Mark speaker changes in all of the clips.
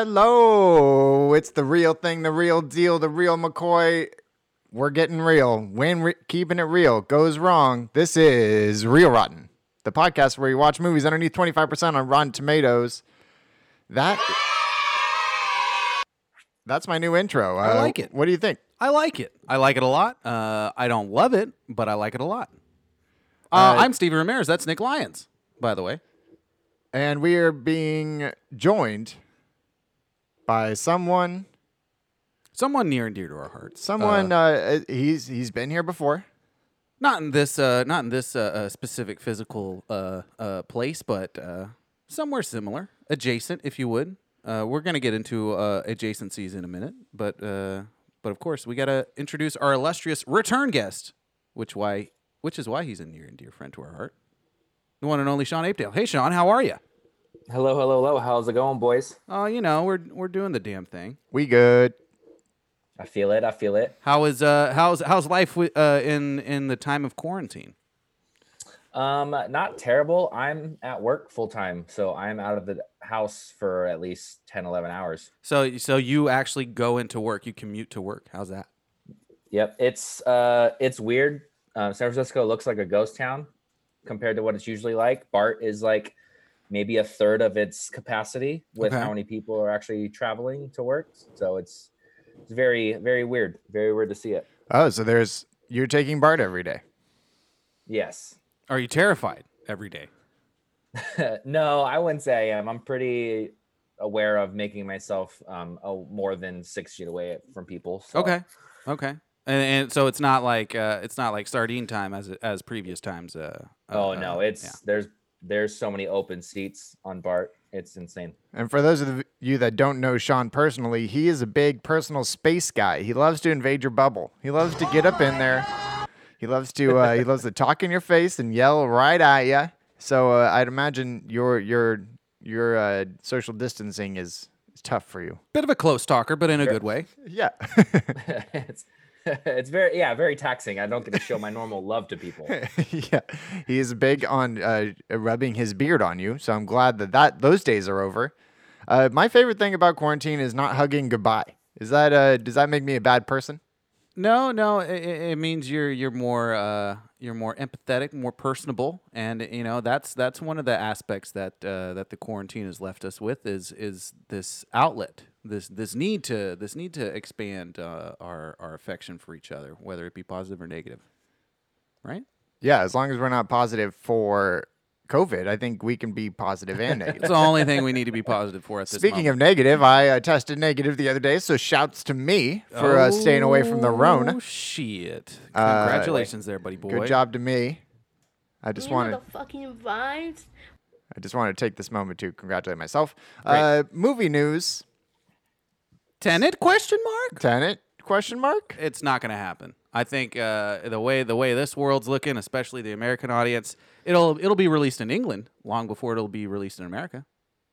Speaker 1: Hello, it's the real thing, the real deal, the real McCoy. We're getting real. When re- keeping it real goes wrong, this is Real Rotten, the podcast where you watch movies underneath 25% on Rotten Tomatoes. That That's my new intro. Uh,
Speaker 2: I like it.
Speaker 1: What do you think?
Speaker 2: I like it. I like it a lot. Uh, I don't love it, but I like it a lot. Uh,
Speaker 1: Uh,
Speaker 2: I'm Stevie Ramirez. That's Nick Lyons, by the way.
Speaker 1: And we are being joined by someone,
Speaker 2: Someone near and dear to our hearts.
Speaker 1: someone
Speaker 2: Uh,
Speaker 1: uh, he's he's been here before.
Speaker 2: not in this. Uh, not in this uh, uh, specific physical uh, uh, place, but uh, somewhere similar, adjacent, if you would. Uh, we're gonna get into uh, adjacencies in a minute, but uh, but of course we gotta introduce our illustrious return guest, which why which is why he's a near and dear friend to our heart. The one and only Sean Apedale. Hey, Sean, how are you?
Speaker 3: Hello, hello, hello. How's it going, boys?
Speaker 2: Oh, you know, we're we're doing the damn thing.
Speaker 1: We good.
Speaker 3: I feel it. I feel it.
Speaker 2: How is uh how's how's life wi- uh in in the time of quarantine?
Speaker 3: Um, not terrible. I'm at work full time, so I'm out of the house for at least 10, 11 hours.
Speaker 2: So so you actually go into work, you commute to work. How's that?
Speaker 3: Yep, it's uh, it's weird. Um, San Francisco looks like a ghost town compared to what it's usually like. BART is like maybe a third of its capacity with
Speaker 2: Okay.
Speaker 3: how many people are actually traveling to work. So it's it's very, very weird. Very weird to see it.
Speaker 1: Oh, so there's you're taking Bart every day.
Speaker 3: Yes.
Speaker 2: Are you terrified every day?
Speaker 3: no, I wouldn't say I am. I'm pretty aware of making myself um oh, more than six feet away from people. so-
Speaker 2: Okay. Okay. And, and so it's not like uh it's not like sardine time as as previous times uh
Speaker 3: Oh
Speaker 2: uh,
Speaker 3: no,
Speaker 2: uh,
Speaker 3: it's
Speaker 2: yeah.
Speaker 3: there's there's so many open seats on Bart. It's insane.
Speaker 1: And for those of you that don't know Sean personally, he is a big personal space guy. He loves to invade your bubble. He loves to get up in there. He loves to uh, he loves to talk in your face and yell right at you. So uh, I'd imagine your your your uh, social distancing is, is tough for you.
Speaker 2: bit of a close talker, but in a good way.
Speaker 1: Yeah.
Speaker 3: it's it's very yeah, very taxing. I don't get to show my normal love to people.
Speaker 1: yeah. He is big on uh, rubbing his beard on you. So I'm glad that, that those days are over. Uh, my favorite thing about quarantine is not hugging goodbye. Is that uh, does that make me a bad person?
Speaker 2: No, no, it, it means you're you're more uh, you're more empathetic, more personable, and you know that's that's one of the aspects that uh, that the quarantine has left us with is is this outlet, this this need to this need to expand uh, our our affection for each other, whether it be positive or negative, right?
Speaker 1: Yeah, as long as we're not positive for COVID, I think we can be positive and
Speaker 2: It's
Speaker 1: negative.
Speaker 2: the only thing we need to be positive for at this.
Speaker 1: Speaking of negative, I uh, tested negative the other day, so shouts to me for uh, staying away from the
Speaker 2: Oh
Speaker 1: Rhone.
Speaker 2: shit!
Speaker 1: Uh,
Speaker 2: Congratulations, there, buddy boy.
Speaker 1: Good job to me. I just
Speaker 4: You know
Speaker 1: wanted
Speaker 4: the fucking vibes.
Speaker 1: I just wanted to take this moment to congratulate myself. Uh, movie news,
Speaker 2: Tenet? Question mark.
Speaker 1: Tenet? Question mark.
Speaker 2: it's not going to happen. I think uh, the way the way this world's looking, especially the American audience, it'll it'll be released in England long before it'll be released in America,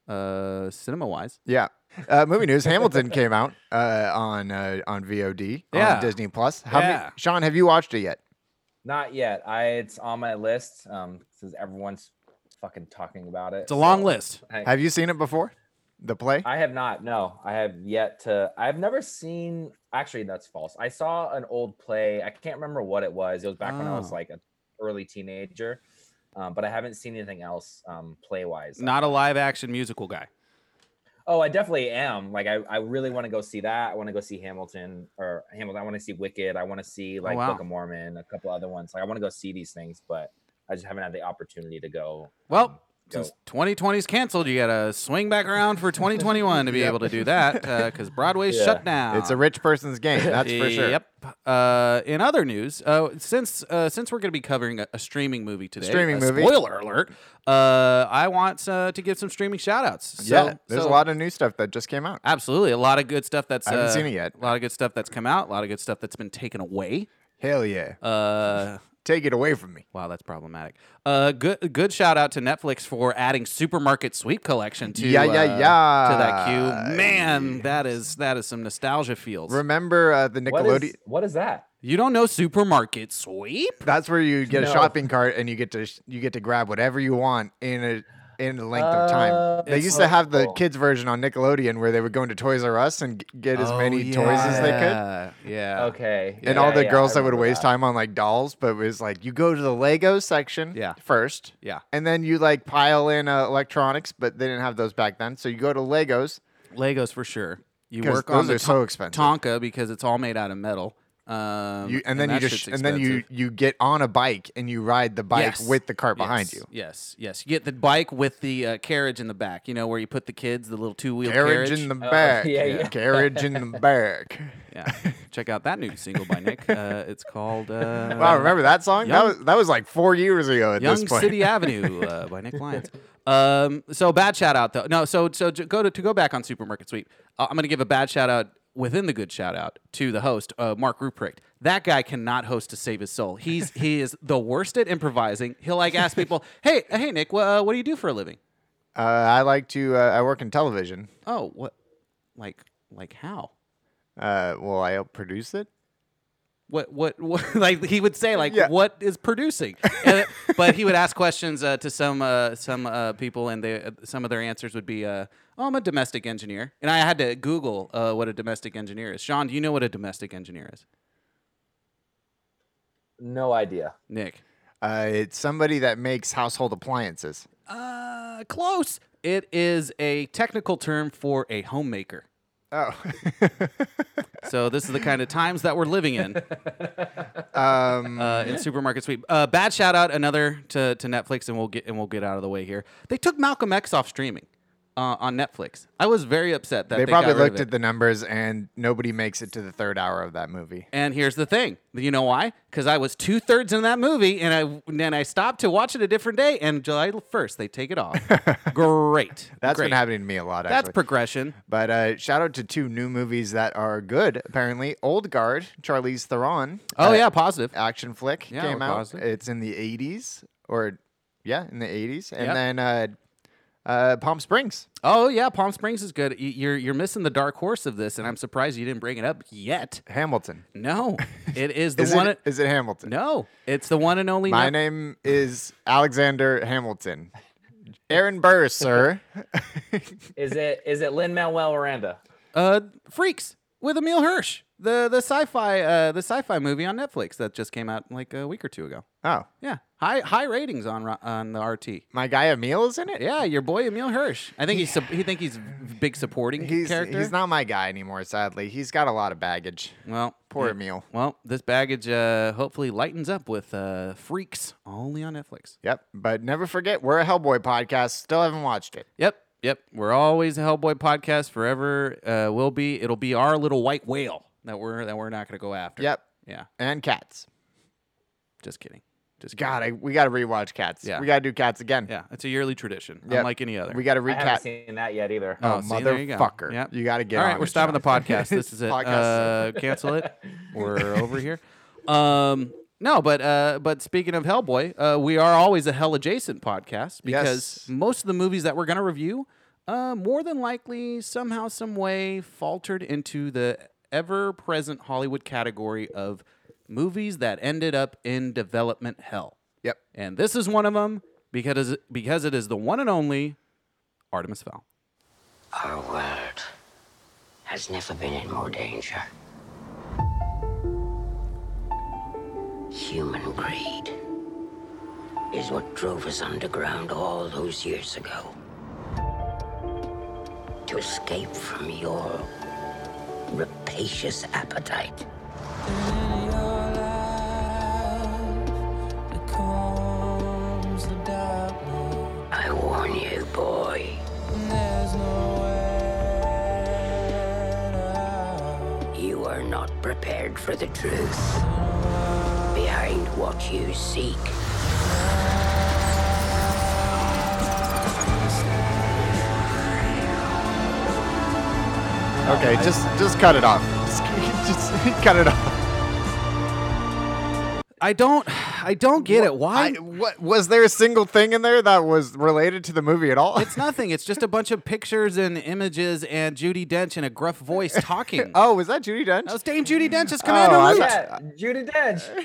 Speaker 2: uh, cinema wise.
Speaker 1: Yeah. Uh, movie news: Hamilton came out uh, on uh, on VOD
Speaker 2: Yeah.
Speaker 1: on Disney Plus. How
Speaker 2: Yeah.
Speaker 1: many, Sean, have you watched it yet?
Speaker 3: Not yet. I it's on my list. Um since everyone's fucking talking about it.
Speaker 2: It's a long
Speaker 3: so
Speaker 2: list.
Speaker 3: I-
Speaker 1: Have you seen it before? The play?
Speaker 3: I have not. No, I have yet to. I've never seen. Actually, that's false. I saw an old play. I can't remember what it was. It was back when I was
Speaker 2: Oh.
Speaker 3: like an early teenager, um, but I haven't seen anything else um, play wise.
Speaker 2: Not a live action musical guy.
Speaker 3: Oh, I definitely am. Like, I, I really want to go see that. I want to go see Hamilton or Hamilton. I want to see Wicked. I want to
Speaker 1: Oh,
Speaker 3: see like
Speaker 2: wow.
Speaker 3: Book of Mormon, a couple other ones. Like, I want to go see these things, but I just haven't had the opportunity to go. um,
Speaker 2: Well,
Speaker 3: go.
Speaker 2: since 2020's canceled, you got to swing back around for 2021 to be able to do that because Broadway's
Speaker 3: Yeah.
Speaker 2: shut down.
Speaker 1: It's a rich person's game, that's for sure.
Speaker 2: Yep. Uh, in other news, uh, since uh, since we're going to be covering a, a streaming movie today,
Speaker 1: Streaming
Speaker 2: a
Speaker 1: movie.
Speaker 2: Spoiler alert. Uh, I want uh, to give some streaming shout outs. So,
Speaker 1: yeah, there's
Speaker 2: so-
Speaker 1: a lot of new stuff that just came out.
Speaker 2: Absolutely, a lot of good stuff that's
Speaker 1: I haven't
Speaker 2: uh,
Speaker 1: seen it yet.
Speaker 2: A lot of good stuff that's come out. A lot of good stuff that's been taken away.
Speaker 1: Hell yeah.
Speaker 2: Uh,
Speaker 1: Take it away from me.
Speaker 2: wow, that's problematic. Uh, good good shout out to Netflix for adding Supermarket Sweep Collection to
Speaker 1: Yeah, yeah,
Speaker 2: uh, to
Speaker 1: yeah.
Speaker 2: that queue. Man, that is that is some nostalgia feels.
Speaker 1: Remember uh, the
Speaker 3: what
Speaker 1: Nickelodeon?
Speaker 3: is, what is that?
Speaker 2: you don't know Supermarket Sweep?
Speaker 1: That's where you get a
Speaker 3: No.
Speaker 1: shopping cart and you get to sh- you get to grab whatever you want in a in the length of time.
Speaker 3: Uh,
Speaker 1: They
Speaker 2: it's
Speaker 1: used to have the
Speaker 3: helpful.
Speaker 1: kids version on Nickelodeon where they would go into Toys R Us and g- get as many toys as they could.
Speaker 2: could. Oh, Yeah.
Speaker 3: Okay.
Speaker 1: and
Speaker 3: yeah,
Speaker 1: all the
Speaker 3: yeah,
Speaker 1: girls
Speaker 3: I
Speaker 1: that would
Speaker 3: remember
Speaker 1: waste
Speaker 3: that.
Speaker 1: time on like dolls, but it was like you go to the Lego section
Speaker 2: Yeah.
Speaker 1: first,
Speaker 2: Yeah.
Speaker 1: and then you like pile in uh, electronics, but they didn't have those back then. So you go to Legos.
Speaker 2: Legos for sure. You
Speaker 1: 'Cause
Speaker 2: work on
Speaker 1: those
Speaker 2: the
Speaker 1: are so expensive.
Speaker 2: Tonka because it's all made out of metal. Um,
Speaker 1: You, and then you
Speaker 2: that
Speaker 1: just
Speaker 2: shit's
Speaker 1: and then you
Speaker 2: expensive.
Speaker 1: you get on a bike and you ride the bike
Speaker 2: Yes.
Speaker 1: with the cart behind
Speaker 2: Yes,
Speaker 1: you.
Speaker 2: Yes, yes. You get the bike with the uh, carriage in the back. You know where you put the kids, the Oh, little two wheel
Speaker 1: Carriage
Speaker 2: carriage.
Speaker 1: in the back.
Speaker 3: yeah, yeah.
Speaker 1: Carriage in the back.
Speaker 2: yeah. Check out that new single by Nick. Uh, it's called. Uh,
Speaker 1: Wow, remember that song?
Speaker 2: Young-
Speaker 1: that was that was like four years ago at
Speaker 2: Young
Speaker 1: this point.
Speaker 2: City Avenue uh, by Nick Lyons. Um, so bad shout out though. No, so so j- go to to go back on Supermarket Sweep. Uh, I'm going to give a bad shout out within the good shout out to the host uh, Mark Ruprecht. That guy cannot host to save his soul. He's he is the worst at improvising. He'll like ask people, "Hey, hey Nick, wha- uh, what do you do for a living?"
Speaker 1: Uh, I like to. Uh, I work in television.
Speaker 2: "Oh, what like like how?"
Speaker 1: Uh, well, I help produce it.
Speaker 2: what what, what like he would say like
Speaker 1: Yeah.
Speaker 2: what is producing And it- but he would ask questions uh, to some uh, some uh, people and they, uh, some of their answers would be uh, oh i'm a domestic engineer and i had to google uh, what a domestic engineer is sean do you know what a domestic engineer is
Speaker 3: No idea.
Speaker 2: nick
Speaker 1: Uh, it's somebody that makes household appliances.
Speaker 2: uh, close it is a technical term for a homemaker
Speaker 1: Oh,
Speaker 2: so this is the kind of times that we're living in
Speaker 1: um,
Speaker 2: uh, in supermarket sweep. Uh, bad shout out another to, to Netflix, and we'll get and we'll get out of the way here. They took Malcolm X off streaming uh, on Netflix. I was very upset that
Speaker 1: they
Speaker 2: they,
Speaker 1: probably
Speaker 2: got rid
Speaker 1: looked
Speaker 2: of it.
Speaker 1: at the numbers, and nobody makes it to the third hour of that movie.
Speaker 2: And here's the thing, you know why? Because I was two thirds in that movie, and I and then I stopped to watch it a different day. And July first, they take it off. Great,
Speaker 1: That's
Speaker 2: Great.
Speaker 1: been happening to me a lot. Actually.
Speaker 2: That's progression.
Speaker 1: But uh, shout out to two new movies that are good. Apparently, Old Guard, Charlize Theron.
Speaker 2: Oh
Speaker 1: uh,
Speaker 2: yeah, positive.
Speaker 1: action flick
Speaker 2: Yeah,
Speaker 1: came
Speaker 2: we're
Speaker 1: out.
Speaker 2: positive.
Speaker 1: It's in the '80s, or yeah, in the '80s, and
Speaker 2: Yep.
Speaker 1: then uh, uh, Palm Springs.
Speaker 2: Oh yeah, Palm Springs is good. Y- You're you're missing the dark horse of this, and I'm surprised you didn't bring it up yet.
Speaker 1: Hamilton.
Speaker 2: No, it is the
Speaker 1: Is
Speaker 2: one.
Speaker 1: it, is it Hamilton?
Speaker 2: no, it's the one and only.
Speaker 1: My
Speaker 2: Netflix-
Speaker 1: name is Alexander Hamilton. Aaron Burr, sir.
Speaker 3: Is it is it Lin Manuel Miranda?
Speaker 2: uh, Freaks with Emil Hirsch, the the sci-fi uh, the sci-fi movie on Netflix that just came out like a week or two ago.
Speaker 1: Oh,
Speaker 2: Yeah, high high ratings on Ro- on the RT.
Speaker 1: my guy Emil is in it.
Speaker 2: Yeah, your boy Emil Hirsch. I think he's sub- he think he's a big supporting
Speaker 1: He's
Speaker 2: character.
Speaker 1: he's not my guy anymore. Sadly, he's got a lot of baggage.
Speaker 2: well.
Speaker 1: Poor
Speaker 2: yeah.
Speaker 1: Emil.
Speaker 2: Well, this baggage uh, hopefully lightens up with uh, Freaks only on Netflix.
Speaker 1: Yep. But never forget, we're a Hellboy podcast. Still haven't watched it.
Speaker 2: Yep, yep. We're always a Hellboy podcast forever. Uh, will be. It'll be our little white whale that we're that we're not going to go after.
Speaker 1: Yep.
Speaker 2: Yeah.
Speaker 1: And cats.
Speaker 2: Just kidding. Just kidding.
Speaker 1: God, I, we got to rewatch cats.
Speaker 2: Yeah.
Speaker 1: We got to do cats again.
Speaker 2: Yeah, it's a yearly tradition,
Speaker 1: Yep.
Speaker 2: unlike any other.
Speaker 1: We got to
Speaker 3: I haven't
Speaker 1: recap.
Speaker 3: seen that yet either.
Speaker 1: Oh,
Speaker 2: see, there you go.
Speaker 1: motherfucker!
Speaker 2: Yep.
Speaker 1: You got to get
Speaker 2: All
Speaker 1: on.
Speaker 2: right, we're
Speaker 1: it,
Speaker 2: stopping the
Speaker 1: John.
Speaker 2: podcast. This is it.
Speaker 1: Podcast.
Speaker 2: Uh, cancel it. We're over here. Um, no, but uh, but speaking of Hellboy, uh, we are always a hell adjacent podcast because
Speaker 1: Yes.
Speaker 2: most of the movies that we're going to review, uh, more than likely, somehow, some way, faltered into the ever present Hollywood category of movies that ended up in development hell.
Speaker 1: Yep.
Speaker 2: And this is one of them because because it is the one and only Artemis Fowl.
Speaker 4: Our world has never been in more danger. Human greed is what drove us underground all those years ago. To escape from your rapacious appetite. I warn you, boy. You are not prepared for the truth. Behind what you seek
Speaker 1: Okay, just just cut it off. Just, just cut it off.
Speaker 2: I don't. I don't get it. Why?
Speaker 1: I, what was there a single thing in there that was related to the movie at all?
Speaker 2: it's nothing. It's just a bunch of pictures and images and Judy Dench in a gruff voice talking.
Speaker 1: oh, was that Judy Dench?
Speaker 2: That was Dame Judy Dench as Commander
Speaker 1: Oh, I
Speaker 2: Root.
Speaker 1: thought-
Speaker 3: Yeah, Judy Dench.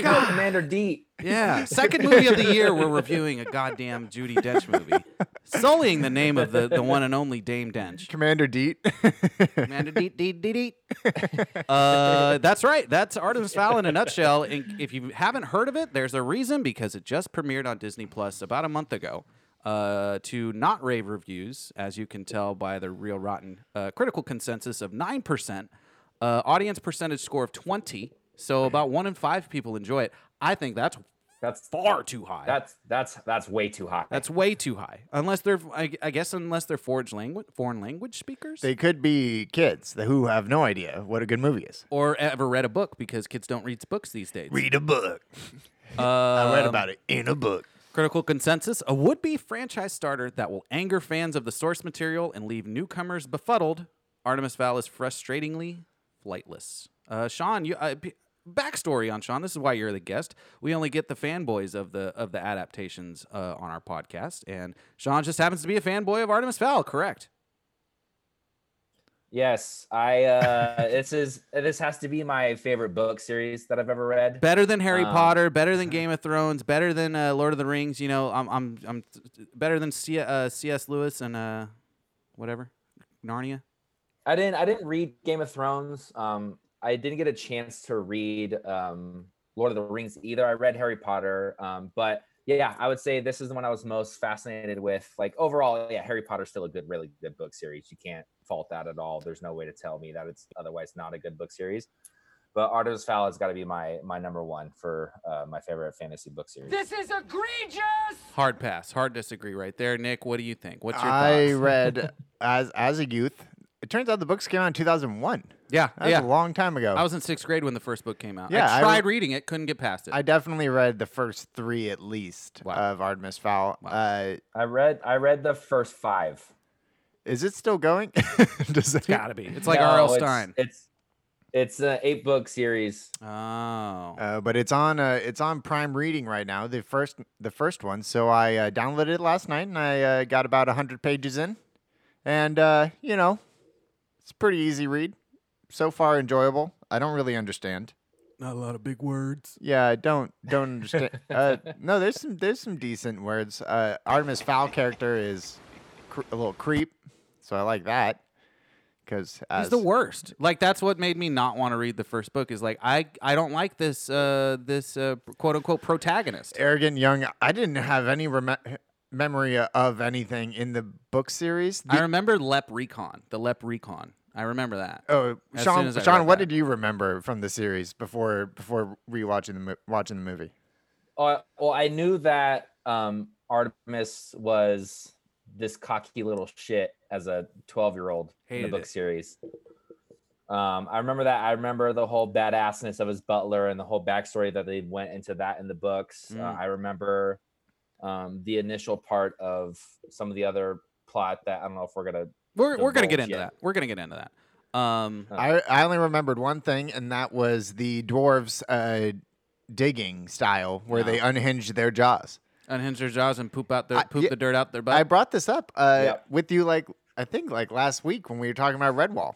Speaker 3: God, Commander D.
Speaker 2: Yeah, second movie of the year. We're reviewing a goddamn Judy Dench movie, sullying the name of the, the one and only Dame Dench.
Speaker 1: Commander Deet.
Speaker 2: Commander Deet Deet Deet Deet. Uh, that's right. That's Artemis Fowl in a nutshell. And if you haven't heard of it, there's a reason because it just premiered on Disney Plus about a month ago. Uh, to not rave reviews, as you can tell by the real rotten uh, critical consensus of nine percent, uh, audience percentage score of twenty. So about one in five people enjoy it. I think that's
Speaker 3: That's
Speaker 2: far too high.
Speaker 3: that's that's that's way too high.
Speaker 2: That's way too high. Unless they're, I, I guess, unless they're forged language, foreign language speakers,
Speaker 1: they could be kids who have no idea what a good movie is.
Speaker 2: or ever read a book because kids don't read books these days.
Speaker 1: Read a book.
Speaker 2: Uh,
Speaker 1: I read about it in a book.
Speaker 2: critical consensus: a would-be franchise starter that will anger fans of the source material and leave newcomers befuddled. Artemis Fowl is frustratingly flightless. Uh, Sean, you. Uh, p- Backstory on Sean. This is why you're the guest. We only get the fanboys of the of the adaptations uh, on our podcast, and Sean just happens to be a fanboy of Artemis Fowl. Correct?
Speaker 3: Yes, I. uh This is this has to be my favorite book series that I've ever read.
Speaker 2: better than Harry
Speaker 3: Um,
Speaker 2: Potter, better than Game of Thrones, better than uh, Lord of the Rings. You know, I'm I'm I'm th- better than C, uh, C.S. Lewis and uh, whatever Narnia.
Speaker 3: I didn't. I didn't read Game of Thrones. Um, I didn't get a chance to read um, Lord of the Rings either. I read Harry Potter, um, but yeah, I would say this is the one I was most fascinated with. Like overall, yeah, Harry Potter's still a good, really good book series. You can't fault that at all. There's no way to tell me that it's otherwise not a good book series. But Artemis Fowl has got to be my my number one for uh, my favorite fantasy book series.
Speaker 4: This is egregious!
Speaker 2: Hard pass, hard disagree right there, Nick. What do you think? What's your
Speaker 1: I
Speaker 2: thoughts?
Speaker 1: read as as a youth. It turns out the books came out in 2001.
Speaker 2: yeah,
Speaker 1: That was
Speaker 2: yeah.
Speaker 1: a long time ago.
Speaker 2: I was in sixth grade when the first book came out.
Speaker 1: Yeah,
Speaker 2: I
Speaker 1: I
Speaker 2: tried
Speaker 1: re-
Speaker 2: reading it, couldn't get past it.
Speaker 1: I definitely read the first three at least
Speaker 2: Wow.
Speaker 1: of Artemis Fowl.
Speaker 2: Wow.
Speaker 1: Uh,
Speaker 3: I read I read the first five.
Speaker 1: is it still going? Does it?
Speaker 2: Gotta be. It's like
Speaker 3: No,
Speaker 2: R.L.
Speaker 3: it's-
Speaker 2: Stein.
Speaker 3: It's it's an eight book series.
Speaker 2: oh,
Speaker 1: Uh, but it's on uh, it's on Prime Reading right now. The first the first one. So I uh, downloaded it last night and I uh, got about hundred pages in, and uh, you know, it's a pretty easy read. So far, enjoyable. I don't really understand.
Speaker 2: not a lot of big words.
Speaker 1: Yeah, I don't don't understand. uh, no, there's some there's some decent words. Uh, Artemis Fowl character is cr- a little creep, so I like that because
Speaker 2: He's the worst. Like that's what made me not want to read the first book. Is like I I don't like this uh this uh quote unquote protagonist.
Speaker 1: arrogant young. I didn't have any rem- memory of anything in the book series.
Speaker 2: I
Speaker 1: The-
Speaker 2: remember Lep Recon, the Lep Recon. I remember that.
Speaker 1: oh,
Speaker 2: as soon
Speaker 1: Sean,
Speaker 2: as I read
Speaker 1: Sean, what
Speaker 2: that.
Speaker 1: did you remember from the series before before rewatching the mo- watching the movie?
Speaker 3: Oh, well, I knew that um, Artemis was this cocky little shit as a 12 year old in the
Speaker 2: Hated
Speaker 3: book
Speaker 2: it.
Speaker 3: series. Um, I remember that. I remember the whole badassness of his butler and the whole backstory that they went into that in the books. Uh,
Speaker 2: Mm.
Speaker 3: I remember um, the initial part of some of the other plot that I don't know if we're gonna.
Speaker 2: We're
Speaker 3: the
Speaker 2: we're gonna get
Speaker 3: bulge,
Speaker 2: into
Speaker 3: yeah.
Speaker 2: that. We're gonna get into that. Um,
Speaker 3: Uh,
Speaker 1: I I only remembered one thing, and that was the dwarves uh, digging style, where they
Speaker 2: Oh.
Speaker 1: unhinged their jaws.
Speaker 2: unhinge their jaws and poop out their
Speaker 1: I-
Speaker 2: poop
Speaker 1: yeah,
Speaker 2: the dirt out their
Speaker 1: I
Speaker 2: butt.
Speaker 1: brought this up uh,
Speaker 3: Yeah.
Speaker 1: with you, like I think like last week when we were talking about Redwall.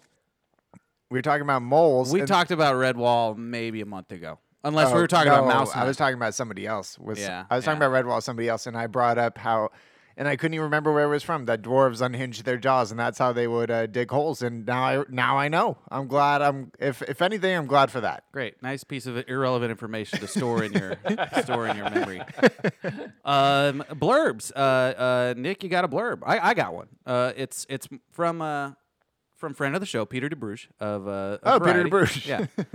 Speaker 1: We were talking about moles.
Speaker 2: we
Speaker 1: and-
Speaker 2: talked about Redwall maybe a month ago, unless we
Speaker 1: Oh,
Speaker 2: were talking about
Speaker 1: no,
Speaker 2: mouse.
Speaker 1: I was
Speaker 2: Hunt.
Speaker 1: talking about somebody else. Was
Speaker 2: Yeah,
Speaker 1: I was talking
Speaker 2: yeah.
Speaker 1: about Redwall, somebody else, and I brought up how, and I couldn't even remember where it was from. That dwarves unhinged their jaws, and that's how they would uh, dig holes. And now I now I know. I'm glad. I'm if if anything, I'm glad for that.
Speaker 2: Great, nice piece of irrelevant information to store in your store in your memory. Um, blurbs, uh, uh, Nick, you got a blurb? I, I got one. Uh, it's it's from uh, from friend of the show, Peter DeBruge of uh, of
Speaker 1: Oh, Peter
Speaker 2: Variety.
Speaker 1: DeBruge.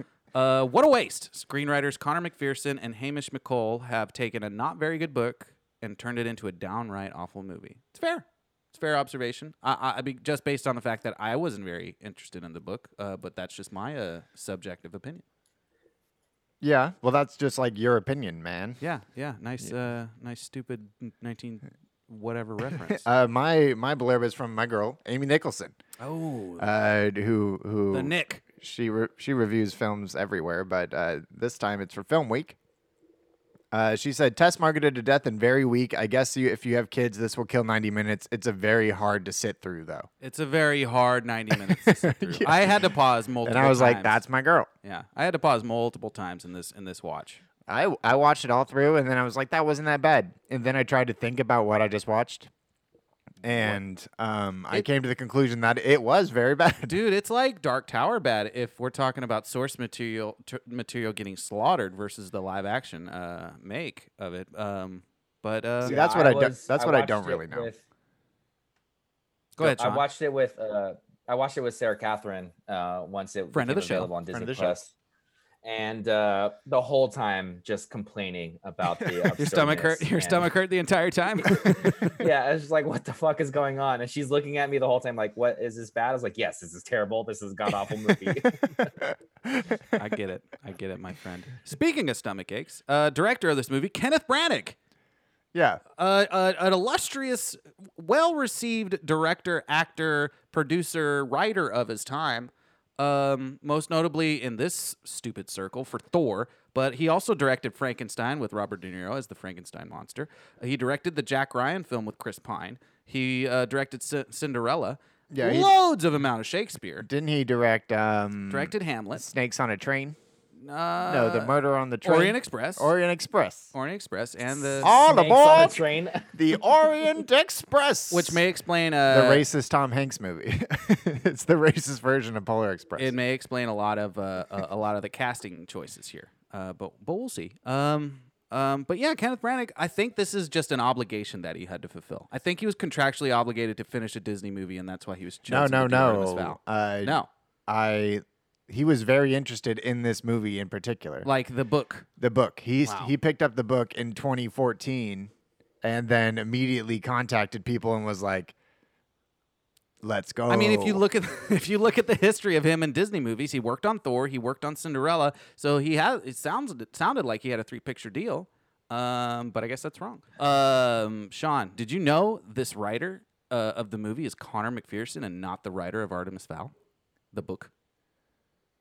Speaker 2: yeah. Uh, what a waste! Screenwriters Connor McPherson and Hamish McColl have taken a not very good book and turned it into a downright awful movie. It's fair. It's a fair observation. I, I, I mean, just based on the fact that I wasn't very interested in the book, uh, but that's just my uh, subjective opinion.
Speaker 1: Yeah. Well, that's just like your opinion, man.
Speaker 2: Yeah, yeah, nice, Uh, nice, stupid n- nineteen whatever reference.
Speaker 1: Uh, my my blurb is from my girl Amy Nicholson,
Speaker 2: oh,
Speaker 1: uh, who who
Speaker 2: the Nick.
Speaker 1: she re- she reviews films everywhere, but uh, this time it's for Film Week, Uh, she said, test marketed to death and very weak. I guess you, if you have kids, this will kill 90 minutes. It's a very hard to sit through, though.
Speaker 2: It's a very hard 90 minutes to sit through.
Speaker 1: Yeah.
Speaker 2: I had to pause multiple
Speaker 1: And I was like,
Speaker 2: times.
Speaker 1: that's my girl.
Speaker 2: Yeah, I had to pause multiple times in this in this watch.
Speaker 1: I, I watched it all through, and then I was like, that wasn't that bad. And then I tried to think about what I just watched. And um, I
Speaker 2: It-
Speaker 1: came to the conclusion that it was very bad.
Speaker 2: Dude, it's like Dark Tower bad if we're talking about source material t- material getting slaughtered versus the live action uh, make of it. Um, but uh,
Speaker 1: See, that's what I don't-
Speaker 3: was-
Speaker 1: that's what I
Speaker 3: watched
Speaker 1: don't
Speaker 3: it
Speaker 1: really know.
Speaker 3: with-
Speaker 2: go ahead, Sean.
Speaker 3: I watched it with uh, I watched it with Sarah Catherine uh, once it
Speaker 2: Friend of the
Speaker 3: became
Speaker 2: show.
Speaker 3: available on
Speaker 1: Friend
Speaker 3: Disney
Speaker 1: of the show.
Speaker 3: Plus, and uh, the whole time just complaining about the
Speaker 2: your stomach hurt.
Speaker 3: absurdness
Speaker 2: Your
Speaker 3: and-
Speaker 2: stomach hurt the entire time.
Speaker 3: Yeah, I was just like, "What the fuck is going on?" And she's looking at me the whole time, like, "What is this bad?" I was like, "Yes, this is terrible. This is god awful movie."
Speaker 2: I get it. I get it, my friend. Speaking of stomach aches, uh, director of this movie, Kenneth Branagh.
Speaker 1: yeah.
Speaker 2: uh, uh, an illustrious, well received director, actor, producer, writer of his time. Um, most notably in this stupid circle for Thor, but he also directed Frankenstein with Robert De Niro as the Frankenstein monster. He directed the Jack Ryan film with Chris Pine. He uh, directed C- Cinderella.
Speaker 1: Yeah, he-
Speaker 2: loads of amount of Shakespeare.
Speaker 1: Didn't he direct um,
Speaker 2: Directed Hamlet.
Speaker 1: Snakes on a Train?
Speaker 2: Uh,
Speaker 1: no, The Murder on the Train.
Speaker 2: Orient Express.
Speaker 1: Orient Express.
Speaker 2: Orient Express and the
Speaker 1: All
Speaker 3: Snakes on a
Speaker 1: aboard
Speaker 3: train.
Speaker 1: the Orient Express,
Speaker 2: which may explain
Speaker 1: the
Speaker 2: uh,
Speaker 1: racist Tom Hanks movie. it's the racist version of Polar Express.
Speaker 2: It may explain a lot of uh, a, a lot of the casting choices here, uh, but but we'll see. Um, um, but yeah, Kenneth Branagh. I think this is just an obligation that he had to fulfill. I think he was contractually obligated to finish a Disney movie, and that's why he was
Speaker 1: no,
Speaker 2: chosen.
Speaker 1: no,
Speaker 2: to do Artemis
Speaker 1: no.
Speaker 2: Fowl.
Speaker 1: Uh,
Speaker 2: no,
Speaker 1: I. He was very interested in this movie in particular.
Speaker 2: like the book.
Speaker 1: the book. He
Speaker 2: Wow.
Speaker 1: he picked up the book in 2014, and then immediately contacted people and was like, "Let's go."
Speaker 2: I mean, if you look at if you look at the history of him in Disney movies, he worked on Thor, he worked on Cinderella, so he had it sounds it sounded like he had a three picture deal, um, but I guess that's wrong. Um, Sean, did you know this writer uh, of the movie is Connor McPherson and not the writer of Artemis Fowl, the book?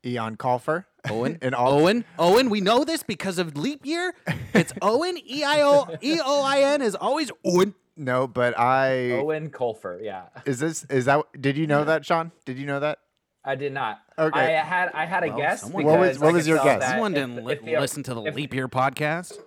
Speaker 1: Eon Colfer,
Speaker 2: Owen
Speaker 1: and all
Speaker 2: Owen Owen. We know this because of leap year. It's Owen E I O E O I N is always Owen.
Speaker 1: no, but I
Speaker 2: Oh.
Speaker 3: Owen Colfer. Yeah,
Speaker 1: is this is that did you know that Sean? Did you know that?
Speaker 3: I did not.
Speaker 1: Okay.
Speaker 3: I had I had a
Speaker 2: Well,
Speaker 3: guess.
Speaker 2: Oh, someone-
Speaker 1: What was-
Speaker 3: because
Speaker 1: what
Speaker 3: I
Speaker 1: was
Speaker 3: could
Speaker 1: your
Speaker 3: tell
Speaker 1: guess?
Speaker 3: that
Speaker 2: Someone
Speaker 3: if-
Speaker 2: didn't
Speaker 3: if
Speaker 2: li-
Speaker 3: the-
Speaker 2: listen to the
Speaker 3: if-
Speaker 2: leap year podcast.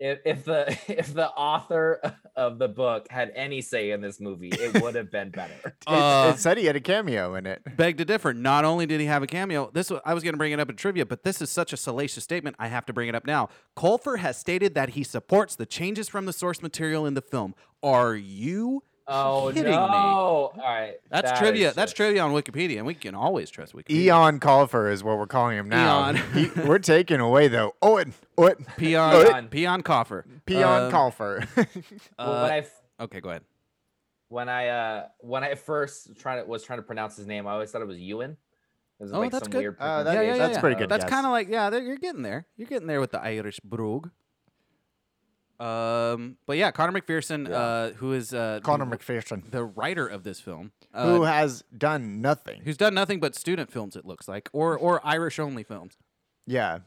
Speaker 3: if, if the if the author of the book had any say in this movie, it would have been better.
Speaker 1: It,
Speaker 2: Uh,
Speaker 1: it said he had a cameo in it.
Speaker 2: beg to differ. Not only did he have a cameo, this wa- I was going to bring it up in trivia, but this is such a salacious statement. I have to bring it up now. Colfer has stated that he supports the changes from the source material in the film. Are you
Speaker 3: Oh
Speaker 2: kidding
Speaker 3: no!
Speaker 2: me?
Speaker 3: All right,
Speaker 2: That's
Speaker 3: that is
Speaker 2: trivia. That's
Speaker 3: just-
Speaker 2: trivia on Wikipedia, and we can always trust Wikipedia.
Speaker 1: Eon Colfer is what we're calling him now.
Speaker 2: Eon.
Speaker 1: He- we're taking away though. Owen, Owen,
Speaker 2: Peon, Peon Coffer.
Speaker 1: Peon
Speaker 2: Um, uh,
Speaker 1: Colfer.
Speaker 3: Well, when I f-
Speaker 2: Okay, go ahead.
Speaker 3: when I uh when I first trying to was trying to pronounce his name, I always thought it was Ewan. It was
Speaker 2: Oh,
Speaker 3: like
Speaker 2: that's
Speaker 3: some
Speaker 2: good.
Speaker 3: weird.
Speaker 1: Oh, that-
Speaker 2: yeah,
Speaker 3: pronunciation
Speaker 2: yeah,
Speaker 1: that's
Speaker 2: yeah.
Speaker 1: pretty good
Speaker 2: That's
Speaker 1: guess.
Speaker 2: kind of like yeah, there- you're getting there. You're getting there with the Irish brogue. Um, but yeah, Connor McPherson, uh, who is uh,
Speaker 1: Connor
Speaker 2: the-
Speaker 1: McPherson,
Speaker 2: the writer of this film,
Speaker 1: who
Speaker 2: uh,
Speaker 1: has done nothing.
Speaker 2: who's done nothing but student films, it looks like, or or Irish only films.
Speaker 1: Yeah.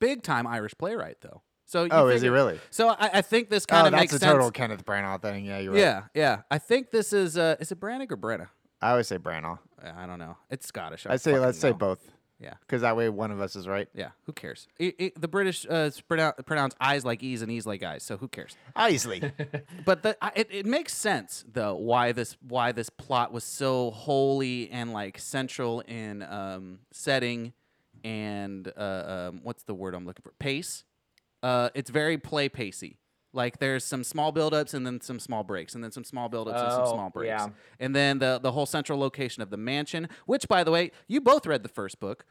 Speaker 2: Big time Irish playwright, though. So you
Speaker 1: Oh, is he
Speaker 2: figure-
Speaker 1: really?
Speaker 2: So I, I think this kind
Speaker 1: Oh,
Speaker 2: of
Speaker 1: that's
Speaker 2: makes
Speaker 1: a
Speaker 2: sense.
Speaker 1: total Kenneth Branagh thing. Yeah, you're right.
Speaker 2: Yeah, yeah. I think this is uh, is it Branagh or Brenna?
Speaker 1: I always say Branagh.
Speaker 2: I don't know. It's Scottish.
Speaker 1: I say let's say
Speaker 2: both.
Speaker 1: both.
Speaker 2: Yeah.
Speaker 1: Because that way one of us is right.
Speaker 2: Yeah, who cares? I I the British uh, pronounce, pronounce eyes like e's and e's like eyes, so who cares?
Speaker 1: Obviously.
Speaker 2: But the, I, it, it makes sense though why this why this plot was so holy and like central in um, setting and uh, um, what's the word I'm looking for pace. Uh, it's very play pacey. Like there's some small buildups and then some small breaks and then some small buildups and some
Speaker 3: Oh,
Speaker 2: small breaks
Speaker 3: yeah.
Speaker 2: and then the the whole central location of the mansion. Which by the way, you both read the first book.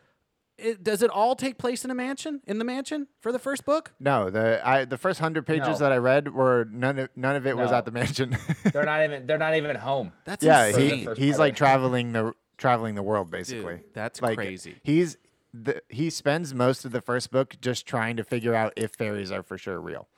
Speaker 2: It, does it all take place in a mansion? In the mansion for the first book?
Speaker 1: no, the I the first hundred pages
Speaker 3: No.
Speaker 1: that I read were none of none of it was
Speaker 3: No.
Speaker 1: at the mansion.
Speaker 3: they're not even they're not even home.
Speaker 2: That's
Speaker 1: yeah,
Speaker 2: insane.
Speaker 1: he,
Speaker 3: first
Speaker 1: he's
Speaker 3: part.
Speaker 1: like traveling the traveling the world basically.
Speaker 2: that's
Speaker 1: like,
Speaker 2: crazy.
Speaker 1: He's the, he spends most of the first book just trying to figure out if fairies are for sure real.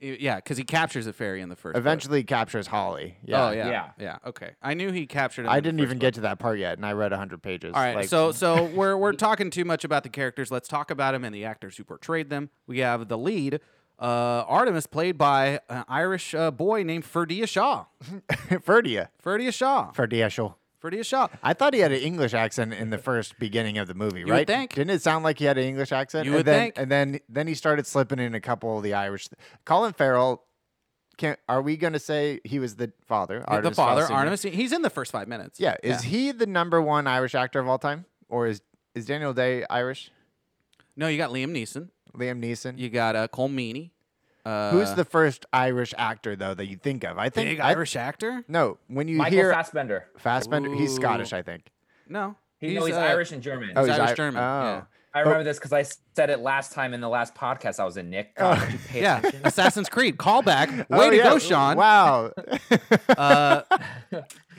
Speaker 2: Yeah, because he captures a fairy in the first. book.
Speaker 1: Eventually captures Holly. Yeah.
Speaker 2: Oh yeah, yeah,
Speaker 3: Yeah.
Speaker 2: yeah. Okay, I knew he captured. him
Speaker 1: I
Speaker 2: in the
Speaker 1: didn't
Speaker 2: first
Speaker 1: even
Speaker 2: book.
Speaker 1: get to that part yet, and I read 100 pages.
Speaker 2: All right,
Speaker 1: Like,
Speaker 2: so so we're we're talking too much about the characters. Let's talk about them and the actors who portrayed them. We have the lead, uh, Artemis, played by an Irish uh, boy named Ferdia Shaw.
Speaker 1: Ferdia.
Speaker 2: Ferdia Shaw.
Speaker 1: Ferdia Shaw.
Speaker 2: Ferdia Shaw.
Speaker 1: I thought he had an English accent in the first beginning of the movie,
Speaker 2: would
Speaker 1: right?
Speaker 2: think.
Speaker 1: Didn't it sound like he had an English accent?
Speaker 2: You
Speaker 1: and
Speaker 2: would
Speaker 1: then,
Speaker 2: think.
Speaker 1: And then, then he started slipping in a couple of the Irish. Colin Farrell. Can, are we going to say he was the father?
Speaker 2: the
Speaker 1: Artemis Fowl
Speaker 2: father,
Speaker 1: Senior?
Speaker 2: Artemis. He's in the first five minutes.
Speaker 1: Yeah. Is he the number one Irish actor of all time, or is is Daniel Day Irish?
Speaker 2: No, you got Liam Neeson.
Speaker 1: Liam Neeson.
Speaker 2: You got uh, Cole Meany. Uh,
Speaker 1: Who's the first Irish actor though that you think of? I think
Speaker 2: big
Speaker 1: I-
Speaker 2: Irish actor?
Speaker 1: No, when you
Speaker 3: Michael
Speaker 1: hear
Speaker 3: Fassbender.
Speaker 1: Fassbender, he's
Speaker 2: Ooh.
Speaker 1: Scottish, I think.
Speaker 2: No,
Speaker 3: He, no, he's
Speaker 2: uh,
Speaker 3: Irish and German.
Speaker 1: Oh,
Speaker 2: He's
Speaker 1: he's
Speaker 2: Irish
Speaker 1: Ir-
Speaker 2: German.
Speaker 1: oh.
Speaker 3: I remember this because I said it last time in the last podcast I was in. Nick, God, did you pay
Speaker 2: Yeah. yeah.
Speaker 3: attention?
Speaker 2: Assassin's Creed callback. Way
Speaker 1: Oh,
Speaker 2: to
Speaker 1: yeah.
Speaker 2: go, Sean.
Speaker 1: Wow.
Speaker 2: Uh,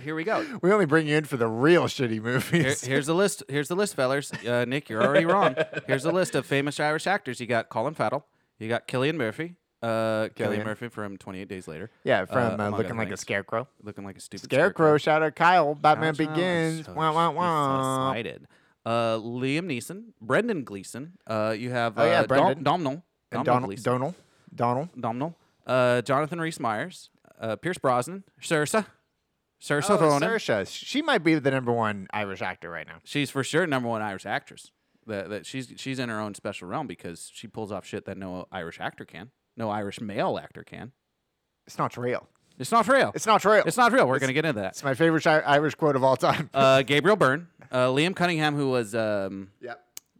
Speaker 2: here we go.
Speaker 1: we only bring you in for the real shitty
Speaker 2: Here-
Speaker 1: movies.
Speaker 2: here's the list. Here's the list, fellers. Uh, Nick, you're already wrong. Here's a list of famous Irish actors. You got Colin Farrell. You got Killian Murphy. Uh, Killian
Speaker 1: Cillian.
Speaker 2: Murphy from 28 Days Later.
Speaker 1: yeah,
Speaker 2: Uh,
Speaker 1: from uh,
Speaker 2: among
Speaker 1: looking
Speaker 2: other
Speaker 1: like a
Speaker 2: things.
Speaker 1: scarecrow.
Speaker 2: Looking like a stupid
Speaker 1: Scarecrow,
Speaker 2: scarecrow.
Speaker 1: shout out Kyle. Batman
Speaker 2: Ouch, ouch,
Speaker 1: Begins.
Speaker 2: ouch,
Speaker 1: Wah, wah,
Speaker 2: you're so
Speaker 1: wah.
Speaker 2: slighted. Uh, Liam Neeson, Brendan Gleeson. Uh, you have uh,
Speaker 1: Oh, yeah,
Speaker 2: Dom-
Speaker 1: Brendan.
Speaker 2: Domhnall.
Speaker 1: And
Speaker 2: Domhnall
Speaker 1: Donald,
Speaker 2: Gleeson.
Speaker 1: Donald, Donald.
Speaker 2: Domhnall. Uh, Jonathan Rhys Myers. Uh, Pierce Brosnan. Saoirse. Saoirse
Speaker 1: Oh,
Speaker 2: Ronan.
Speaker 1: Saoirse. She might be the number one Irish actor right now.
Speaker 2: She's for sure number one Irish actress. That, that she's she's in her own special realm because she pulls off shit that no Irish actor can, no Irish male actor can.
Speaker 1: It's not real.
Speaker 2: It's not real.
Speaker 1: It's not real.
Speaker 2: It's not real. We're gonna get into that.
Speaker 1: It's my favorite shi- Irish quote of all time.
Speaker 2: Uh, Gabriel Byrne, uh, Liam Cunningham, who was um,
Speaker 1: yeah.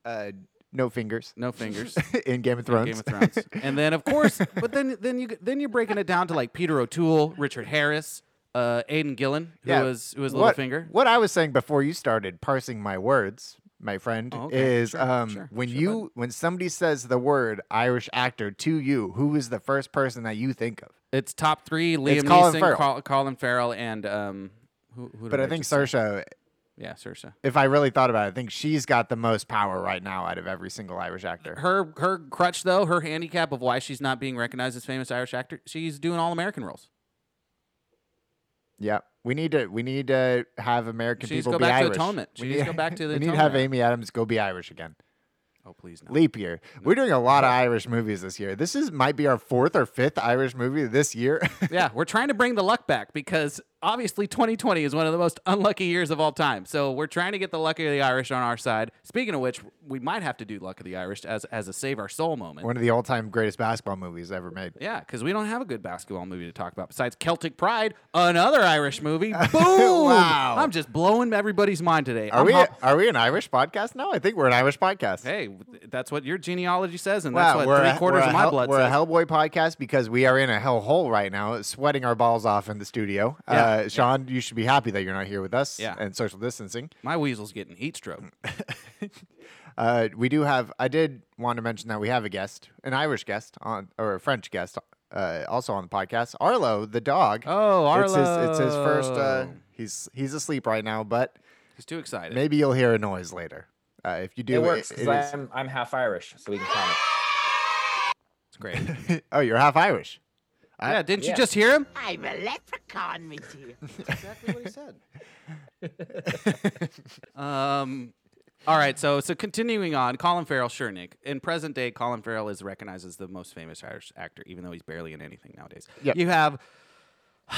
Speaker 1: Uh, no fingers
Speaker 2: no fingers.
Speaker 1: in Game of
Speaker 2: in
Speaker 1: Thrones.
Speaker 2: Game of Thrones, and then of course, but then then you then you're breaking it down to like Peter O'Toole, Richard Harris, uh, Aidan Gillen, who was who was
Speaker 1: what,
Speaker 2: Littlefinger.
Speaker 1: What I was saying before you started parsing my words, my friend,
Speaker 2: Oh, okay.
Speaker 1: is
Speaker 2: Sure,
Speaker 1: um,
Speaker 2: sure,
Speaker 1: when
Speaker 2: sure,
Speaker 1: you when somebody says the word Irish actor to you, who is the first person that you think of?
Speaker 2: It's top three: Liam
Speaker 1: Colin
Speaker 2: Neeson,
Speaker 1: Farrell.
Speaker 2: Col- Colin Farrell, and um, who, who did
Speaker 1: But I think
Speaker 2: just say?
Speaker 1: Saoirse,
Speaker 2: yeah, Saoirse.
Speaker 1: if I really thought about it, I think she's got the most power right now out of every single Irish actor.
Speaker 2: her her crutch though, her handicap of why she's not being recognized as famous Irish actor, she's doing all American roles.
Speaker 1: Yeah, we need to we need to have American
Speaker 2: She needs to
Speaker 1: people
Speaker 2: go
Speaker 1: be
Speaker 2: back to
Speaker 1: Irish.
Speaker 2: Atonement. She
Speaker 1: We
Speaker 2: needs to
Speaker 1: need-
Speaker 2: go back to the
Speaker 1: We need to have
Speaker 2: Atonement.
Speaker 1: Amy Adams go be Irish again.
Speaker 2: Oh please no.
Speaker 1: Leap year. We're doing a lot of Irish movies this year. This is might be our fourth or fifth Irish movie this year.
Speaker 2: yeah, we're trying to bring the luck back because obviously 2020 is one of the most unlucky years of all time. So we're trying to get the luck of the Irish on our side. Speaking of which, we might have to do luck of the Irish as as a save our soul moment.
Speaker 1: One of the all-time greatest basketball movies ever made.
Speaker 2: yeah, because we don't have a good basketball movie to talk about besides Celtic Pride, another Irish movie. Boom!
Speaker 1: Wow.
Speaker 2: I'm just blowing everybody's mind today.
Speaker 1: Are
Speaker 2: I'm
Speaker 1: we
Speaker 2: hop-
Speaker 1: are we an Irish podcast now? I think we're an Irish podcast.
Speaker 2: Hey, w- that's what your genealogy says, and
Speaker 1: Wow,
Speaker 2: that's
Speaker 1: we're
Speaker 2: what
Speaker 1: a-
Speaker 2: three quarters
Speaker 1: we're a
Speaker 2: of my
Speaker 1: hell-
Speaker 2: blood
Speaker 1: We're
Speaker 2: says.
Speaker 1: a Hellboy podcast because we are in a hellhole right now, sweating our balls off in the studio. uh, Sean, you should be happy that you're not here with us
Speaker 2: Yeah.
Speaker 1: and social distancing.
Speaker 2: my weasel's getting heat stroke.
Speaker 1: Uh, we do have. I did want to mention that we have a guest, an Irish guest on or a French guest, uh, also on the podcast. Arlo, the dog.
Speaker 2: Oh,
Speaker 1: It's his, it's his first. Uh,
Speaker 2: Arlo.
Speaker 1: he's he's asleep right now, but
Speaker 2: He's too excited.
Speaker 1: maybe you'll hear a noise later. Uh, if you do,
Speaker 3: It works
Speaker 1: is-
Speaker 3: because I'm, I'm half Irish, so we can count it.
Speaker 2: It's great.
Speaker 1: oh, you're half Irish.
Speaker 2: yeah, didn't you
Speaker 3: Yeah.
Speaker 2: just hear him?
Speaker 4: I'm a leprechaun, my dear.
Speaker 2: Exactly what he said. um, all right, so so continuing on, Colin Farrell, sure, Nick. In present day, Colin Farrell is recognized as the most famous Irish actor, even though he's barely in anything nowadays.
Speaker 1: Yep.
Speaker 2: You have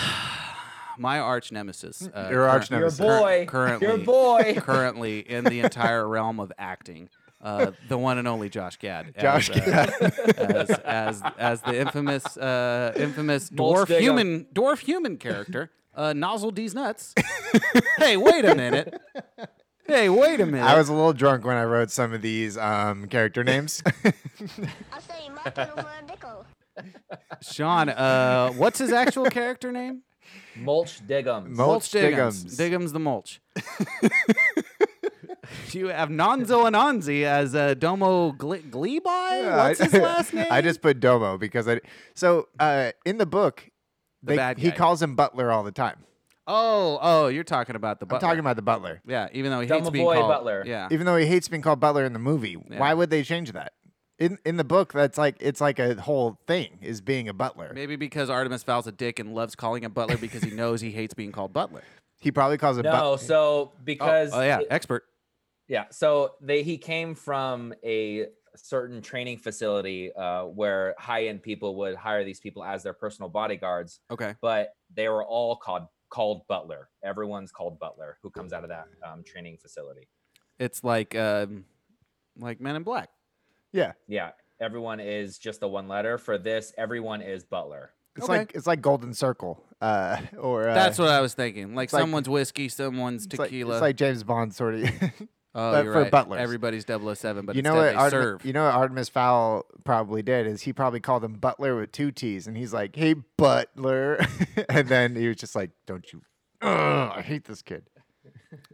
Speaker 2: my arch nemesis. Uh,
Speaker 1: Your arch
Speaker 2: current-
Speaker 1: nemesis.
Speaker 3: You're a boy.
Speaker 2: currently,
Speaker 3: You're a boy.
Speaker 2: currently in the entire realm of acting. Uh, the one and only Josh Gad.
Speaker 1: Josh
Speaker 2: as, uh, as, as, as the infamous uh, infamous
Speaker 3: Bolt
Speaker 2: dwarf
Speaker 3: Stegall.
Speaker 2: human dwarf human character. Uh, nozzle D's nuts. hey, wait a minute. Hey, wait a minute.
Speaker 1: I was a little drunk when I wrote some of these um, character names.
Speaker 5: I say Michael over a nickel.
Speaker 2: Sean. Uh, what's his actual character name?
Speaker 3: Mulch Diggums.
Speaker 1: Mul- Mulch
Speaker 2: Diggums.
Speaker 1: Diggums.
Speaker 2: Diggums the mulch. you have Nonzo Ananzi as uh, Domo Gle- Gleeby. What's his
Speaker 1: I-
Speaker 2: last name?
Speaker 1: I just put Domo because I. So uh, in the book, they,
Speaker 2: bad
Speaker 1: he
Speaker 2: guy.
Speaker 1: calls him Butler all the time.
Speaker 2: Oh, oh, you're talking about the butler.
Speaker 1: I'm talking about the Butler,
Speaker 2: yeah, even though he
Speaker 3: Dumb
Speaker 2: hates being
Speaker 3: boy
Speaker 2: called
Speaker 3: butler.
Speaker 2: Yeah,
Speaker 1: even though he hates being called Butler in the movie.
Speaker 2: Yeah.
Speaker 1: Why would they change that? in in the book that's like it's like a whole thing is being a butler.
Speaker 2: Maybe because Artemis Fowl's a dick and loves calling him butler because he knows he hates being called butler.
Speaker 1: He probably calls it
Speaker 3: No,
Speaker 1: butler.
Speaker 3: so because
Speaker 2: oh, oh yeah,
Speaker 3: it-
Speaker 2: expert.
Speaker 3: Yeah. So they he came from a certain training facility uh, where high end people would hire these people as their personal bodyguards,
Speaker 2: Okay.
Speaker 3: but they were all called called butler. Everyone's called butler who comes out of that um, training facility.
Speaker 2: It's like um like Men in Black.
Speaker 1: yeah.
Speaker 3: Yeah. Everyone is just the one letter for this. Everyone is butler.
Speaker 1: It's
Speaker 2: Okay.
Speaker 1: like it's like Golden Circle. Uh or uh,
Speaker 2: That's what I was thinking. Like
Speaker 1: like-
Speaker 2: someone's whiskey, someone's
Speaker 1: it's like,
Speaker 2: tequila.
Speaker 1: it's like James Bond sort of
Speaker 2: oh,
Speaker 1: but
Speaker 2: you're
Speaker 1: for
Speaker 2: right.
Speaker 1: butlers.
Speaker 2: Everybody's 007, but
Speaker 1: you know
Speaker 2: instead
Speaker 1: what
Speaker 2: they
Speaker 1: Artem-
Speaker 2: serve.
Speaker 1: you know what Artemis Fowl probably did is he probably called him Butler with two T's and he's like, "Hey Butler," and then he was just like, "Don't you? Ugh, I hate this kid."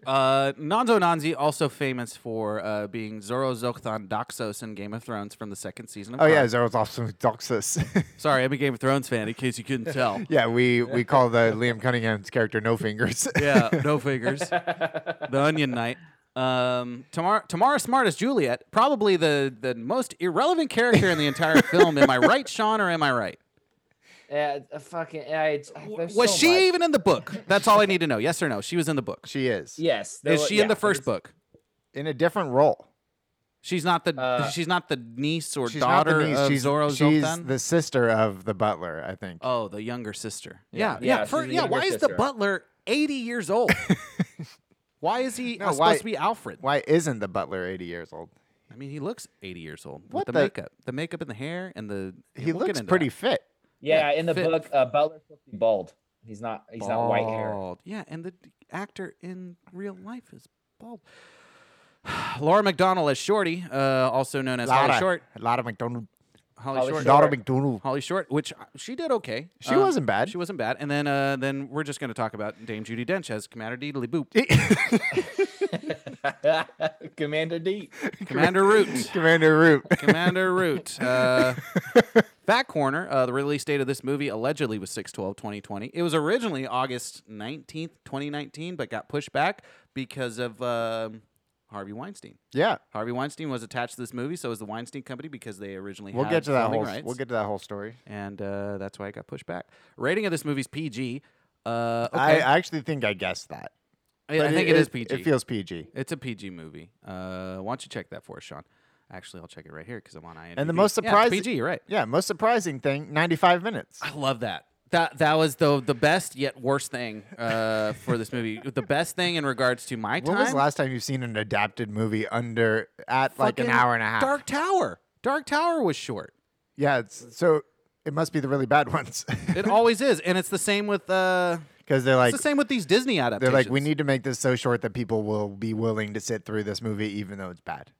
Speaker 2: Uh, Nanzo Nanzi, also famous for uh, being Zoro Zokthan Doxos in Game of Thrones from the second season of
Speaker 1: Oh yeah,
Speaker 2: Prime.
Speaker 1: Zero's awesome Doxus.
Speaker 2: Sorry, I'm a Game of Thrones fan in case you couldn't tell.
Speaker 1: yeah, we we call the Liam Cunningham's character No Fingers.
Speaker 2: yeah, no figures. the Onion Knight. Um, Tamara, Tamara Smart as Juliet, probably the, the most irrelevant character in the entire film. Am I right, Sean, or am I right?
Speaker 3: Yeah, uh, fucking. I, I- there's
Speaker 2: Was
Speaker 3: so
Speaker 2: she
Speaker 3: much.
Speaker 2: even in the book? That's all I need to know. Yes or no? She was in the book.
Speaker 1: she is
Speaker 3: Yes. there
Speaker 2: Is
Speaker 3: wa-
Speaker 2: she
Speaker 3: yeah,
Speaker 2: in the
Speaker 3: there
Speaker 2: first
Speaker 3: was-
Speaker 2: book?
Speaker 1: in a different role.
Speaker 2: She's not the
Speaker 3: Uh,
Speaker 2: she's not the niece or
Speaker 1: She's not
Speaker 2: daughter
Speaker 1: the niece.
Speaker 2: of
Speaker 1: she's
Speaker 2: Zorro
Speaker 1: she's
Speaker 2: Zoltan?
Speaker 1: the sister of the butler, I think.
Speaker 2: Oh, the younger sister. Yeah,
Speaker 3: Yeah,
Speaker 2: yeah.
Speaker 3: she's
Speaker 2: for-
Speaker 3: the
Speaker 2: yeah,
Speaker 3: younger
Speaker 2: why is the
Speaker 3: sister.
Speaker 2: butler 80 years old? why is he
Speaker 1: No,
Speaker 2: not
Speaker 1: why-
Speaker 2: supposed to be Alfred?
Speaker 1: Why isn't the butler 80 years old?
Speaker 2: I mean, he looks 80 years old
Speaker 1: What
Speaker 2: with the,
Speaker 1: the-
Speaker 2: makeup. The makeup and the hair and the yeah,
Speaker 1: He
Speaker 2: we'll get
Speaker 1: looks
Speaker 2: into
Speaker 1: pretty
Speaker 2: that.
Speaker 1: fit.
Speaker 3: Yeah,
Speaker 2: Yeah,
Speaker 3: in the
Speaker 2: fit-
Speaker 3: book, uh, Butler's supposed to be bald. He's not. He's not white hair.
Speaker 2: Bald. Yeah, and the d- actor in real life is bald. Laura McDonnell as Shorty, uh, also known as Holly Short.
Speaker 1: Lara McDonald.
Speaker 2: Holly,
Speaker 3: Holly
Speaker 2: Short.
Speaker 3: Short.
Speaker 1: Lara McDonald.
Speaker 2: Holly Short, which uh, she did okay. Um,
Speaker 1: She wasn't bad.
Speaker 2: She wasn't bad. And then uh, then we're just going to talk about Dame Judy Dench as Commander Deedly Boop.
Speaker 3: Commander Deep.
Speaker 2: Commander Root.
Speaker 1: Commander Root.
Speaker 2: Commander Root. Uh, Fat Corner, uh, the release date of this movie allegedly was 6 12 2020. It was originally August 19th, 2019, but got pushed back because of um, Harvey Weinstein.
Speaker 1: yeah.
Speaker 2: Harvey Weinstein was attached to this movie, so was the Weinstein Company because they originally
Speaker 1: We'll
Speaker 2: had
Speaker 1: get to that
Speaker 2: filming
Speaker 1: whole
Speaker 2: rights.
Speaker 1: we'll get to that whole story.
Speaker 2: and uh, that's why it got pushed back. Rating of this movie's PG. Uh, okay.
Speaker 1: I, I actually think I guessed that.
Speaker 2: I, I
Speaker 1: But
Speaker 2: think it is PG.
Speaker 1: It feels PG.
Speaker 2: it's a PG movie. Uh, why don't you check that for us, Sean? Actually, I'll check it right here because I'm on IMDb.
Speaker 1: And the most
Speaker 2: Yeah, it's
Speaker 1: surprising
Speaker 2: PG, you're right?
Speaker 1: Yeah, most surprising thing, 95 minutes.
Speaker 2: I love that. That that was the the best yet worst thing uh, for this movie. the best thing in regards to my time.
Speaker 1: When was the last time you've seen an adapted movie under at like an
Speaker 2: Fucking
Speaker 1: hour and a half?
Speaker 2: Dark Tower. Dark Tower was short.
Speaker 1: Yeah, it's, so it must be the really bad ones
Speaker 2: It always is, and it's the same with uh,
Speaker 1: because they're like
Speaker 2: it's the same with these Disney
Speaker 1: they're
Speaker 2: adaptations.
Speaker 1: like we need to make this so short that people will be willing to sit through this movie even though it's bad.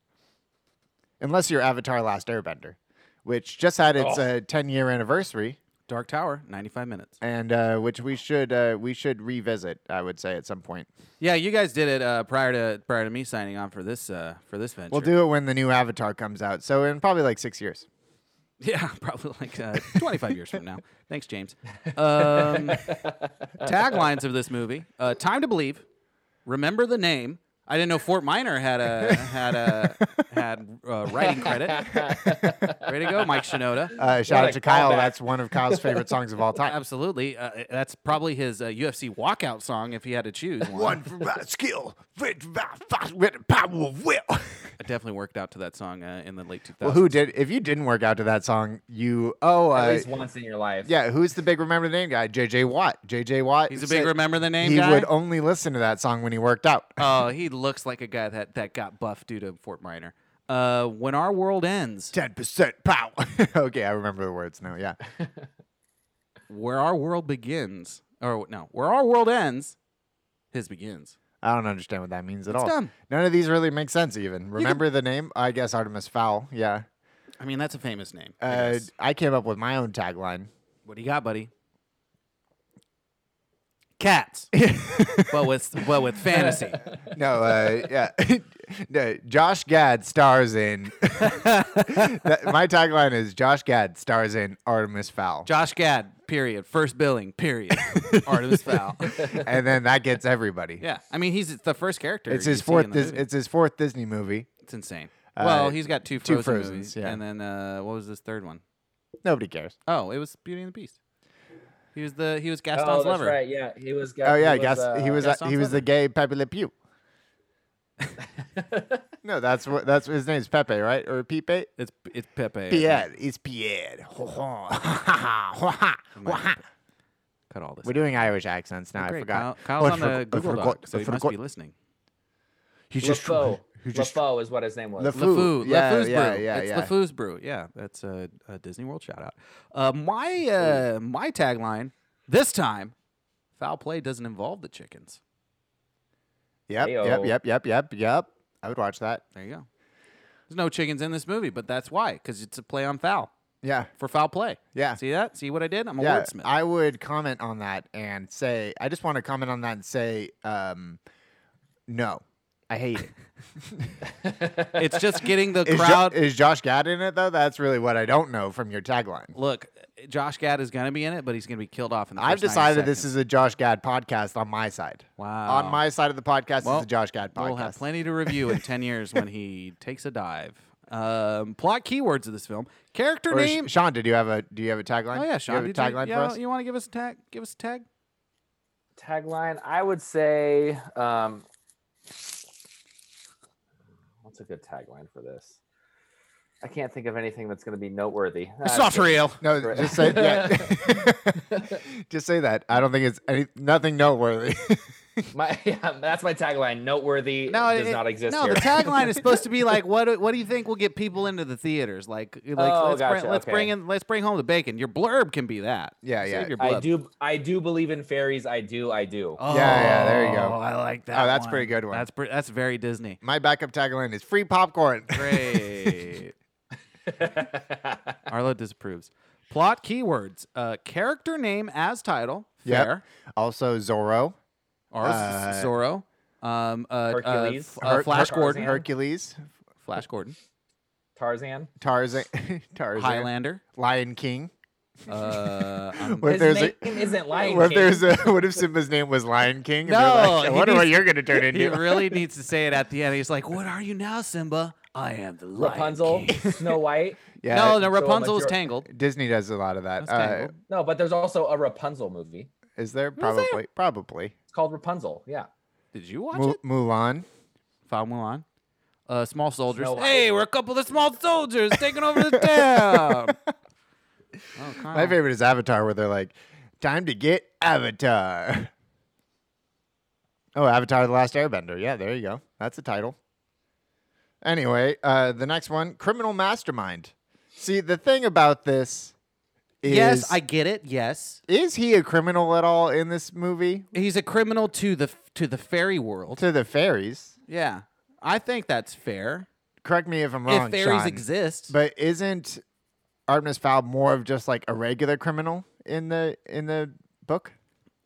Speaker 1: Unless you're Avatar: Last Airbender, which just had its
Speaker 3: Oh.
Speaker 1: uh, 10 year anniversary,
Speaker 2: Dark Tower, ninety five minutes.
Speaker 1: and uh, which we should uh, we should revisit, I would say, at some point.
Speaker 2: Yeah, you guys did it uh, prior to prior to me signing on for this uh, for this venture.
Speaker 1: We'll do it when the new Avatar comes out. So in probably like six years.
Speaker 2: Yeah, probably like uh, 25 years from now. Thanks, James. Um, taglines of this movie: uh, "Time to Believe," "Remember the Name." I didn't know Fort Minor had a had a had uh, writing credit. Ready to go, Mike Shinoda.
Speaker 1: Uh, shout out
Speaker 3: a
Speaker 1: to Kyle.
Speaker 3: callback.
Speaker 1: That's one of Kyle's favorite songs of all time.
Speaker 2: Absolutely, uh, that's probably his uh, UFC walkout song if he had to choose one.
Speaker 1: for my skill, rich for my fight, with the power of will.
Speaker 2: I definitely worked out to that song uh, in the late 2000s.
Speaker 1: Well, who did? If you didn't work out to that song, you oh
Speaker 3: At
Speaker 1: uh,
Speaker 3: least once in your life.
Speaker 1: yeah. Who's the big remember the name guy? JJ Watt. JJ Watt.
Speaker 2: He's a big
Speaker 1: said
Speaker 2: remember the name
Speaker 1: He
Speaker 2: guy.
Speaker 1: would only listen to that song when he worked out.
Speaker 2: Oh, he looks like a guy that, that got buffed due to Fort Minor. Uh, when our world ends,
Speaker 1: Ten percent pow. okay, I remember the words now. Yeah,
Speaker 2: where our world begins, or no, where our world ends, his begins.
Speaker 1: I don't understand what that means at
Speaker 2: It's
Speaker 1: all.
Speaker 2: dumb.
Speaker 1: None of these really make sense. Even remember the name? I guess Artemis Fowl. Yeah.
Speaker 2: I mean, that's a famous name. I
Speaker 1: Uh,
Speaker 2: guess.
Speaker 1: I came up with my own tagline.
Speaker 2: what do you got, buddy? Cats, but with but with fantasy.
Speaker 1: No, uh, yeah. no, Josh Gad stars in. That- my tagline is Josh Gad stars in Artemis Fowl.
Speaker 2: Josh Gad, period. First billing, period. Artemis Fowl.
Speaker 1: and then that gets everybody.
Speaker 2: yeah, I mean, he's the first character.
Speaker 1: It's
Speaker 2: you
Speaker 1: his
Speaker 2: see
Speaker 1: fourth.
Speaker 2: in the
Speaker 1: Dis-
Speaker 2: movie.
Speaker 1: it's his fourth Disney movie.
Speaker 2: it's insane. well,
Speaker 1: Uh,
Speaker 2: he's got two
Speaker 1: two
Speaker 2: Frozen
Speaker 1: Frozens,
Speaker 2: movies,
Speaker 1: yeah.
Speaker 2: and then uh, what was this third one?
Speaker 1: nobody cares.
Speaker 2: Oh, it was Beauty and the Beast. He was the he was Gaston's
Speaker 3: oh, that's
Speaker 2: lover.
Speaker 3: right. Yeah, he was.
Speaker 1: Oh yeah, I
Speaker 3: he was,
Speaker 1: guess he
Speaker 3: uh,
Speaker 1: was
Speaker 2: Gaston's
Speaker 1: he was the
Speaker 2: lover.
Speaker 1: gay Pepe Le Pew. no, that's what that's his name's Pepe, right? Or Pepe?
Speaker 2: It's it's Pepe. I think.
Speaker 1: Pierre. It's Pierre. Ho, ho. Ha, ha, ho, ha,
Speaker 2: I
Speaker 1: ho,
Speaker 2: might
Speaker 1: ha.
Speaker 2: have to Cut all this.
Speaker 1: We're
Speaker 2: out.
Speaker 1: doing Irish accents now. I
Speaker 2: Great.
Speaker 1: forgot.
Speaker 2: Kyle,
Speaker 1: Oh,
Speaker 2: Kyle's
Speaker 1: I
Speaker 2: on
Speaker 1: forgot-
Speaker 2: the Google
Speaker 1: I
Speaker 2: Doc,
Speaker 1: forgot-
Speaker 2: so
Speaker 1: I
Speaker 2: he must
Speaker 1: forgot.
Speaker 2: be listening.
Speaker 1: He just
Speaker 3: LeFou.
Speaker 1: he just
Speaker 3: LeFou is what his name was.
Speaker 1: Lef-
Speaker 2: LeFou,
Speaker 1: Fou, yeah,
Speaker 2: LeFou's
Speaker 1: yeah,
Speaker 2: brew.
Speaker 1: yeah,
Speaker 2: it's
Speaker 1: yeah.
Speaker 2: LeFou's brew. Yeah, that's a, a Disney World shout out. Uh, my uh, my tagline this time: foul play doesn't involve the chickens.
Speaker 1: Yep, yep,
Speaker 3: Ayo.
Speaker 1: yep, yep, yep, yep. I would watch that.
Speaker 2: There you go. There's no chickens in this movie, but that's why because it's a play on foul
Speaker 1: Yeah.
Speaker 2: for foul play.
Speaker 1: Yeah.
Speaker 2: See that? See what I did? I'm a
Speaker 1: Yeah,
Speaker 2: wordsmith.
Speaker 1: I would comment on that and say I just want to comment on that and say um, no, I hate it.
Speaker 2: it's just getting the
Speaker 1: is, Jo-
Speaker 2: crowd.
Speaker 1: is Josh Gad in it though? That's really what I don't know from your tagline.
Speaker 2: Look, Josh Gad is going to be in it, but he's going to be killed off in the
Speaker 1: I've
Speaker 2: first 90
Speaker 1: decided this
Speaker 2: seconds.
Speaker 1: is a Josh Gad podcast on my side.
Speaker 2: wow
Speaker 1: On my side of the podcast
Speaker 2: Well,
Speaker 1: is the Josh Gad podcast.
Speaker 2: We'll have plenty to review in 10 years when he takes a dive. Um, plot keywords of this film. Character
Speaker 1: Or Sh-
Speaker 2: name.
Speaker 1: Sean, did you have a do you have a tagline?
Speaker 2: oh, yeah, Sean.
Speaker 1: do you
Speaker 2: did
Speaker 1: have a tagline
Speaker 2: you,
Speaker 1: for
Speaker 2: yeah,
Speaker 1: us?
Speaker 2: You want to give us a tag? Give us a tag?
Speaker 3: Tagline. I would say. Um, what's a good tagline for this? I can't think of anything that's going to be noteworthy. Ah, shit.
Speaker 2: real.
Speaker 1: No,
Speaker 3: Right.
Speaker 1: just say yeah. just say that. I don't think it's any nothing noteworthy.
Speaker 3: My, yeah, that's my tagline. Noteworthy
Speaker 2: No,
Speaker 3: does
Speaker 2: it-
Speaker 3: not exist
Speaker 2: No,
Speaker 3: here.
Speaker 2: the tagline is supposed to be like, what? do- What do you think will get people into the theaters? Like, like
Speaker 3: Oh,
Speaker 2: let's,
Speaker 3: gotcha,
Speaker 2: bring, let's bring
Speaker 3: okay.
Speaker 2: in, let's bring home the bacon. Your blurb can be that.
Speaker 1: Yeah,
Speaker 2: Save
Speaker 1: yeah.
Speaker 2: Your blurb.
Speaker 3: I do. I do believe in fairies. I do. I do.
Speaker 2: Oh,
Speaker 1: yeah, there you go.
Speaker 2: I like that.
Speaker 1: Oh, that's pretty good one.
Speaker 2: That's pre- that's very Disney.
Speaker 1: My backup tagline is free popcorn.
Speaker 2: Great. Arlo disapproves. Plot keywords: uh, character name as title.
Speaker 1: Yep.
Speaker 2: Fair.
Speaker 1: also Zorro,
Speaker 2: Or
Speaker 1: Uh,
Speaker 2: S- Zorro. Um, uh, uh,
Speaker 3: Hercules.
Speaker 2: f- uh,
Speaker 1: Her-
Speaker 2: Flash
Speaker 3: Her-
Speaker 2: Gordon.
Speaker 3: Tarzan.
Speaker 1: Hercules,
Speaker 2: Flash Gordon.
Speaker 3: Tarzan.
Speaker 1: Tarzan, Tarzan,
Speaker 2: Highlander.
Speaker 1: Lion King.
Speaker 2: Uh, um,
Speaker 1: What if
Speaker 3: His
Speaker 1: there's
Speaker 3: name
Speaker 1: a
Speaker 3: isn't Lion
Speaker 1: what if
Speaker 3: King.
Speaker 1: there's a what if Simba's name was Lion King? And they're
Speaker 2: No,
Speaker 1: like, I
Speaker 2: he
Speaker 1: wonder what
Speaker 2: needs-
Speaker 1: you're gonna turn
Speaker 2: he
Speaker 1: into.
Speaker 2: really needs to say it at the end. He's like, "What are you now, Simba? I am the Lion
Speaker 3: Rapunzel,
Speaker 2: King."
Speaker 3: Snow White.
Speaker 1: yeah,
Speaker 2: no, no,
Speaker 3: so
Speaker 2: Rapunzel is
Speaker 3: major-
Speaker 2: tangled.
Speaker 1: Disney does a lot of that.
Speaker 2: That's
Speaker 1: Uh,
Speaker 2: tangled.
Speaker 3: No, but there's also a Rapunzel movie.
Speaker 1: is there
Speaker 2: there?
Speaker 1: probably probably
Speaker 3: It's called Rapunzel. Yeah.
Speaker 2: Did you watch
Speaker 1: Mu-
Speaker 2: it?
Speaker 1: Mulan?
Speaker 2: Foul Mulan. Uh, small soldiers.
Speaker 3: Snow White.
Speaker 2: hey, we're a couple of small soldiers taking over the town. oh,
Speaker 1: My
Speaker 2: Kyle.
Speaker 1: favorite is Avatar, where they're like, "Time to get Avatar." Oh, Avatar: The Last Airbender. Yeah, there you go. That's the title. Anyway, uh, the next one, Criminal Mastermind. See, the thing about this is,
Speaker 2: Yes, I get it. Yes,
Speaker 1: is he a criminal at all in this movie?
Speaker 2: he's a criminal to the to the fairy world.
Speaker 1: To the fairies,
Speaker 2: Yeah, I think that's fair.
Speaker 1: correct me if I'm wrong.
Speaker 2: if fairies
Speaker 1: Sean,
Speaker 2: exist,
Speaker 1: but isn't Artemis Fowl more of just like a regular criminal in the in the book?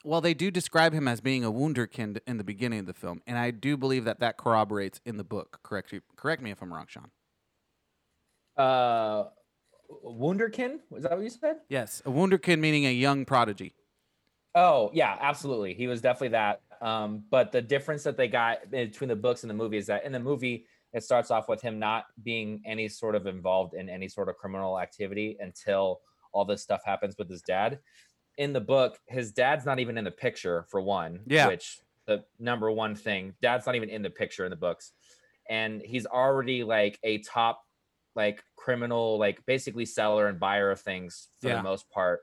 Speaker 2: well, they do describe him as being a wunderkind in the beginning of the film, and I do believe that that corroborates in the book. Correct you, correct me if I'm wrong, Sean.
Speaker 3: Uh, Wunderkind. Is that what you said?
Speaker 2: Yes, a wunderkind meaning a young prodigy.
Speaker 3: Oh yeah, absolutely. He was definitely that. Um, but the difference that they got between the books and the movie is that in the movie it starts off with him not being any sort of involved in any sort of criminal activity until all this stuff happens with his dad. In the book, his dad's not even in the picture for one.
Speaker 2: Yeah.
Speaker 3: Which the number one thing, dad's not even in the picture in the books, and he's already like a top, like criminal, like basically seller and buyer of things for
Speaker 2: Yeah.
Speaker 3: the most part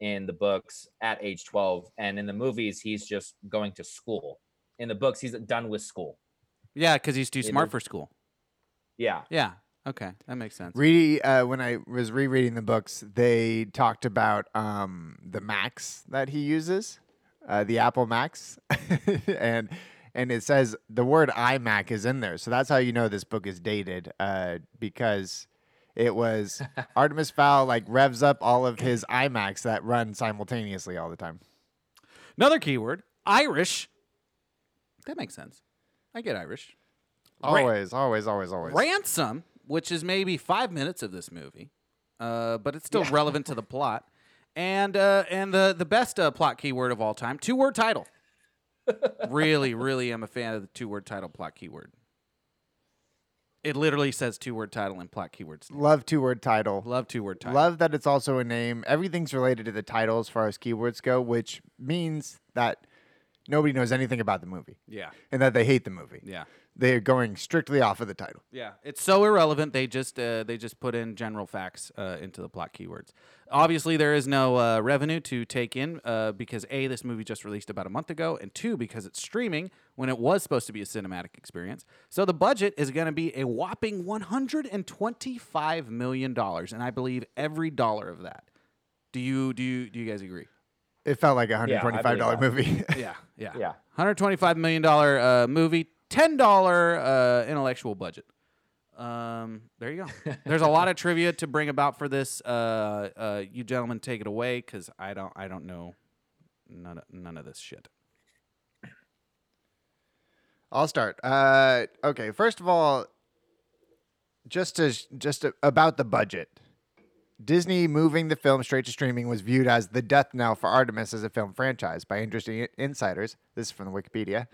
Speaker 3: in the books at age 12 and in the movies he's just going to school in the books he's done with school
Speaker 2: Yeah, because he's too
Speaker 3: It
Speaker 2: smart
Speaker 3: is-
Speaker 2: for school.
Speaker 3: yeah
Speaker 2: Yeah. Okay, that makes sense.
Speaker 1: Re- uh, when I was rereading the books, they talked about um, the Max that he uses, uh, the Apple Max, and and it says the word iMac is in there, so that's how you know this book is dated uh, because it was Artemis Fowl like revs up all of his iMacs that run simultaneously all the time.
Speaker 2: Another keyword: Irish. That makes sense. I get Irish. Ran-
Speaker 1: Always, always, always, always.
Speaker 2: Ransom, which is maybe five minutes of this movie, uh, but it's still relevant to the plot. And uh, and the the best uh, plot keyword of all time, two word title. really, really am a fan of the two word title plot keyword. It literally says two word title and plot keywords.
Speaker 1: Love two word title.
Speaker 2: Love two word title.
Speaker 1: Love that it's also a name. Everything's related to the title as far as keywords go, which means that nobody knows anything about the movie
Speaker 2: Yeah.
Speaker 1: and that they hate the movie.
Speaker 2: Yeah.
Speaker 1: They're going strictly off of the title.
Speaker 2: Yeah, it's so irrelevant. They just uh, they just put in general facts uh, into the plot keywords. Obviously, there is no uh, revenue to take in uh, because a this movie just released about a month ago, and two because it's streaming when it was supposed to be a cinematic experience. So the budget is going to be a whopping one hundred and twenty five million dollars, and I believe every dollar of that. Do you do you do you guys agree?
Speaker 1: It felt like a
Speaker 3: Yeah, I believe
Speaker 1: $125
Speaker 3: that.
Speaker 1: movie.
Speaker 2: Yeah, yeah,
Speaker 3: Yeah.
Speaker 2: Hundred twenty-five million dollar uh, movie, ten dollar uh, intellectual budget. Um, there you go. There's a lot of trivia to bring about for this. Uh, uh, you gentlemen, take it away because I don't, I don't know none of, none of this shit.
Speaker 1: I'll start. Uh, okay, first of all, just to, just a, about the budget. Disney moving the film straight to streaming was viewed as the death knell for Artemis as a film franchise by interesting insiders. This is from the Wikipedia.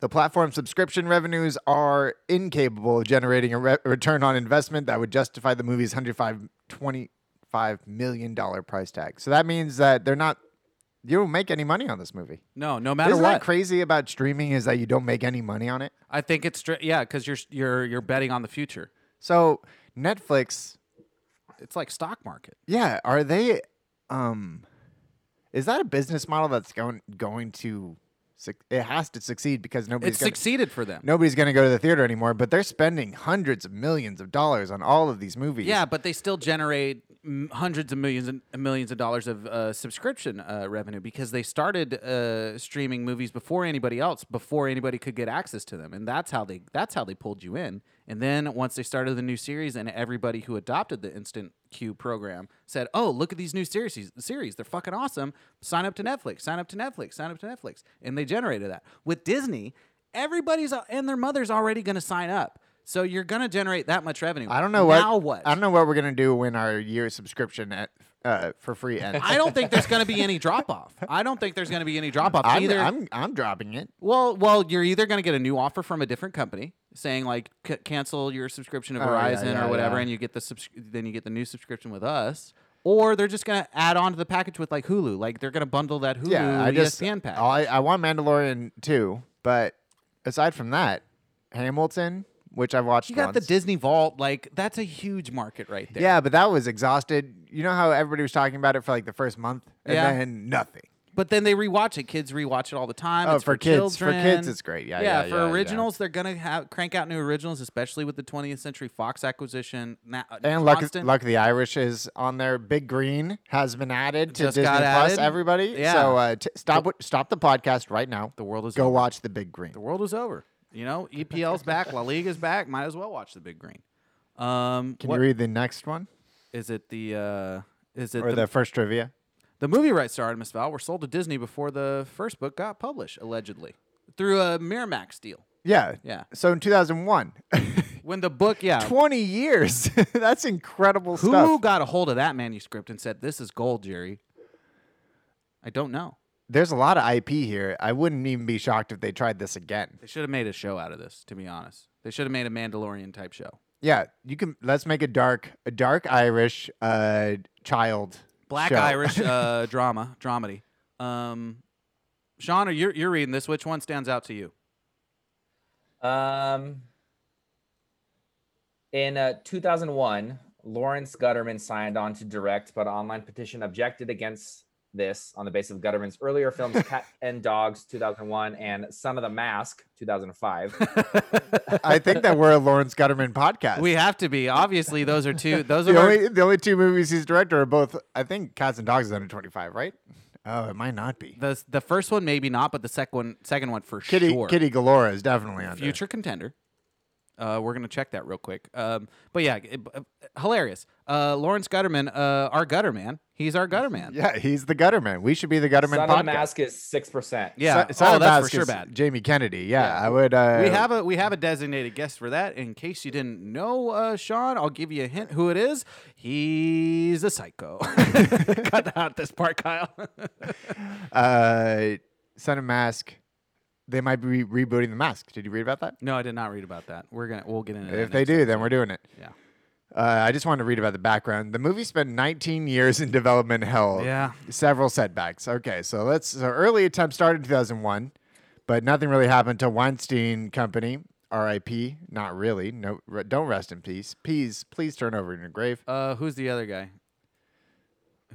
Speaker 1: The platform subscription revenues are incapable of generating a re- return on investment that would justify the movie's 125 million dollar price tag. So that means that they're not you don't make any money on this movie.
Speaker 2: No, no matter
Speaker 1: Isn't
Speaker 2: what.
Speaker 1: that crazy about streaming is that you don't make any money on it?
Speaker 2: I think it's stri- yeah, because you're you're you're betting on the future.
Speaker 1: So Netflix,
Speaker 2: It's like stock market.
Speaker 1: yeah, are they? Um, is that a business model that's going going to? suc- It has to succeed because nobody's
Speaker 2: it
Speaker 1: gonna,
Speaker 2: succeeded for them.
Speaker 1: nobody's going to go to the theater anymore. But they're spending hundreds of millions of dollars on all of these movies.
Speaker 2: Yeah, but they still generate m- hundreds of millions and millions of dollars of uh, subscription uh, revenue because they started uh, streaming movies before anybody else, before anybody could get access to them, and that's how they that's how they pulled you in. And then once they started the new series, and everybody who adopted the instant queue program said, "Oh, look at these new series! Series, they're fucking awesome! Sign up to Netflix! Sign up to Netflix! Sign up to Netflix!" And they generated that with Disney. Everybody's al- and their mother's already going to sign up. So you're gonna generate that much revenue.
Speaker 1: I don't know what.
Speaker 2: Now what?
Speaker 1: I don't know what we're going to do when our year subscription at, uh, for free ends.
Speaker 2: I don't think there's going to be any drop off. I don't think there's going to be any drop off
Speaker 1: I'm,
Speaker 2: either.
Speaker 1: I'm I'm dropping it.
Speaker 2: well, well, you're either going to get a new offer from a different company saying like c- cancel your subscription to
Speaker 1: Oh, yeah,
Speaker 2: Verizon
Speaker 1: yeah,
Speaker 2: or whatever,
Speaker 1: yeah.
Speaker 2: and you get the subs- then you get the new subscription with us, or they're just going to add on to the package with like Hulu. Like they're going to bundle that Hulu E
Speaker 1: Yeah, I just
Speaker 2: ESPN pack.
Speaker 1: I, I want Mandalorian too, but aside from that, Hamilton, which I've watched.
Speaker 2: you got the
Speaker 1: once.
Speaker 2: Disney Vault. Like that's a huge market right there.
Speaker 1: Yeah, but that was exhausted. You know how everybody was talking about it for like the first month and
Speaker 2: Yeah.
Speaker 1: then nothing.
Speaker 2: But then they rewatch it. Kids rewatch it all the time.
Speaker 1: Oh,
Speaker 2: it's
Speaker 1: for kids- for kids
Speaker 2: children.
Speaker 1: it's great. Yeah, yeah,
Speaker 2: for
Speaker 1: yeah, yeah.
Speaker 2: originals, they're gonna have crank out new originals, especially with the 20th Century Fox acquisition. Now,
Speaker 1: And Luck,
Speaker 2: constant-
Speaker 1: Luck of the Irish is on there. Big Green has been added to
Speaker 2: Just
Speaker 1: Disney
Speaker 2: got
Speaker 1: Plus.
Speaker 2: added.
Speaker 1: Everybody,
Speaker 2: Yeah.
Speaker 1: So uh, t- stop w- stop the podcast right now.
Speaker 2: The world is
Speaker 1: Go
Speaker 2: over.
Speaker 1: watch the Big Green.
Speaker 2: The world is over. You know, EPL's back, La Liga's back. Might as well watch the Big Green. Um,
Speaker 1: Can
Speaker 2: what-
Speaker 1: you read the next one
Speaker 2: is it? The uh, is it
Speaker 1: or
Speaker 2: the,
Speaker 1: the first trivia?
Speaker 2: the movie rights to Artemis Fowl were sold to Disney before the first book got published, allegedly through a Miramax deal.
Speaker 1: Yeah.
Speaker 2: Yeah.
Speaker 1: So in 2001,
Speaker 2: When the book, yeah,
Speaker 1: 20 years. That's incredible
Speaker 2: Who
Speaker 1: stuff.
Speaker 2: got a hold of that manuscript and said, "This is gold, Jerry"? I don't know.
Speaker 1: There's a lot of IP here. I wouldn't even be shocked if they tried this again.
Speaker 2: They should have made a show out of this. To be honest, they should have made a Mandalorian type show.
Speaker 1: Yeah, you can. Let's make a dark, a dark Irish uh, child.
Speaker 2: Black
Speaker 1: show.
Speaker 2: Irish uh, drama, dramedy. Um, Sean, are you you're reading this? Which one stands out to you?
Speaker 3: Um, in uh, 2001, Lawrence Guterman signed on to direct, but an online petition objected against this on the basis of Guterman's earlier films Cat and Dogs 2001 and Son of the Mask 2005.
Speaker 1: I think that we're a Lawrence Gutterman podcast.
Speaker 2: We have to be. Obviously, those are two. Those
Speaker 1: the
Speaker 2: are
Speaker 1: only the only two movies he's directed are both. I think Cats and Dogs is under twenty five, right? Oh, it might not be.
Speaker 2: the the first one, maybe not, but the second one, second one for
Speaker 1: Kitty
Speaker 2: sure.
Speaker 1: Kitty Galore is definitely under.
Speaker 2: future contender. Uh, we're gonna check that real quick. Um, but yeah, it- uh, hilarious. Uh, Lawrence Gutterman, uh, our Gutterman. He's our Gutterman.
Speaker 1: Yeah, he's the Gutterman. We should be the Gutterman
Speaker 3: Son
Speaker 1: podcast.
Speaker 3: of the Mask is 6%.
Speaker 2: Yeah.
Speaker 1: Son- Son
Speaker 2: oh,
Speaker 1: of the
Speaker 2: that's for
Speaker 1: Mask
Speaker 2: sure
Speaker 1: is
Speaker 2: bad.
Speaker 1: Jamie Kennedy. Yeah, I would. Uh,
Speaker 2: We have a we have a designated guest for that. In case you didn't know, uh, Sean, I'll give you a hint who it is. He's a psycho. Cut out this part, Kyle.
Speaker 1: uh, Son of Mask. They might be rebooting the mask. Did you read about that?
Speaker 2: No, I did not read about that. We're gonna we'll get into that
Speaker 1: If they
Speaker 2: next
Speaker 1: do,
Speaker 2: time.
Speaker 1: then we're doing it.
Speaker 2: Yeah.
Speaker 1: Uh, I just wanted to read about the background. The movie spent 19 years in development hell.
Speaker 2: Yeah.
Speaker 1: Several setbacks. Okay, so let's. So early attempt started in 2001, but nothing really happened to Weinstein Company. R.I.P. Not really. No, re- don't rest in peace. Please, please turn over in your grave.
Speaker 2: Uh, who's the other guy?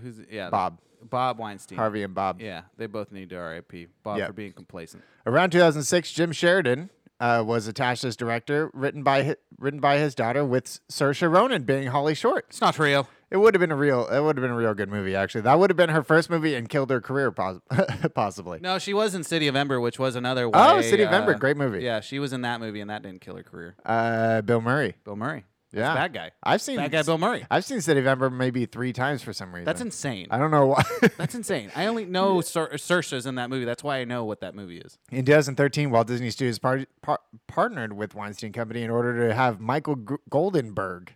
Speaker 2: Who's yeah? the-
Speaker 1: Bob.
Speaker 2: Bob Weinstein.
Speaker 1: Harvey and Bob.
Speaker 2: Yeah, they both need to R.I.P. Bob
Speaker 1: Yeah.
Speaker 2: for being complacent.
Speaker 1: Around 2006, Jim Sheridan uh, was attached as director, written by hi- written by his daughter, with Saoirse Ronan being Holly Short.
Speaker 2: It's not real.
Speaker 1: It would have been a real. It would have been a real good movie. Actually, that would have been her first movie and killed her career, pos- possibly.
Speaker 2: No, she was in City of Ember, which was another.
Speaker 1: Oh,
Speaker 2: way,
Speaker 1: City of Ember,
Speaker 2: uh,
Speaker 1: great movie.
Speaker 2: Yeah, she was in that movie, and that didn't kill her career.
Speaker 1: Uh, Bill Murray.
Speaker 2: Bill Murray.
Speaker 1: Yeah.
Speaker 2: that's that guy.
Speaker 1: I've seen
Speaker 2: that guy, Bill Murray.
Speaker 1: I've seen City of Ember maybe three times for some reason.
Speaker 2: That's insane.
Speaker 1: I don't know why.
Speaker 2: That's insane. I only know Sir- Saoirse's in that movie. That's why I know what that movie is.
Speaker 1: in 2013, Walt Disney Studios par- par- partnered with Weinstein Company in order to have Michael G- Goldenberg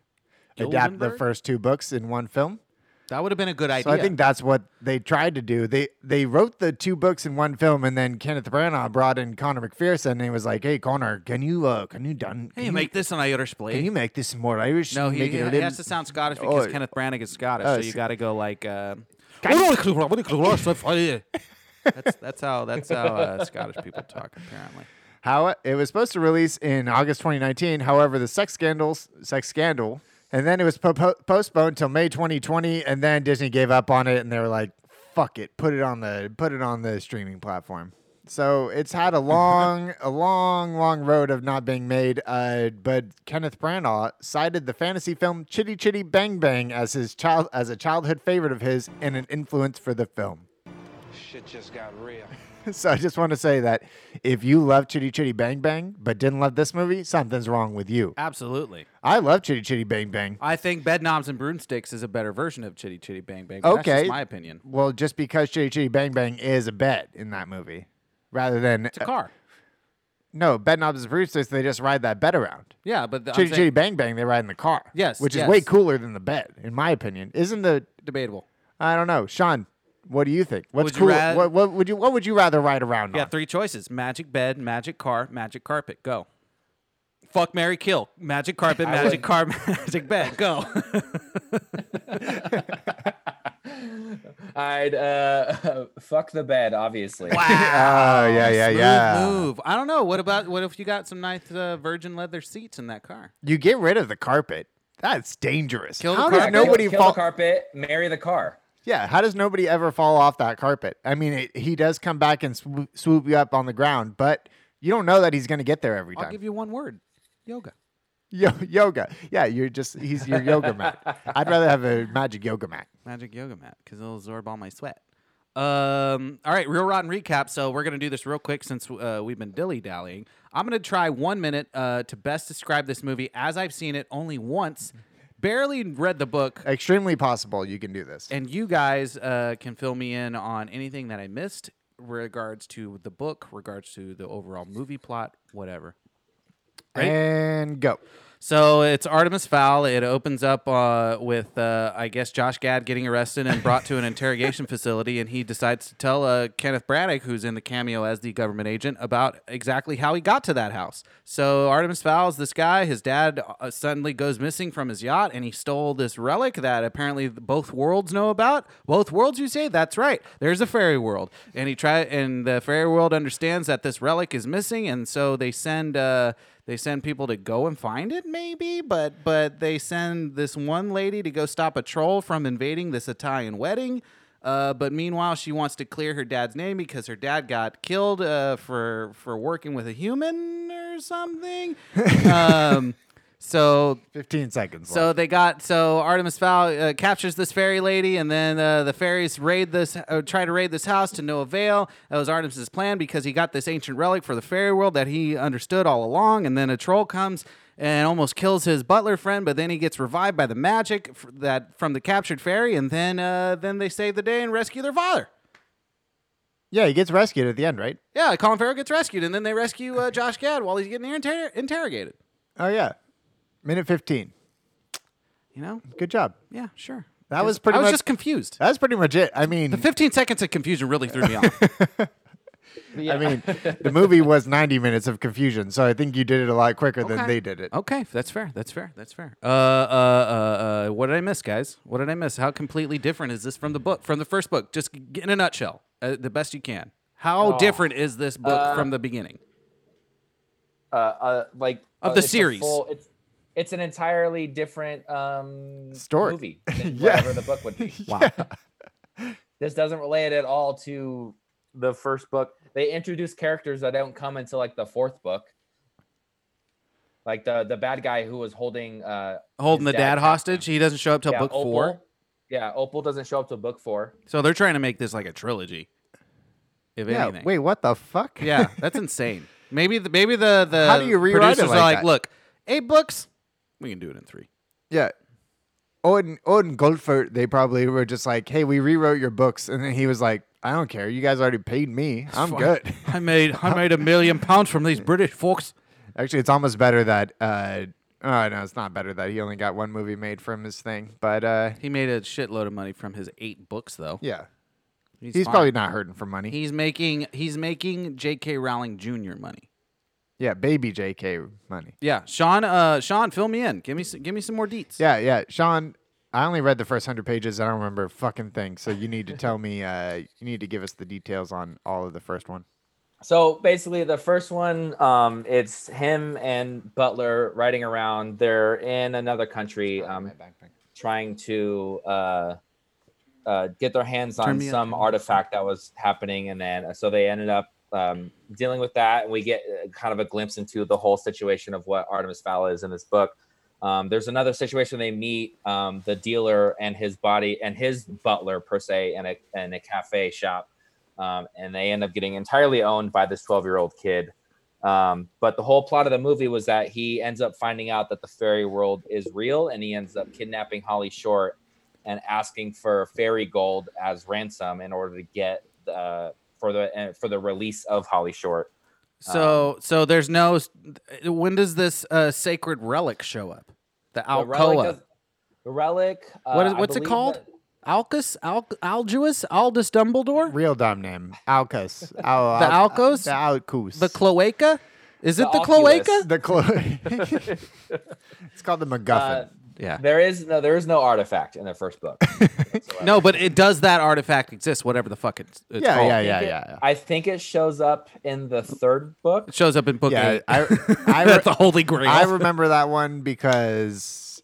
Speaker 1: adapt the
Speaker 2: Goldenberg?
Speaker 1: first two books in one film.
Speaker 2: That would have been a good idea.
Speaker 1: So I think that's what they tried to do. They they wrote the two books in one film, and then Kenneth Branagh brought in Connor McPherson, and he was like, "Hey, Connor, can you uh, can you done
Speaker 2: Hey,
Speaker 1: can you,
Speaker 2: make this an Irish
Speaker 1: can
Speaker 2: play.
Speaker 1: you make this more Irish?
Speaker 2: no,
Speaker 1: and
Speaker 2: he,
Speaker 1: make
Speaker 2: he,
Speaker 1: it a
Speaker 2: he
Speaker 1: little-
Speaker 2: has to sound Scottish because
Speaker 1: Oh.
Speaker 2: Kenneth Branagh is Scottish,
Speaker 1: Oh,
Speaker 2: so you
Speaker 1: so-
Speaker 2: got to go like. Uh, that's that's how that's how uh, Scottish people talk apparently.
Speaker 1: How it was supposed to release in August 2019. However, the sex scandals, sex scandal, and then it was po- po- postponed till May 2020. And then Disney gave up on it, and they were like, "Fuck it, put it on the put it on the streaming platform." So it's had a long, a long, long road of not being made. Uh, but Kenneth Branagh cited the fantasy film Chitty Chitty Bang Bang as his child as a childhood favorite of his and an influence for the film.
Speaker 6: Shit just got real.
Speaker 1: So I just want to say that if you love Chitty Chitty Bang Bang but didn't love this movie, something's wrong with you.
Speaker 2: Absolutely.
Speaker 1: I love Chitty Chitty Bang Bang.
Speaker 2: I think Bed Knobs and Broomsticks is a better version of Chitty Chitty Bang Bang. but That's
Speaker 1: Okay.
Speaker 2: just my opinion.
Speaker 1: Well, just because Chitty Chitty Bang Bang is a bed in that movie, rather than
Speaker 2: It's a car.
Speaker 1: no bed knobs and broomsticks, they just ride that bed around.
Speaker 2: Yeah, but the, I'm
Speaker 1: Chitty
Speaker 2: saying-
Speaker 1: Chitty Bang Bang, they ride in the car.
Speaker 2: Yes,
Speaker 1: which is way
Speaker 2: yes.
Speaker 1: cooler than the bed, in my opinion. Isn't the
Speaker 2: debatable.
Speaker 1: I don't know, Sean? What do you think? What's
Speaker 2: Would you
Speaker 1: cool?
Speaker 2: ra-
Speaker 1: what, what would you What would you rather ride around
Speaker 2: You
Speaker 1: on?
Speaker 2: got three choices: magic bed, magic car, magic carpet. Go. Fuck Mary Kill. Magic carpet, magic car, magic bed. Go.
Speaker 3: I'd uh, fuck the bed, obviously.
Speaker 1: Oh yeah, yeah,
Speaker 2: Smooth
Speaker 1: yeah.
Speaker 2: Move. I don't know. What about what if you got some nice uh, virgin leather seats in that car?
Speaker 1: You get rid of the carpet. That's dangerous.
Speaker 2: Kill the
Speaker 1: How
Speaker 2: carpet.
Speaker 1: does nobody
Speaker 3: kill, kill
Speaker 1: fall?
Speaker 3: the carpet, marry the car.
Speaker 1: Yeah, how does nobody ever fall off that carpet? I mean, it, he does come back and swoop, swoop you up on the ground, but you don't know that he's going to get there every
Speaker 2: I'll
Speaker 1: time.
Speaker 2: give you one word: yoga.
Speaker 1: Yo- yoga, yeah, you're just he's your yoga mat. I'd rather have a magic yoga mat.
Speaker 2: Magic yoga mat because it'll absorb all my sweat. Um, all right, real rotten recap. So we're gonna do this real quick since uh, we've been dilly dallying. I'm gonna try one minute uh, to best describe this movie as I've seen it only once, barely read the book,
Speaker 1: Extremely possible you can do this.
Speaker 2: and you guys uh, can fill me in on anything that I missed regards to the book, regards to the overall movie plot, whatever.
Speaker 1: And go.
Speaker 2: So it's Artemis Fowl. It opens up uh, with, uh, I guess, Josh Gad getting arrested and brought to an interrogation facility, and he decides to tell uh, Kenneth Braddock, who's in the cameo as the government agent, about exactly how he got to that house. So Artemis Fowl is this guy. His dad uh, suddenly goes missing from his yacht, and he stole this relic that apparently both worlds know about. Both worlds, you say? That's right. There's a fairy world, and he try and the fairy world understands that this relic is missing, and so they send. Uh, they send people to go and find it maybe but but they send this one lady to go stop a troll from invading this italian wedding uh, but meanwhile she wants to clear her dad's name because her dad got killed uh, for for working with a human or something um, so
Speaker 1: 15 seconds. left.
Speaker 2: so they got so Artemis Fowl uh, captures this fairy lady, and then uh, the fairies raid this, uh, try to raid this house to no avail. That was Artemis's plan because he got this ancient relic for the fairy world that he understood all along. And then a troll comes and almost kills his butler friend, but then he gets revived by the magic f- that from the captured fairy, and then uh, then they save the day and rescue their father.
Speaker 1: yeah, he gets rescued at the end, right?
Speaker 2: Yeah, Colin Farrell gets rescued, and then they rescue uh, Josh Gad while he's getting inter- interrogated.
Speaker 1: Oh, yeah. Minute 15.
Speaker 2: You know?
Speaker 1: Good job.
Speaker 2: Yeah, sure.
Speaker 1: That was pretty
Speaker 2: I was
Speaker 1: much-
Speaker 2: just confused.
Speaker 1: That's pretty much it. I mean,
Speaker 2: The 15 seconds of confusion really threw me off.
Speaker 1: I mean, the movie was 90 minutes of confusion, so I think you did it a lot quicker than
Speaker 2: Okay. Oh,
Speaker 1: they did it.
Speaker 2: Okay, that's fair. That's fair. That's fair. Uh, uh, uh, uh, what did I miss, guys? What did I miss? How completely different is this from the book, from the first book? Just g- in a nutshell, uh, the best you can.
Speaker 1: Oh.
Speaker 2: How different is this book from the beginning?
Speaker 3: uh, uh, like
Speaker 2: Of
Speaker 3: uh,
Speaker 2: the
Speaker 3: it's a
Speaker 2: series.
Speaker 3: full- it's, it's an entirely different um,
Speaker 1: Story.
Speaker 3: movie than
Speaker 1: Yeah.
Speaker 3: whatever the book would be.
Speaker 2: Wow.
Speaker 3: This doesn't relate at all to the first book. They introduce characters that don't come until like the fourth book. Like the the bad guy who was holding uh
Speaker 2: Holding the
Speaker 3: his
Speaker 2: dad,
Speaker 3: dad
Speaker 2: hostage. He doesn't show up till
Speaker 3: yeah,
Speaker 2: book four.
Speaker 3: Opal. Yeah, Opal doesn't show up till book four.
Speaker 2: So they're trying to make this like a trilogy. If
Speaker 1: Yeah.
Speaker 2: anything.
Speaker 1: Wait, what the fuck?
Speaker 2: Yeah, that's insane. Maybe the maybe the the
Speaker 1: How do you rewrite it
Speaker 2: producers
Speaker 1: like
Speaker 2: are like,
Speaker 1: that?
Speaker 2: look, eight books, we can do it in three.
Speaker 1: Yeah. Odin, Odin Goldfert, they probably were just like, hey, we rewrote your books. And then he was like, I don't care. You guys already paid me. I'm
Speaker 2: Fuck.
Speaker 1: good.
Speaker 2: I made I made a million pounds from these British folks.
Speaker 1: Actually, it's almost better that, uh, oh, no, it's not better that he only got one movie made from his thing. But uh,
Speaker 2: He made a shitload of money from his eight books, though.
Speaker 1: yeah,
Speaker 2: he's,
Speaker 1: he's,
Speaker 2: fine.
Speaker 1: probably not hurting for money.
Speaker 2: he's making he's making J.K. Rowling Jr. money.
Speaker 1: yeah, baby JK money.
Speaker 2: Yeah, Sean. Uh, Sean, fill me in. Give me s- give me some more deets.
Speaker 1: Yeah, yeah. Sean, I only read the first hundred pages. I don't remember a fucking thing. So you need to tell me. Uh, you need to give us the details on all of the first one.
Speaker 3: So basically, the first one, um, it's him and Butler riding around. They're in another country, um, trying to uh, uh, get their hands
Speaker 2: Turn
Speaker 3: on
Speaker 2: me up,
Speaker 3: some
Speaker 2: turn me up.
Speaker 3: artifact that was happening, and then so they ended up um, dealing with that. And we get uh, kind of a glimpse into the whole situation of what Artemis Fowl is in this book. Um, there's another situation they meet um, the dealer and his body and his butler per se in a in a cafe shop, um, and they end up getting entirely owned by this 12 year old kid. Um, but the whole plot of the movie was that he ends up finding out that the fairy world is real, and he ends up kidnapping Holly Short and asking for fairy gold as ransom in order to get uh, for the uh, for the release of Holly Short.
Speaker 2: So so there's no. s- When does this uh, sacred relic show up? The
Speaker 3: The relic
Speaker 2: Alcoa.
Speaker 3: does- the relic. Uh,
Speaker 2: what is,
Speaker 3: I
Speaker 2: what's it
Speaker 3: believe
Speaker 2: called?
Speaker 3: that-
Speaker 2: Alcus, Al, Alduus, Aldus Dumbledore,
Speaker 1: Real dumb name, Alcus. Al-
Speaker 2: The
Speaker 1: Al-
Speaker 2: Alcos?
Speaker 1: The Alcus.
Speaker 2: the cloaca. Is it
Speaker 3: The
Speaker 2: the
Speaker 3: Oculus.
Speaker 2: cloaca?
Speaker 1: The clo- It's called the MacGuffin.
Speaker 3: Uh,
Speaker 2: Yeah.
Speaker 3: There is no there is no artifact in the first book. whatsoever.
Speaker 2: No, but it does that artifact exist? Whatever the fuck it's, it's
Speaker 1: yeah,
Speaker 2: called.
Speaker 1: yeah,
Speaker 3: I
Speaker 1: yeah,
Speaker 3: think
Speaker 1: yeah,
Speaker 3: it-
Speaker 1: yeah.
Speaker 3: I think it shows up in the third book.
Speaker 2: It shows up in book
Speaker 1: Yeah,
Speaker 2: eight.
Speaker 1: I, I, re-
Speaker 2: That's the Holy Grail.
Speaker 1: I remember that one because,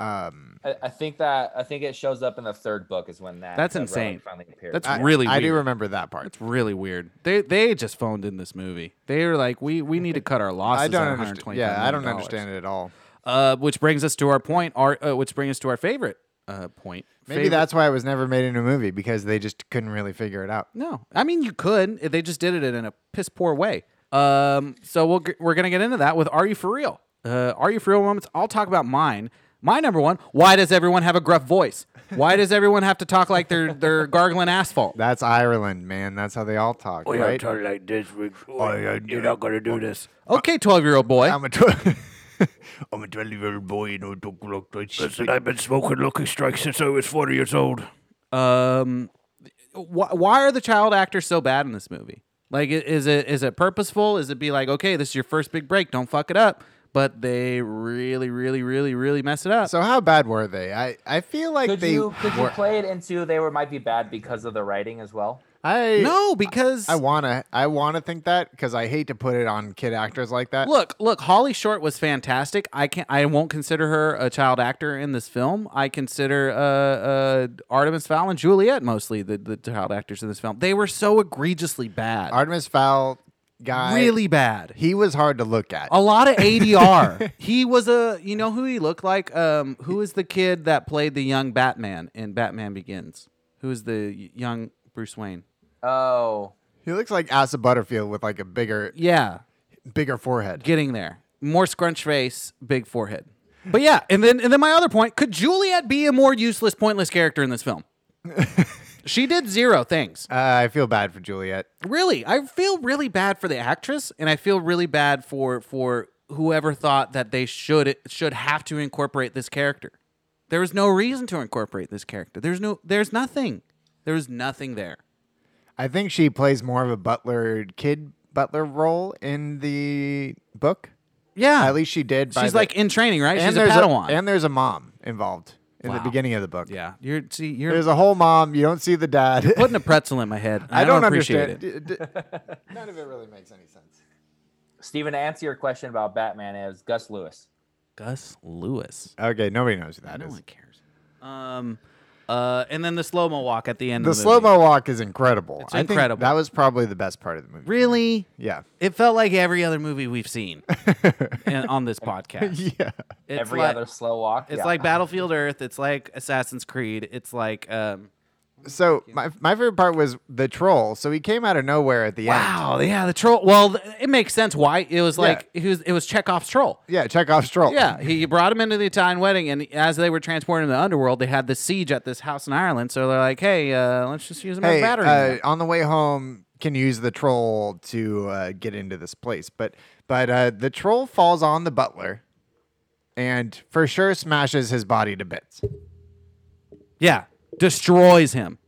Speaker 1: um,
Speaker 3: I, I think that I think it shows up in the third book is when that
Speaker 2: That's
Speaker 3: that relic
Speaker 2: insane.
Speaker 3: Finally appears.
Speaker 2: That's
Speaker 1: I,
Speaker 2: really
Speaker 1: I do
Speaker 2: weird.
Speaker 1: remember that part.
Speaker 2: It's really weird. They they just phoned in this movie. They were like, we we need to cut our losses.
Speaker 1: I don't
Speaker 2: on
Speaker 1: understand. Yeah, I don't understand it at all.
Speaker 2: Uh, which brings us to our point. Our uh, which brings us to our favorite uh, point.
Speaker 1: Maybe
Speaker 2: Favorite-
Speaker 1: that's why it was never made into a movie because they just couldn't really figure it out.
Speaker 2: no. I mean, you could. They just did it in a piss poor way. Um, so we'll g- we're gonna get into that with Are You for Real? Uh, Are You for Real moments? I'll talk about mine. My number one. Why does everyone have a gruff voice? Why does everyone have to talk like they're they're gargling asphalt?
Speaker 1: That's Ireland, man. That's how they all talk, right?
Speaker 7: like this. Rick. You're not gonna do this.
Speaker 2: Okay, twelve year old boy.
Speaker 1: I'm a tw-
Speaker 7: I'm a 12 year old boy, and I don't look like Listen, I've been smoking Lucky Strike since I was 40 years old.
Speaker 2: Um, wh- why are the child actors so bad in this movie? Like, i- is it is it purposeful? Is it be like, okay, this is your first big break, don't fuck it up? But they really, really, really, really mess it up.
Speaker 1: so how bad were they? I, I feel like
Speaker 3: could
Speaker 1: they
Speaker 3: you could you
Speaker 1: were.
Speaker 3: play it into they were might be bad because of the writing as well?
Speaker 1: I
Speaker 2: no, because
Speaker 1: I wanna I wanna think that because I hate to put it on kid actors like that.
Speaker 2: look, look, Holly Short was fantastic. I can not I won't consider her a child actor in this film. I consider uh, uh, Artemis Fowl and Juliet mostly the, the child actors in this film. They were so egregiously bad,
Speaker 1: Artemis Fowl guy.
Speaker 2: really Oh. bad.
Speaker 1: He was hard to look at.
Speaker 2: A lot of ADR. he was a, you know who he looked like? Um, who is the kid that played the young Batman in Batman Begins? Who is the y- young Bruce Wayne?
Speaker 3: Oh,
Speaker 1: He looks like Asa Butterfield with like a bigger
Speaker 2: Yeah,
Speaker 1: bigger forehead.
Speaker 2: getting there. More scrunch face, big forehead. But yeah, and then and then my other point: could Juliet be a more useless, pointless character in this film? she did zero things.
Speaker 1: Uh, I feel bad for Juliet.
Speaker 2: Really, I feel really bad for the actress, and I feel really bad for for whoever thought that they should should have to incorporate this character. There was no reason to incorporate this character. There's no, there's nothing. There's nothing there.
Speaker 1: I think she plays more of a butler kid butler role in the book.
Speaker 2: Yeah,
Speaker 1: At least she did. by
Speaker 2: she's
Speaker 1: the-
Speaker 2: like in training, right? she's a
Speaker 1: there's
Speaker 2: Padawan.
Speaker 1: and there's a mom involved in the
Speaker 2: Wow.
Speaker 1: beginning of the book.
Speaker 2: yeah, you're see, you're
Speaker 1: There's a whole mom. You don't see the dad.
Speaker 2: putting a pretzel in my head. and
Speaker 1: I don't
Speaker 2: appreciate
Speaker 1: understand.
Speaker 2: it.
Speaker 1: D- d- None of it really makes any sense.
Speaker 3: Steven, to answer your question about Batman is Gus Lewis.
Speaker 2: Gus Lewis.
Speaker 1: Okay, nobody knows who that
Speaker 2: no
Speaker 1: is.
Speaker 2: one cares. Um, uh, and then the slow mo walk at the end.
Speaker 1: The
Speaker 2: of the
Speaker 1: slow
Speaker 2: movie.
Speaker 1: mo walk is incredible.
Speaker 2: It's
Speaker 1: I think
Speaker 2: incredible.
Speaker 1: that was probably the best part of the movie.
Speaker 2: Really,
Speaker 1: Yeah.
Speaker 2: it felt like every other movie we've seen in, on this podcast.
Speaker 1: Yeah.
Speaker 2: It's
Speaker 3: Every
Speaker 2: like,
Speaker 3: other slow walk.
Speaker 2: It's
Speaker 3: yeah.
Speaker 2: like Battlefield Earth. It's like Assassin's Creed. It's like um,
Speaker 1: So my my favorite part was the troll. So he came out of nowhere at the end.
Speaker 2: wow, yeah, the troll. Well, th- it makes sense why it was like it was it was Chekhov's troll.
Speaker 1: Yeah, Chekhov's troll.
Speaker 2: Yeah, he brought him into the Italian wedding, and as they were transporting him to the underworld, they had the siege at this house in Ireland. So they're like, "Hey, uh, let's just use him as
Speaker 1: Hey,
Speaker 2: a battery."
Speaker 1: uh,
Speaker 2: man.
Speaker 1: on the way home, can use the troll to uh, get into this place. But but uh, the troll falls on the butler, and for sure smashes his body to bits.
Speaker 2: yeah, destroys him,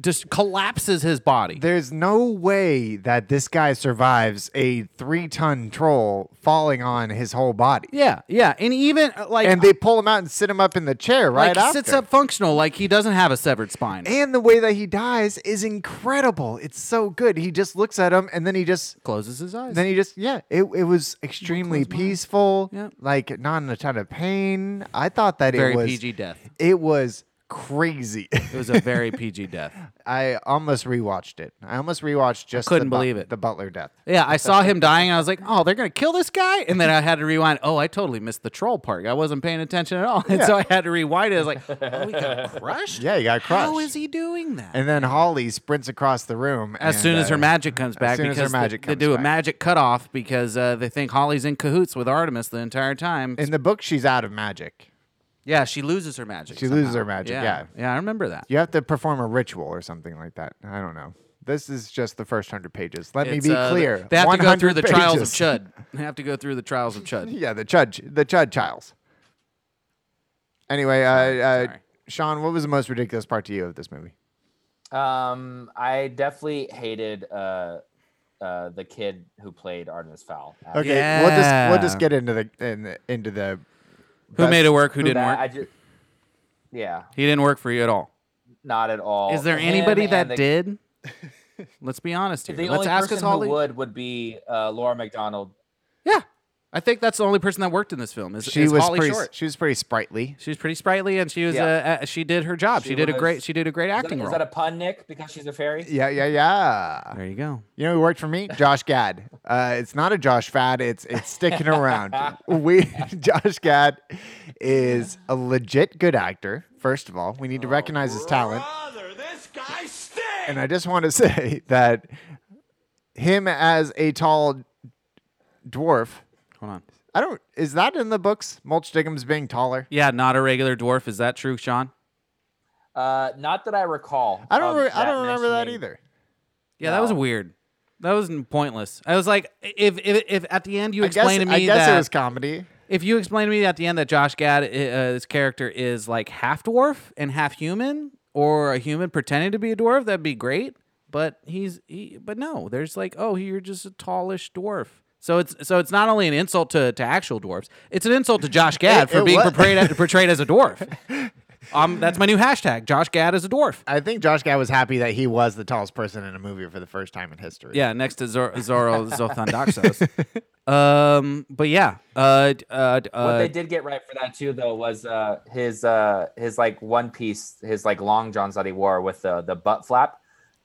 Speaker 2: just collapses his body.
Speaker 1: There's no way that this guy survives a three ton troll falling on his whole body.
Speaker 2: yeah, yeah, and even uh, like
Speaker 1: And they pull him out and sit him up in the chair right
Speaker 2: like
Speaker 1: after.
Speaker 2: sits up functional, like he doesn't have a severed spine.
Speaker 1: And the way that he dies is incredible. It's so good. He just looks at him and then he just
Speaker 2: Closes his eyes.
Speaker 1: then he just yeah, it, it was extremely peaceful.
Speaker 2: Yeah.
Speaker 1: Like not in a ton of pain. I thought that
Speaker 2: very
Speaker 1: it was
Speaker 2: PG death.
Speaker 1: It was crazy.
Speaker 2: It was a very PG death.
Speaker 1: I almost rewatched it. I almost rewatched just the
Speaker 2: couldn't
Speaker 1: bu-
Speaker 2: believe it.
Speaker 1: The Butler death.
Speaker 2: Yeah, I saw him dying. I was like, "Oh, they're gonna kill this guy!" And then I had to rewind. Oh, I totally missed the troll part. I wasn't paying attention at all, and so I had to rewind it. I was like, "Oh, he got crushed."
Speaker 1: Yeah, he got
Speaker 2: How
Speaker 1: crushed.
Speaker 2: is he doing that?
Speaker 1: And then Holly sprints across the room
Speaker 2: as
Speaker 1: and,
Speaker 2: soon as
Speaker 1: uh,
Speaker 2: her magic comes back,
Speaker 1: soon as
Speaker 2: because
Speaker 1: her magic
Speaker 2: they,
Speaker 1: comes
Speaker 2: they do
Speaker 1: back.
Speaker 2: a magic cutoff because uh, they think Holly's in cahoots with Artemis the entire time.
Speaker 1: in the book she's out of magic.
Speaker 2: yeah, she loses her magic.
Speaker 1: She loses
Speaker 2: somehow.
Speaker 1: her magic, yeah.
Speaker 2: yeah, I remember that.
Speaker 1: You have to perform a ritual or something like that. I don't know. This is just the first hundred pages. Let
Speaker 2: It's,
Speaker 1: me be
Speaker 2: uh,
Speaker 1: clear.
Speaker 2: They have to go through
Speaker 1: 100
Speaker 2: the trials of
Speaker 1: pages.
Speaker 2: Chud. They have to go through the trials of Chud.
Speaker 1: Yeah, the Chud, the Chud Chiles. Anyway, uh, uh,
Speaker 2: sorry.
Speaker 1: Sean, what was the most ridiculous part to you of this movie?
Speaker 3: Um, I definitely hated uh, uh, the kid who played Artemis Fowl. Uh,
Speaker 1: Okay, we'll just we'll just
Speaker 2: Yeah.
Speaker 1: get into the, in the into the
Speaker 2: Who
Speaker 1: best-
Speaker 2: made it work? Who didn't
Speaker 3: That-
Speaker 2: work?
Speaker 3: I just, yeah,
Speaker 2: he didn't work for you at all.
Speaker 3: not at all.
Speaker 2: Is there
Speaker 3: Him
Speaker 2: anybody
Speaker 3: and
Speaker 2: that
Speaker 3: the-
Speaker 2: did? Let's be honest here.
Speaker 3: The
Speaker 2: Let's
Speaker 3: only
Speaker 2: ask
Speaker 3: person
Speaker 2: us Holly.
Speaker 3: who would would be uh, Laura McDonald.
Speaker 2: Yeah, I think that's the only person that worked in this film. Is,
Speaker 1: She
Speaker 2: is
Speaker 1: was
Speaker 2: Holly
Speaker 1: pretty
Speaker 2: Short.
Speaker 1: she was pretty sprightly.
Speaker 2: She's pretty sprightly, and she was
Speaker 3: Yeah.
Speaker 2: uh, uh, she did her job. She,
Speaker 3: She
Speaker 2: did a
Speaker 3: was-
Speaker 2: great she did a great
Speaker 3: Is that,
Speaker 2: acting
Speaker 3: is
Speaker 2: role.
Speaker 3: that a pun, Nick? Because she's a fairy.
Speaker 1: Yeah, yeah, yeah.
Speaker 2: there you go.
Speaker 1: You know who worked for me? Josh Gad. Uh, it's not a Josh fad. It's it's sticking around. We Josh Gad is a legit good actor. First of all, we need to recognize his talent. And I just want to say that him as a tall dwarf.
Speaker 2: Hold on.
Speaker 1: I don't. Is that in the books? Mulch Diggum's being taller.
Speaker 2: Yeah, not a regular dwarf. Is that true, Sean?
Speaker 3: Uh, not that I recall.
Speaker 1: I don't.
Speaker 3: of
Speaker 1: Re- I
Speaker 3: Oh, that
Speaker 1: don't remember that
Speaker 3: mentioning.
Speaker 1: either.
Speaker 2: Yeah, that was
Speaker 3: No.
Speaker 2: weird. That was pointless. I was like, if if, if at the end you
Speaker 1: I guess.
Speaker 2: explain to me
Speaker 1: I guess
Speaker 2: that
Speaker 1: it was comedy.
Speaker 2: if you explain to me at the end that Josh Gad, uh, his character is like half dwarf and half human, or a human pretending to be a dwarf, that'd be great. But he's, he, but no, there's like, oh, you're just a tallish dwarf. So it's so it's not only an insult to, to actual dwarfs, it's an insult to Josh Gad
Speaker 1: It-
Speaker 2: for
Speaker 1: it
Speaker 2: being
Speaker 1: wa-
Speaker 2: portrayed portrayed as a dwarf. Um, that's my new hashtag: Josh Gad is a dwarf.
Speaker 1: I think Josh Gad was happy that he was the tallest person in a movie for the first time in history.
Speaker 2: Yeah, next to Zor- Zoro Zothandoxos. um, but yeah, uh, d- uh, d-
Speaker 3: What
Speaker 2: uh,
Speaker 3: they did get right for that too, though, was uh, his uh, his like one piece, his like long johns that he wore with the the butt flap.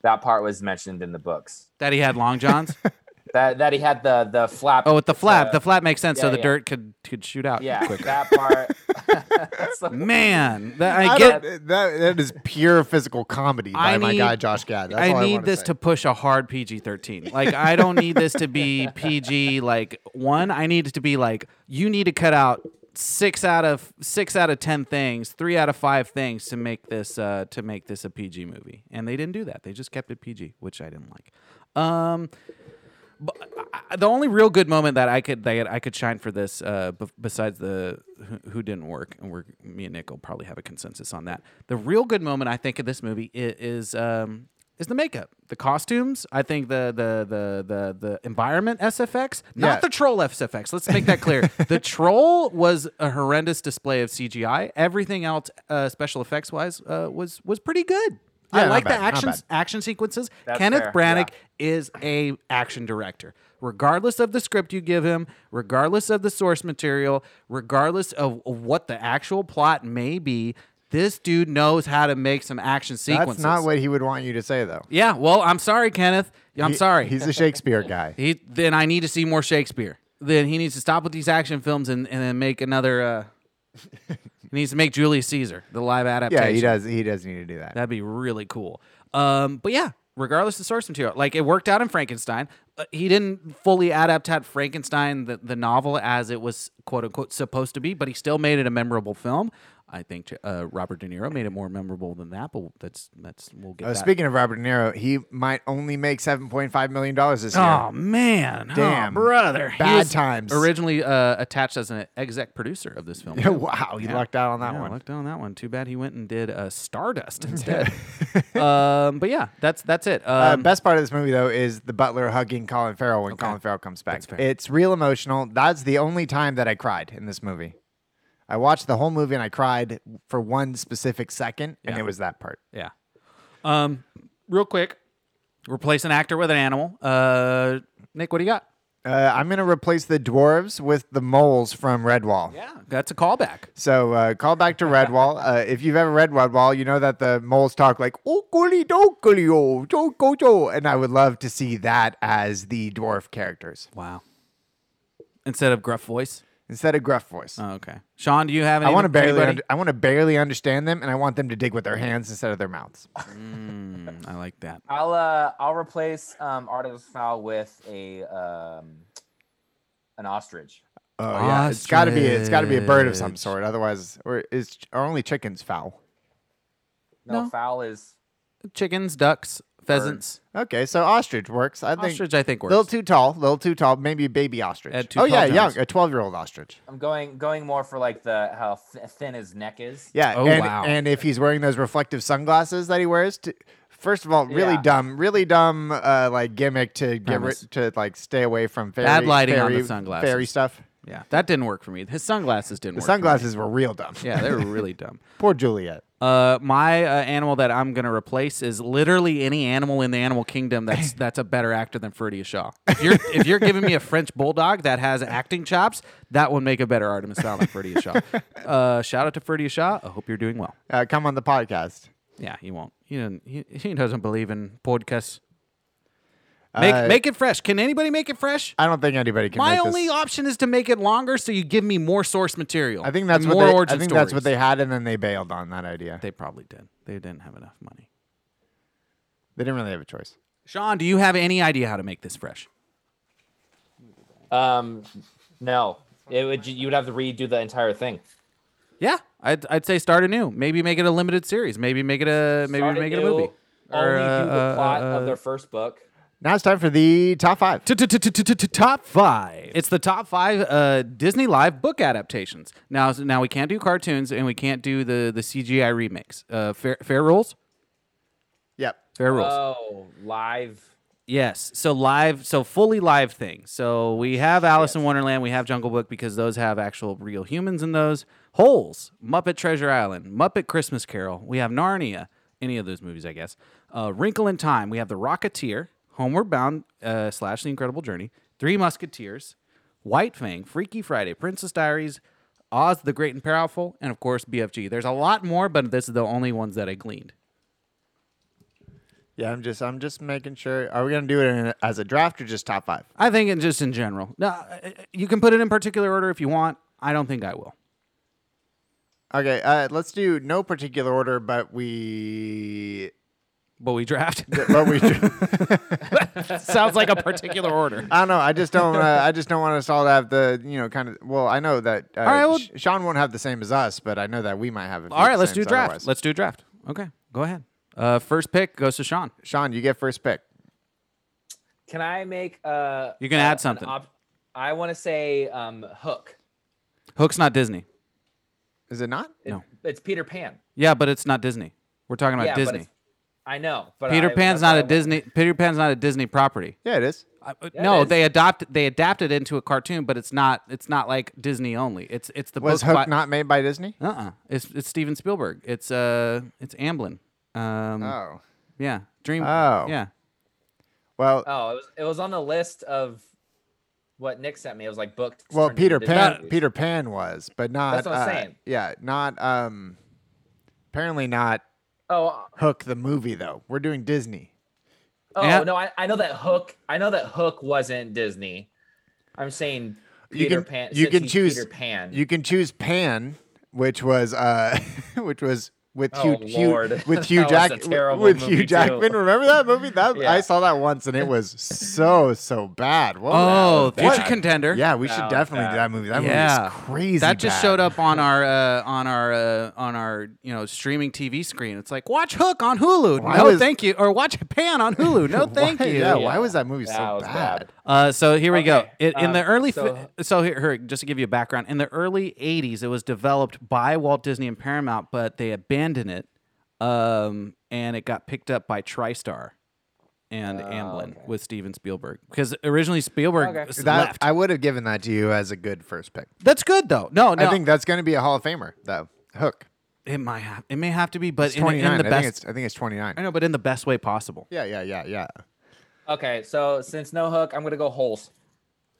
Speaker 3: That part was mentioned in the books.
Speaker 2: that he had long johns.
Speaker 3: That that he had the the flap.
Speaker 2: Oh, with the flap. the flap makes sense, so
Speaker 3: uh, yeah,
Speaker 2: the
Speaker 3: yeah.
Speaker 2: dirt could could shoot out.
Speaker 3: yeah,
Speaker 2: quicker.
Speaker 3: that part. That's the-
Speaker 2: Man, that,
Speaker 1: I,
Speaker 2: I, get.
Speaker 1: don't- eh, that that is pure physical comedy by
Speaker 2: I
Speaker 1: my
Speaker 2: need-
Speaker 1: guy Josh Gad. That's all
Speaker 2: I
Speaker 1: I
Speaker 2: need
Speaker 1: wanna
Speaker 2: this
Speaker 1: say.
Speaker 2: to push a hard PG thirteen. Like I don't need this to be PG like one. I need it to be like you need to cut out six out of six out of ten things, three out of five things to make this uh, to make this a PG movie. And they didn't do that. They just kept it PG, which I didn't like. Um, I- the only real good moment that I could that I could shine for this, uh, b- besides the who, who didn't work, and we're me and Nick will probably have a consensus on that. The real good moment I think of this movie is, is um, is the makeup, the costumes. I think the the the the, the environment SFX, not
Speaker 1: Yeah.
Speaker 2: the troll SFX. Let's make that clear. the troll was a horrendous display of CGI. Everything else, uh, special effects wise, uh, was was pretty good.
Speaker 1: Yeah,
Speaker 2: I
Speaker 1: not
Speaker 2: like the
Speaker 1: bad, not
Speaker 2: action
Speaker 1: bad.
Speaker 2: action sequences.
Speaker 3: That's
Speaker 2: Kenneth
Speaker 3: fair,
Speaker 2: Branagh
Speaker 3: yeah.
Speaker 2: is a action director. Regardless of the script you give him, regardless of the source material, regardless of what the actual plot may be, this dude knows how to make some action sequences.
Speaker 1: That's not what he would want you to say, though.
Speaker 2: Yeah, well, I'm sorry, Kenneth. I'm
Speaker 1: He-
Speaker 2: sorry.
Speaker 1: He's a Shakespeare guy.
Speaker 2: he then I need to see more Shakespeare. Then he needs to stop with these action films and, and then make another uh he needs to make Julius Caesar, the live adaptation.
Speaker 1: Yeah, he does. He does need to do that.
Speaker 2: That'd be really cool. Um, but yeah, regardless of source material, like it worked out in Frankenstein. Uh, he didn't fully adapt at Frankenstein the, the novel as it was quote unquote supposed to be, but he still made it a memorable film. I think uh, Robert De Niro made it more memorable than that, but that's that's we'll get.
Speaker 1: Uh,
Speaker 2: that.
Speaker 1: speaking of Robert De Niro, he might only make seven point five million dollars this
Speaker 2: Oh
Speaker 1: year.
Speaker 2: man, Oh,
Speaker 1: Damn.
Speaker 2: brother, He
Speaker 1: Bad
Speaker 2: was
Speaker 1: times.
Speaker 2: Originally uh, attached as an exec producer of this film.
Speaker 1: Yeah, wow, you lucked out on that
Speaker 2: Yeah,
Speaker 1: one.
Speaker 2: Looked on that one. Too bad he went and did uh, Stardust instead. um, but yeah, that's that's it.
Speaker 1: Uh,
Speaker 2: Um,
Speaker 1: best part of this movie though is the butler hugging Colin Farrell when Colin Farrell comes back. It's real emotional. That's the only time that I cried in this movie. I watched the whole movie and I cried for one specific second, and
Speaker 2: Yeah.
Speaker 1: it was that part.
Speaker 2: Yeah. Um, real quick, replace an actor with an animal. Uh, Nick, what do you got?
Speaker 1: Uh, I'm gonna replace the dwarves with the moles from Redwall.
Speaker 2: Yeah, that's a callback.
Speaker 1: So uh, call back to Redwall. uh, if you've ever read Redwall, you know that the moles talk like "okuli dokuli o doko do," and I would love to see that as the dwarf characters
Speaker 2: Wow. Instead of gruff voice.
Speaker 1: instead of gruff voice.
Speaker 2: Oh, okay. Sean, do you have any?
Speaker 1: I want to barely,
Speaker 2: anybody?
Speaker 1: under, I want to barely understand them, and I want them to dig with their hands instead of their mouths.
Speaker 2: Oh, I like that.
Speaker 3: I'll uh I'll replace um Artemis Fowl with a um an ostrich.
Speaker 1: Oh yeah, it's got to be, it's got to be a bird of some
Speaker 2: Ostrich.
Speaker 1: sort. Otherwise, or is ch- are only chickens fowl?
Speaker 3: No,
Speaker 2: No.
Speaker 3: fowl is
Speaker 2: Chickens, ducks, pheasants,
Speaker 1: Okay, so ostrich works. I think
Speaker 2: ostrich. I think
Speaker 1: little
Speaker 2: works.
Speaker 1: too tall, little too tall. Maybe a baby ostrich.
Speaker 2: At two
Speaker 1: oh yeah,
Speaker 2: tall
Speaker 1: young,
Speaker 2: times.
Speaker 1: a twelve-year-old ostrich.
Speaker 3: I'm going going more for like the how th- thin his neck is.
Speaker 1: Yeah.
Speaker 2: Oh,
Speaker 1: and,
Speaker 2: wow.
Speaker 1: and if he's wearing those reflective sunglasses that he wears, to, first of all, really
Speaker 3: Yeah.
Speaker 1: dumb, really dumb, uh, like gimmick to get rid,
Speaker 2: Premise.
Speaker 1: to like stay away from fairy,
Speaker 2: Bad lighting on the
Speaker 1: fairy,
Speaker 2: sunglasses.
Speaker 1: fairy stuff.
Speaker 2: Yeah, that didn't work for me. His sunglasses didn't.
Speaker 1: The
Speaker 2: work for me.
Speaker 1: sunglasses were real dumb.
Speaker 2: Yeah, they were really dumb.
Speaker 1: Poor Juliet.
Speaker 2: Uh, my uh, animal that I'm gonna replace is literally any animal in the animal kingdom that's that's a better actor than Ferdia Shaw. If you're if you're giving me a French bulldog that has acting chops, that would make a better Artemis Fowl than Ferdia Shaw. Uh, shout out to Ferdia Shaw. I hope you're doing well.
Speaker 1: Uh, come on the podcast.
Speaker 2: Yeah, he won't. He doesn't. He, he doesn't believe in podcasts. Make
Speaker 1: Uh,
Speaker 2: make it fresh. Can anybody make it fresh?
Speaker 1: I don't think anybody can.
Speaker 2: My
Speaker 1: make
Speaker 2: only
Speaker 1: This.
Speaker 2: option is to make it longer, so you give me more source material.
Speaker 1: I think that's what
Speaker 2: and more
Speaker 1: they, I
Speaker 2: origin
Speaker 1: think that's what
Speaker 2: stories.
Speaker 1: they had, and then they bailed on that idea. They,
Speaker 2: They probably did. They didn't have enough money.
Speaker 1: didn't really have a choice.
Speaker 2: Sean, do you have any idea how to make this fresh?
Speaker 3: Um no. It would you would have to redo the entire thing.
Speaker 2: Yeah, I'd, I'd say start anew. Maybe make it a limited series. Maybe make it a maybe
Speaker 3: Start
Speaker 2: make it a
Speaker 3: anew,
Speaker 2: movie.
Speaker 3: Only
Speaker 2: Or,
Speaker 3: do the
Speaker 2: uh,
Speaker 3: plot
Speaker 2: uh,
Speaker 3: of their first book.
Speaker 1: Now it's time for the top five.
Speaker 2: Top five. It's the top five uh, Disney Live book adaptations. Now, now we can't do cartoons and we can't do the the CGI remakes. Uh, fair, fair rules.
Speaker 1: Yep.
Speaker 2: Fair rules.
Speaker 3: Oh, live.
Speaker 2: Yes. So live, so fully live thing. So we have Alice in Wonderland, we have Jungle Book because those have actual real humans in those. Holes, Muppet Treasure Island, Muppet Christmas Carol. We have Narnia, any of those movies, I guess. Uh, Wrinkle in Time. We have The Rocketeer, Homeward Bound uh, slash The Incredible Journey, Three Musketeers, White Fang, Freaky Friday, Princess Diaries, Oz the Great and Powerful, and of course BFG. There's a lot more, but this is the only ones that I gleaned.
Speaker 1: Yeah, I'm just I'm just making sure. Are we gonna do it in, as a draft or just top five?
Speaker 2: I think in just in general. No, uh, you can put it in particular order if you want. I don't think I will.
Speaker 1: Okay, uh, let's do no particular order, but we
Speaker 2: But we draft.
Speaker 1: but we.
Speaker 2: Sounds like a particular order.
Speaker 1: I don't know. I just don't. Uh, I just don't want us all to have the you know kind of. Well, I know that. Uh,
Speaker 2: right, well-
Speaker 1: Sh- Sean won't have the same as us, but I know that we might have. a few
Speaker 2: All right, let's
Speaker 1: same
Speaker 2: do
Speaker 1: as
Speaker 2: draft.
Speaker 1: otherwise.
Speaker 2: Let's do draft. Okay, go ahead. Uh, first pick goes to Sean.
Speaker 1: Sean, you get first pick.
Speaker 3: Can I make uh
Speaker 2: You can
Speaker 3: uh,
Speaker 2: add
Speaker 3: an
Speaker 2: something.
Speaker 3: I want to say um Hook.
Speaker 2: Hook's not Disney.
Speaker 1: Is it not?
Speaker 3: It-
Speaker 2: No.
Speaker 3: It's Peter Pan.
Speaker 2: Yeah, but it's not Disney. We're talking about
Speaker 3: yeah, but
Speaker 2: Disney.
Speaker 3: it's- I know, but
Speaker 2: Peter
Speaker 3: I-
Speaker 2: Pan's
Speaker 3: that's
Speaker 2: not
Speaker 3: why
Speaker 2: a
Speaker 3: I-
Speaker 2: Disney. Peter Pan's not a Disney property.
Speaker 1: Yeah, it is.
Speaker 2: I- uh,
Speaker 3: Yeah, it
Speaker 2: no,
Speaker 3: is.
Speaker 2: they adopt they adapted into a cartoon, but it's not it's not like Disney only. It's it's the
Speaker 1: Was
Speaker 2: book
Speaker 1: Hook
Speaker 2: by-
Speaker 1: not made by Disney?
Speaker 2: Uh-uh. It's it's Steven Spielberg. It's uh it's Amblin. Um
Speaker 1: Oh.
Speaker 2: yeah. Dream
Speaker 1: Oh.
Speaker 2: Yeah.
Speaker 1: Well,
Speaker 3: Oh, it was it was on the list of what Nick sent me. It was like booked. to
Speaker 1: well,
Speaker 3: turn into
Speaker 1: Peter
Speaker 3: Disney
Speaker 1: Pan,
Speaker 3: movies.
Speaker 1: Peter Pan was, but not.
Speaker 3: That's what I'm
Speaker 1: uh,
Speaker 3: saying.
Speaker 1: Yeah, not. Um, apparently not
Speaker 3: Oh,
Speaker 1: Hook the movie though. We're doing Disney.
Speaker 3: oh
Speaker 2: Yeah.
Speaker 3: no, I, I know that Hook. I know that Hook wasn't Disney. I'm saying
Speaker 1: You
Speaker 3: Peter
Speaker 1: can-
Speaker 3: Pan.
Speaker 1: you
Speaker 3: since
Speaker 1: can
Speaker 3: he's
Speaker 1: choose-
Speaker 3: Peter Pan.
Speaker 1: You can choose Pan, which was uh, which was with
Speaker 3: Oh,
Speaker 1: Hugh, Hugh-
Speaker 3: Lord.
Speaker 1: with Hugh
Speaker 3: That was a
Speaker 1: Jack
Speaker 3: terrible
Speaker 1: with
Speaker 3: movie,
Speaker 1: Hugh
Speaker 3: too.
Speaker 1: Jackman. Remember that movie? That I
Speaker 3: Yeah.
Speaker 1: saw that once and it was so so bad. What
Speaker 2: Oh,
Speaker 1: was that?
Speaker 2: future
Speaker 1: What?
Speaker 2: contender.
Speaker 1: Yeah, we should
Speaker 3: That was
Speaker 1: definitely do
Speaker 3: bad.
Speaker 1: that movie. That
Speaker 2: Yeah.
Speaker 1: movie is crazy.
Speaker 2: That just
Speaker 1: bad.
Speaker 2: showed up on our uh, on our uh, on our you know streaming TV screen. It's like watch Hook on Hulu.
Speaker 1: Why
Speaker 2: no,
Speaker 1: was-
Speaker 2: thank you. Or watch Pan on Hulu. No, thank
Speaker 1: Why-
Speaker 2: you.
Speaker 1: Yeah, why was that movie
Speaker 3: That
Speaker 1: so
Speaker 3: was
Speaker 1: bad?
Speaker 3: bad.
Speaker 2: Uh, so here we go.
Speaker 3: Okay,
Speaker 2: It, in the
Speaker 3: um,
Speaker 2: early,
Speaker 3: so-
Speaker 2: so, so here, here, just to give you a background, in the early '80s, it was developed by Walt Disney and Paramount, but they abandoned it, um, and it got picked up by TriStar
Speaker 1: Oh,
Speaker 2: and Amblin with Steven Spielberg because originally Spielberg
Speaker 3: Okay.
Speaker 2: s-
Speaker 1: That
Speaker 2: left.
Speaker 1: I would have given that to you as a good first pick.
Speaker 2: That's good though. No, no,
Speaker 1: I think that's going to be a Hall of Famer though. Hook.
Speaker 2: it might have, it may have to be, but
Speaker 1: It's
Speaker 2: in, in
Speaker 1: 29.
Speaker 2: the
Speaker 1: I think
Speaker 2: best,
Speaker 1: it's I think it's 29.
Speaker 2: I know, but in the best way possible.
Speaker 1: Yeah, yeah, yeah, yeah.
Speaker 3: Okay, so since no Hook, I'm gonna go Holes.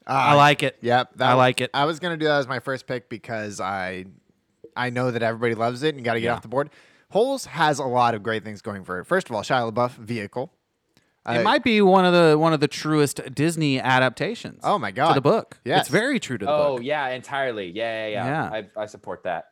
Speaker 2: I like it.
Speaker 1: Yep, that
Speaker 2: I
Speaker 1: was-
Speaker 2: like it.
Speaker 1: I was gonna do that as my first pick because I, I know that everybody loves it and you got to get off the board. Holes has a lot of great things going for it. First of all, Shia LaBeouf vehicle.
Speaker 2: it
Speaker 1: I-
Speaker 2: might be one of the one of the truest Disney adaptations.
Speaker 1: Oh my
Speaker 2: to
Speaker 1: God.
Speaker 2: the book.
Speaker 1: Yes.
Speaker 2: it's very true to the
Speaker 3: Oh
Speaker 2: book.
Speaker 3: yeah, entirely. Yeah, yeah, yeah.
Speaker 2: Yeah.
Speaker 3: I, I support that.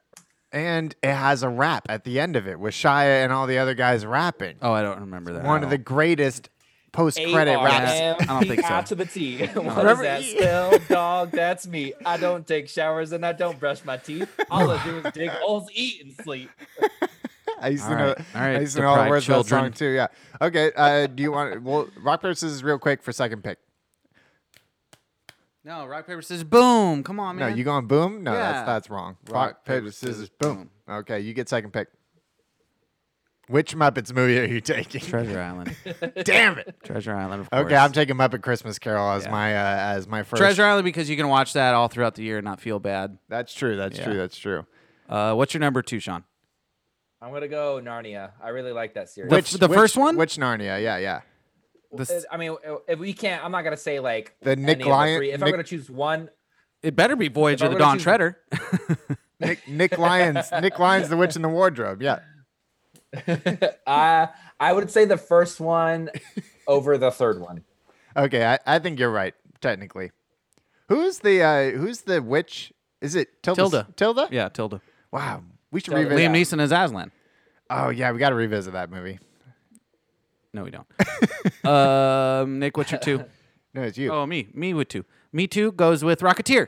Speaker 1: and it has a rap at the end of it with Shia and all the other guys rapping.
Speaker 2: Oh, I don't remember that.
Speaker 1: One of the greatest post-credit raps.
Speaker 2: I don't think so.
Speaker 3: ARMPR to the T. What is
Speaker 1: Remember-
Speaker 3: that spell, dog? That's me. I don't take showers and I don't brush my teeth. All I do is dig holes, eat, and sleep.
Speaker 1: I used to
Speaker 2: All
Speaker 1: know.
Speaker 2: right. All right,
Speaker 1: I used to know all the
Speaker 2: deprived
Speaker 1: words of that song
Speaker 2: children.
Speaker 1: too. Yeah. Okay. Uh, do you want? Well, rock paper scissors real quick for second pick.
Speaker 2: No, rock paper scissors. Boom! Come on,
Speaker 1: No,
Speaker 2: man.
Speaker 1: you going boom? No,
Speaker 2: Yeah.
Speaker 1: that's that's wrong. Rock, paper, scissors, boom. Okay, you get second pick. Which Muppets movie are you taking?
Speaker 2: Treasure Island.
Speaker 1: Damn it.
Speaker 2: Treasure Island. Of course.
Speaker 1: Okay, I'm taking Muppet Christmas Carol as my uh, as my first.
Speaker 2: Treasure Island because you can watch that all throughout the year and not feel bad.
Speaker 1: That's true. That's true.
Speaker 2: Yeah.
Speaker 1: That's true.
Speaker 2: Uh, what's your number two, Sean?
Speaker 3: I'm gonna go Narnia. I really like that series.
Speaker 2: The f- the first one?
Speaker 1: Which Narnia? Yeah, yeah.
Speaker 2: The
Speaker 3: It-
Speaker 2: s-
Speaker 3: I mean, if we can't, I'm not gonna say like
Speaker 1: The
Speaker 3: any
Speaker 1: Nick
Speaker 3: of the
Speaker 1: Lyon-
Speaker 3: three. If I'm
Speaker 1: Nick-
Speaker 3: gonna choose one,
Speaker 2: it better be Voyager
Speaker 3: I
Speaker 2: to
Speaker 3: were to
Speaker 2: Dawn
Speaker 3: choose-
Speaker 2: Treader.
Speaker 1: Nick Nick Lyons. Nick Lyons, The Witch in the Wardrobe. Yeah.
Speaker 3: I I would say the first one over the third one.
Speaker 1: Okay, I, I think you're right. Technically, who's the uh, who's the witch? Is it Tilda?
Speaker 2: Tilda.
Speaker 1: Tilda.
Speaker 2: yeah, Tilda.
Speaker 1: Wow. We should
Speaker 3: Tilda.
Speaker 1: revisit.
Speaker 2: Liam Neeson as Aslan.
Speaker 1: Oh yeah, we got to revisit that movie.
Speaker 2: No, we don't. um, Nick, what's your two?
Speaker 1: No, it's you.
Speaker 2: Oh, me. Me with two. Me too goes with Rocketeer.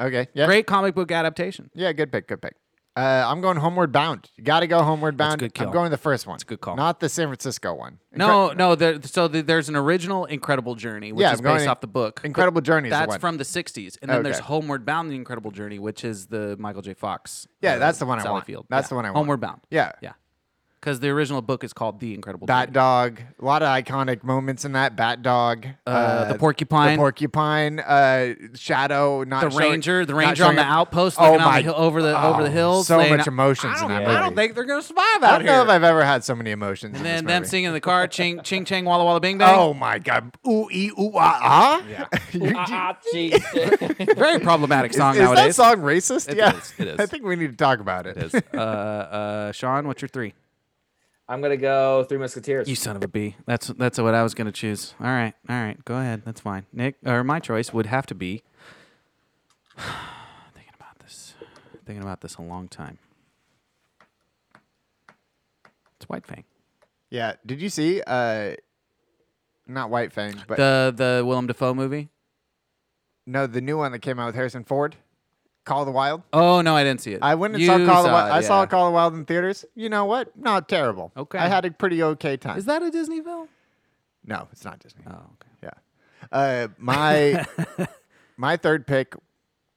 Speaker 1: Okay. Yeah.
Speaker 2: Great comic book adaptation.
Speaker 1: Yeah, good pick, good pick. Uh, I'm going homeward bound. You got to go homeward
Speaker 2: That's a
Speaker 1: bound.
Speaker 2: good
Speaker 1: I'm
Speaker 2: call.
Speaker 1: going the first one. It's a
Speaker 2: good call.
Speaker 1: Not the San Francisco one. Incre-
Speaker 2: No, no. There, so the, there's an original Incredible Journey, which
Speaker 1: Yeah,
Speaker 2: is
Speaker 1: I'm going
Speaker 2: based
Speaker 1: in-
Speaker 2: off the book.
Speaker 1: Incredible Journey. is the
Speaker 2: That's
Speaker 1: one.
Speaker 2: from the '60s, and then there's
Speaker 1: Okay.
Speaker 2: Homeward Bound: The Incredible Journey, which is the Michael J. Fox.
Speaker 1: Yeah,
Speaker 2: uh,
Speaker 1: that's the one I
Speaker 2: Sally
Speaker 1: want.
Speaker 2: Field.
Speaker 1: That's
Speaker 2: Yeah.
Speaker 1: the one I want.
Speaker 2: Homeward Bound.
Speaker 1: Yeah.
Speaker 2: yeah, because the original book is called The Incredible
Speaker 1: Bat
Speaker 2: Journey.
Speaker 1: Dog. A lot of iconic moments in that. Bat Dog. Uh,
Speaker 2: the porcupine.
Speaker 1: The porcupine. Uh, shadow. Not
Speaker 2: The
Speaker 1: showing-
Speaker 2: ranger, the
Speaker 1: not
Speaker 2: ranger on
Speaker 1: showing
Speaker 2: the
Speaker 1: up.
Speaker 2: outpost,
Speaker 1: Oh
Speaker 2: looking out
Speaker 1: my-
Speaker 2: the hill, over the over the
Speaker 1: oh,
Speaker 2: hills.
Speaker 1: So
Speaker 2: laying
Speaker 1: much
Speaker 2: out-
Speaker 1: emotions
Speaker 2: I
Speaker 1: in
Speaker 2: don't,
Speaker 1: that
Speaker 2: I
Speaker 1: movie.
Speaker 2: don't think they're gonna survive
Speaker 1: I
Speaker 2: out
Speaker 1: don't know
Speaker 2: here.
Speaker 1: if I've ever had so many emotions.
Speaker 2: and
Speaker 1: in
Speaker 2: then
Speaker 1: this
Speaker 2: them
Speaker 1: movie.
Speaker 2: singing in the car, ching ching chang, walla walla, bing bang.
Speaker 1: Oh my god! Ooh ee ooh ah ah. Yeah.
Speaker 3: Ah, jeez.
Speaker 2: Very problematic song
Speaker 1: is,
Speaker 2: nowadays.
Speaker 1: that song racist?
Speaker 2: It
Speaker 1: yeah,
Speaker 2: is, it is.
Speaker 1: I think we need to talk about it.
Speaker 2: It is. Uh, uh, Sean, what's your three?
Speaker 3: I'm gonna go Three Musketeers.
Speaker 2: You son of a b. That's that's what I was gonna choose. All right, all right, go ahead. That's fine. Nick, or my choice would have to be. thinking about this, thinking about this a long time. It's White Fang.
Speaker 1: Yeah. Did you see? Uh, not White Fang, but
Speaker 2: The the Willem Dafoe movie.
Speaker 1: no, the new one that came out with Harrison Ford, Call of the Wild.
Speaker 2: Oh no, I didn't see it.
Speaker 1: I went and
Speaker 2: You
Speaker 1: saw Call of the Wild.
Speaker 2: it,
Speaker 1: I saw
Speaker 2: yeah.
Speaker 1: Call of the Wild in theaters. You know what? Not terrible.
Speaker 2: Okay.
Speaker 1: I had a pretty okay time.
Speaker 2: Is that a Disney film?
Speaker 1: no, it's not Disney.
Speaker 2: Oh, okay.
Speaker 1: Yeah. Uh, my my third pick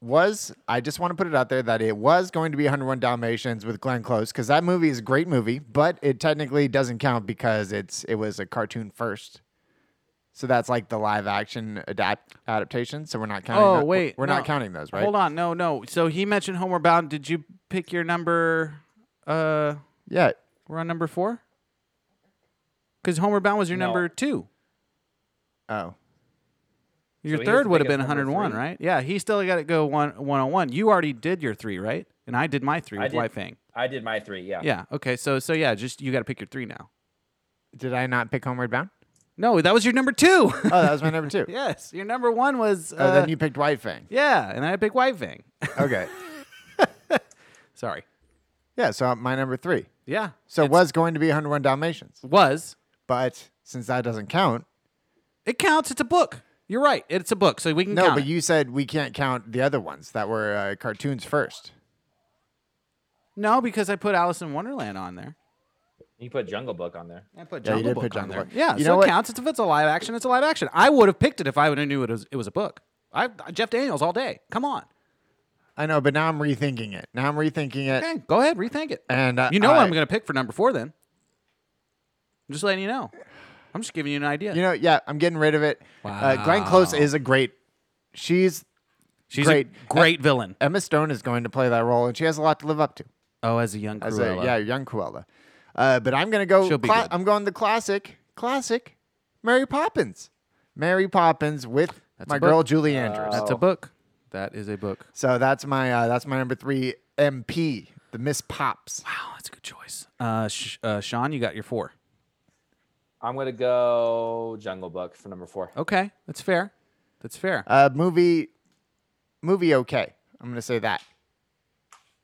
Speaker 1: was I just want to put it out there that it was going to be 101 Dalmatians with Glenn Close because that movie is a great movie, but it technically doesn't count because it's it was a cartoon first. So that's like the live action adapt adaptation. So we're not counting.
Speaker 2: Oh
Speaker 1: tho-
Speaker 2: wait,
Speaker 1: we're
Speaker 2: no.
Speaker 1: not counting those, right?
Speaker 2: Hold on, no, no. So he mentioned Homeward Bound. Did you pick your number? Uh,
Speaker 1: Yeah,
Speaker 2: we're on number four. Because Homeward Bound was your
Speaker 3: No.
Speaker 2: number two.
Speaker 1: Oh.
Speaker 2: Your
Speaker 3: So he was
Speaker 2: third
Speaker 3: the
Speaker 2: would have been
Speaker 3: biggest number
Speaker 2: 101,
Speaker 3: three.
Speaker 2: right? Yeah, he still got to go one 101. You already did your three, right? And I did my three
Speaker 3: I
Speaker 2: with
Speaker 3: did-
Speaker 2: White Fang.
Speaker 3: I did my three. Yeah.
Speaker 2: Yeah. Okay. So so yeah, just you got to pick your three now.
Speaker 1: Did I not pick Homeward Bound?
Speaker 2: No, that was your number
Speaker 1: Oh,
Speaker 2: two.
Speaker 1: that was my number two.
Speaker 2: yes, your number one was. Uh,
Speaker 1: Oh, then you picked White Fang.
Speaker 2: yeah, and I picked White Fang.
Speaker 1: Okay.
Speaker 2: Sorry.
Speaker 1: yeah, so my number three.
Speaker 2: Yeah.
Speaker 1: So it was going to be 101 Dalmatians,
Speaker 2: Was
Speaker 1: but since that doesn't count,
Speaker 2: it counts? It's a book. You're right. It's a book, so we can
Speaker 1: no,
Speaker 2: count
Speaker 1: but
Speaker 2: it.
Speaker 1: you said we can't count the other ones that were uh, cartoons first.
Speaker 2: No, because I put Alice in Wonderland on there.
Speaker 3: You put Jungle Book on there.
Speaker 2: I put
Speaker 1: Yeah, you
Speaker 2: Jungle
Speaker 1: did
Speaker 2: Book
Speaker 1: put
Speaker 2: on
Speaker 1: Jungle
Speaker 2: there.
Speaker 1: Book.
Speaker 2: Yeah,
Speaker 1: You
Speaker 2: so
Speaker 1: know
Speaker 2: it
Speaker 1: what?
Speaker 2: counts. It's, if it's a live action, it's a live action. I would have picked it if I would have knew it was it was a book. I Jeff Daniels all day. Come on.
Speaker 1: I know, but now I'm rethinking it. Now I'm rethinking it.
Speaker 2: Okay, go ahead, rethink it.
Speaker 1: And uh,
Speaker 2: you know what
Speaker 1: I-
Speaker 2: I'm going to pick for number four then. I'm just letting you know. I'm just giving you an idea.
Speaker 1: You know, yeah, I'm getting rid of it. Uh, Glenn Close is a great. She's
Speaker 2: She's
Speaker 1: great.
Speaker 2: a great villain.
Speaker 1: Emma Stone is going to play that role, and she has a lot to live up to.
Speaker 2: Oh, as a young
Speaker 1: as
Speaker 2: Cruella.
Speaker 1: a yeah young Cruella. Uh, but I'm gonna go.
Speaker 2: She'll be
Speaker 1: cla-
Speaker 2: good.
Speaker 1: I'm going the classic, classic, Mary Poppins, Mary Poppins with my
Speaker 2: a
Speaker 1: girl
Speaker 2: book.
Speaker 1: Julie Andrews.
Speaker 2: That's a book. That is a book.
Speaker 1: so that's my uh, that's my number three MP, the Miss Pops.
Speaker 2: Wow, that's a good choice. Uh, sh- uh, Sean, you got your four.
Speaker 3: I'm gonna go Jungle Book for number four.
Speaker 2: Okay, that's fair. That's fair.
Speaker 1: Uh, movie, movie okay. I'm gonna say that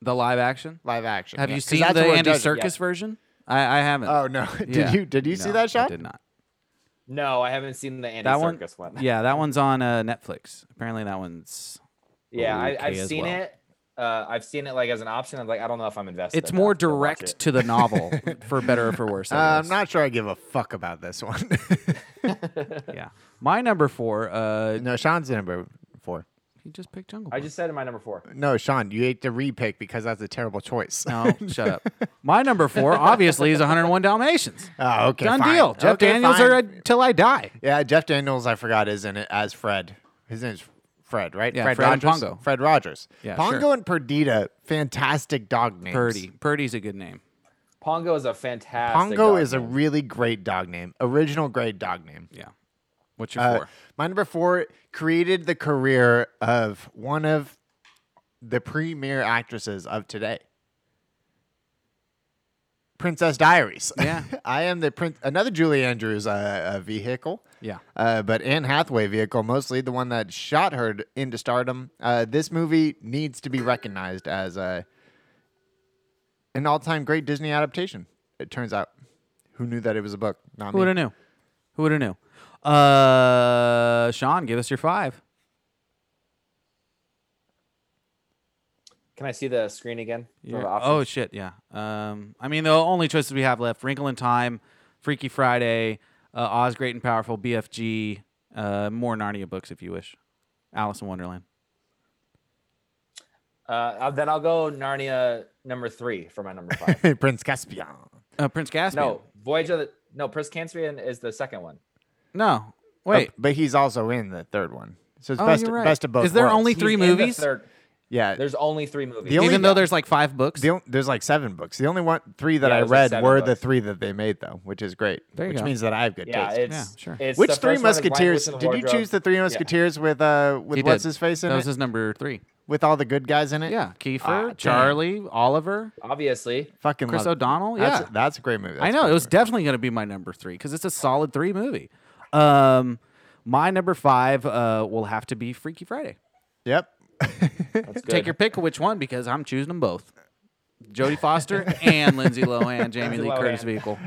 Speaker 2: the live action.
Speaker 1: live action.
Speaker 2: Have
Speaker 1: yeah,
Speaker 2: you
Speaker 1: 'cause
Speaker 2: seen
Speaker 1: that's
Speaker 2: the
Speaker 1: what we're
Speaker 2: Andy
Speaker 1: judging.
Speaker 2: Circus version? I, I haven't.
Speaker 1: Oh no! did
Speaker 2: Yeah.
Speaker 1: you did you see
Speaker 2: No,
Speaker 1: that
Speaker 2: I
Speaker 1: shot?
Speaker 2: did not.
Speaker 3: No, I haven't seen the Andy
Speaker 2: That one.
Speaker 3: Circus one.
Speaker 2: Yeah, that one's on uh, Netflix. Apparently, that one's.
Speaker 3: Yeah,
Speaker 2: Okay
Speaker 3: I, I've
Speaker 2: as
Speaker 3: seen
Speaker 2: well.
Speaker 3: it. Uh, I've seen it like as an option. I'm like, I don't know if I'm invested.
Speaker 2: It's
Speaker 3: enough
Speaker 2: more
Speaker 3: to watch
Speaker 2: direct
Speaker 3: it.
Speaker 2: to the novel, for better or for worse. I
Speaker 1: Uh, I'm
Speaker 2: guess.
Speaker 1: not sure I give a fuck about this one.
Speaker 2: Yeah. My number four. Uh,
Speaker 1: no, Sean's number four.
Speaker 2: he just picked Jungle.
Speaker 3: I
Speaker 2: Book.
Speaker 3: just said in my number four.
Speaker 1: No, Sean, you ate the repick because that's a terrible choice.
Speaker 2: No, shut up. My number four, obviously, is 101 Dalmatians.
Speaker 1: Oh, okay.
Speaker 2: Done
Speaker 1: fine.
Speaker 2: deal. Jeff
Speaker 1: Okay,
Speaker 2: Daniels
Speaker 1: fine.
Speaker 2: are till I die.
Speaker 1: Yeah, Jeff Daniels, I forgot, is in it as Fred. His name's Fred, right?
Speaker 2: Yeah, Fred and
Speaker 1: Rogers.
Speaker 2: Pongo.
Speaker 1: Fred Rogers.
Speaker 2: Yeah,
Speaker 1: Pongo
Speaker 2: sure.
Speaker 1: and Perdita, fantastic dog names.
Speaker 2: Purdy. Purdy's a good name.
Speaker 3: Pongo is a fantastic.
Speaker 1: Pongo
Speaker 3: dog
Speaker 1: is a
Speaker 3: name.
Speaker 1: really great dog name, original great dog name.
Speaker 2: Yeah. What's your
Speaker 1: Uh,
Speaker 2: four?
Speaker 1: my number four created the career of one of the premier actresses of today. Princess Diaries.
Speaker 2: Yeah.
Speaker 1: I am the prin- another Julie Andrews uh, uh, vehicle.
Speaker 2: Yeah.
Speaker 1: Uh, but Anne Hathaway vehicle, mostly the one that shot her d- into stardom. Uh, this movie needs to be recognized as uh, an all-time great Disney adaptation. It turns out, who knew that it was a book? Not
Speaker 2: Who would
Speaker 1: me.
Speaker 2: have knew? Who would have knew? Uh, Sean, give us your five.
Speaker 3: Can I see the screen again? for
Speaker 2: Your-
Speaker 3: the options?
Speaker 2: oh shit, yeah. Um, I mean, the only choices we have left: Wrinkle in Time, Freaky Friday, uh, Oz Great and Powerful, BFG, uh, more Narnia books if you wish, Alice in Wonderland.
Speaker 3: Uh, I'll- then I'll go Narnia number three for my number five.
Speaker 1: Prince Caspian.
Speaker 2: Uh, Prince Caspian.
Speaker 3: no, Voyage of the no, Prince Caspian is the second one.
Speaker 2: no.
Speaker 1: Oh,
Speaker 2: Wait.
Speaker 1: but he's also in the third one. So it's
Speaker 2: Oh,
Speaker 1: best,
Speaker 2: you're right.
Speaker 1: best of both.
Speaker 2: Is there
Speaker 1: worlds.
Speaker 2: only
Speaker 3: He's
Speaker 2: three
Speaker 3: in the
Speaker 2: movies?
Speaker 3: third-
Speaker 1: Yeah, there's
Speaker 3: there's only three movies.
Speaker 1: The only-
Speaker 2: Even though there's like five books.
Speaker 1: the on- there's like seven books. The only one three that
Speaker 3: Yeah,
Speaker 1: I
Speaker 3: there's like
Speaker 1: read
Speaker 3: seven
Speaker 1: were the
Speaker 3: books.
Speaker 1: three that they made though, which is great.
Speaker 2: There you
Speaker 1: which
Speaker 2: go.
Speaker 1: means that I have good
Speaker 3: yeah,
Speaker 1: taste.
Speaker 3: it's,
Speaker 2: sure.
Speaker 3: it's
Speaker 1: Which
Speaker 3: the
Speaker 1: three
Speaker 3: first one is Lion,
Speaker 1: Musketeers?
Speaker 3: Witch, and the
Speaker 1: Did you
Speaker 3: Wardrobe.
Speaker 1: choose the three Musketeers with uh with
Speaker 2: He
Speaker 1: what's
Speaker 2: did.
Speaker 1: his face in
Speaker 2: That
Speaker 1: it?
Speaker 2: was his number three.
Speaker 1: with all the good guys in it?
Speaker 2: Yeah, Kiefer,
Speaker 1: Ah, damn.
Speaker 2: Charlie, Oliver,
Speaker 3: Obviously,
Speaker 1: fucking
Speaker 2: Chris
Speaker 1: love it.
Speaker 2: O'Donnell.
Speaker 1: That's,
Speaker 2: yeah,
Speaker 1: that's a great movie. That's
Speaker 2: I
Speaker 1: a
Speaker 2: know
Speaker 1: great
Speaker 2: it was
Speaker 1: movie.
Speaker 2: definitely going to be my number three because it's a solid three movie. Um, my number five uh, will have to be Freaky Friday.
Speaker 1: Yep.
Speaker 3: that's good.
Speaker 2: Take your pick of which one because I'm choosing them both. Jodie Foster and Lindsay Lohan, Jamie Lee
Speaker 3: Lindsay
Speaker 2: Curtis
Speaker 3: Lohan.
Speaker 2: vehicle.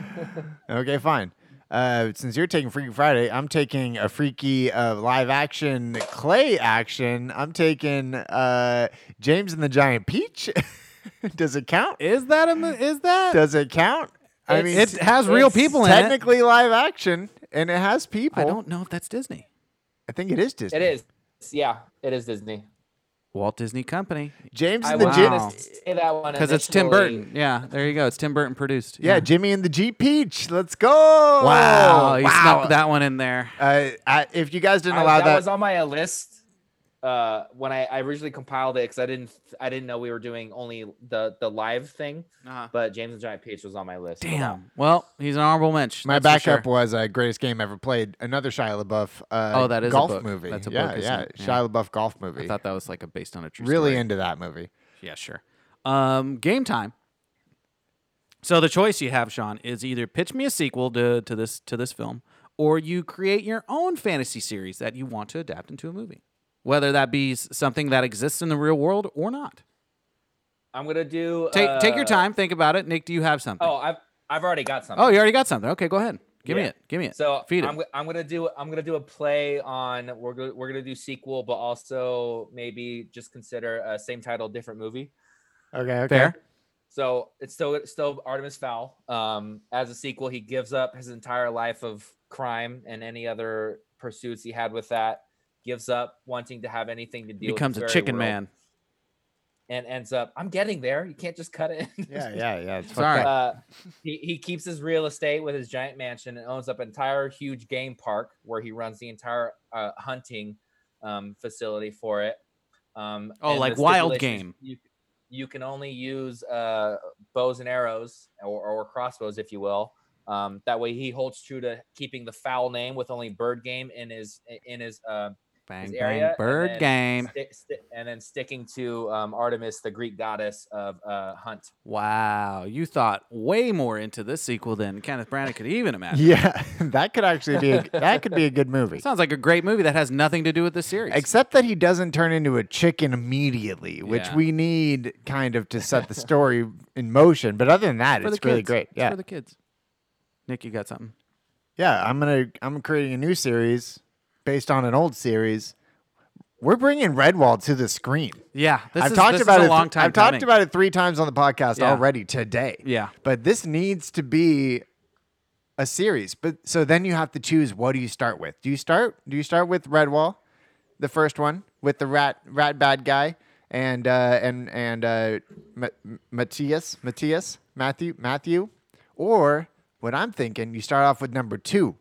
Speaker 1: Okay, fine. Uh, since you're taking Freaky Friday, I'm taking a freaky uh, live action clay action. I'm taking uh, James and the Giant Peach. Does it count?
Speaker 2: Is that a mo- is that?
Speaker 1: Does it count? I mean,
Speaker 2: it
Speaker 1: t-
Speaker 2: has real
Speaker 1: it's
Speaker 2: people in it.
Speaker 1: technically live action, and it has people.
Speaker 2: I don't know if that's Disney.
Speaker 1: I think it is Disney.
Speaker 3: It is. Yeah, it is Disney.
Speaker 2: Walt Disney Company.
Speaker 1: James
Speaker 3: I
Speaker 1: and the
Speaker 3: was
Speaker 1: Jim.
Speaker 2: Wow.
Speaker 3: gonna say that one
Speaker 2: Because it's Tim
Speaker 3: initially.
Speaker 2: Burton. Yeah, there you go. It's Tim Burton produced.
Speaker 1: Yeah, Jimmy and the G Peach. Let's go. Wow.
Speaker 2: Wow, he snuck that one in there.
Speaker 1: Uh, I, if you guys didn't
Speaker 3: I-
Speaker 1: allow
Speaker 3: that,
Speaker 1: that,
Speaker 3: was on my list uh when I, I originally compiled it because I didn't I didn't know we were doing only the the live thing,
Speaker 2: Uh-huh.
Speaker 3: but James and Giant Peach was on my list.
Speaker 2: Damn. Well, he's an honorable mention.
Speaker 1: my
Speaker 2: that's for
Speaker 1: backup
Speaker 2: sure.
Speaker 1: was uh, greatest game ever played. Another Shia LaBeouf. Uh,
Speaker 2: Oh, that is a
Speaker 1: golf
Speaker 2: book.
Speaker 1: movie.
Speaker 2: That's a
Speaker 1: yeah,
Speaker 2: book, isn't
Speaker 1: yeah.
Speaker 2: it? Yeah.
Speaker 1: Shia LaBeouf golf movie.
Speaker 2: I thought that was like a based on a true
Speaker 1: really
Speaker 2: story.
Speaker 1: into that movie.
Speaker 2: Yeah, sure. Um, game time. So the choice you have, Sean, is either pitch me a sequel to, to this to this film, or you create your own fantasy series that you want to adapt into a movie, whether that be s- something that exists in the real world or not.
Speaker 3: I'm gonna do
Speaker 2: Take take your
Speaker 3: uh,
Speaker 2: time, think about it. Nick, do you have something?
Speaker 3: Oh, I've I've already got something.
Speaker 2: Oh, you already got something. Okay, go ahead. Give me
Speaker 3: Yeah.
Speaker 2: it. Give me it.
Speaker 3: So
Speaker 2: feed it.
Speaker 3: I'm, go- I'm gonna do I'm gonna do a play on we're go, we're gonna do sequel, but also maybe just consider a same title, different movie.
Speaker 1: Okay, okay.
Speaker 2: Fair.
Speaker 3: So it's still it's still Artemis Fowl. Um, as a sequel, he gives up his entire life of crime and any other pursuits he had with that. Gives up wanting to have anything to do.
Speaker 2: Becomes
Speaker 3: with
Speaker 2: a
Speaker 3: this very
Speaker 2: chicken
Speaker 3: world,
Speaker 2: man.
Speaker 3: and ends up. I'm getting there. You can't just cut it.
Speaker 1: Yeah, yeah, yeah. it's fucked
Speaker 2: Sorry.
Speaker 1: up.
Speaker 3: Uh, he, he keeps his real estate with his giant mansion and owns up an entire huge game park where he runs the entire uh, hunting um, facility for it. Um,
Speaker 2: Oh,
Speaker 3: and
Speaker 2: like
Speaker 3: the
Speaker 2: wild
Speaker 3: stipulations-
Speaker 2: game.
Speaker 3: You, you can only use uh, bows and arrows or, or crossbows, if you will. Um, that way, he holds true to keeping the foul name with only bird game in his in his uh,
Speaker 2: Bang
Speaker 3: his area,
Speaker 2: bang
Speaker 3: and
Speaker 2: bird
Speaker 3: then
Speaker 2: game.
Speaker 3: sti- sti- and then sticking to um, Artemis, the Greek goddess of uh, hunt.
Speaker 2: Wow, you thought way more into this sequel than Kenneth Branagh could even imagine.
Speaker 1: yeah, that could actually be a, that could be a good movie.
Speaker 2: Sounds like a great movie that has nothing to do with the series.
Speaker 1: Except that he doesn't turn into a chicken immediately, which
Speaker 2: Yeah.
Speaker 1: we need kind of to set the story in motion. But other than that,
Speaker 2: For the
Speaker 1: it's really
Speaker 2: kids.
Speaker 1: great.
Speaker 2: It's
Speaker 1: Yeah,
Speaker 2: for the kids. Nick, you got something?
Speaker 1: yeah. I'm gonna I'm creating a new series based on an old series. We're bringing Redwall to the screen.
Speaker 2: Yeah, this
Speaker 1: I've
Speaker 2: is,
Speaker 1: talked
Speaker 2: this
Speaker 1: about
Speaker 2: is
Speaker 1: it.
Speaker 2: a long time.
Speaker 1: I've talked
Speaker 2: coming.
Speaker 1: about it three times on the podcast
Speaker 2: Yeah.
Speaker 1: already today.
Speaker 2: Yeah.
Speaker 1: but this needs to be a series. But so then you have to choose what do you start with? Do you start do you start with Redwall, the first one with the rat rat bad guy and uh and and uh Ma- M- Matthias, Matthias, Matthew, Matthew or what I'm thinking, you start off with number 2,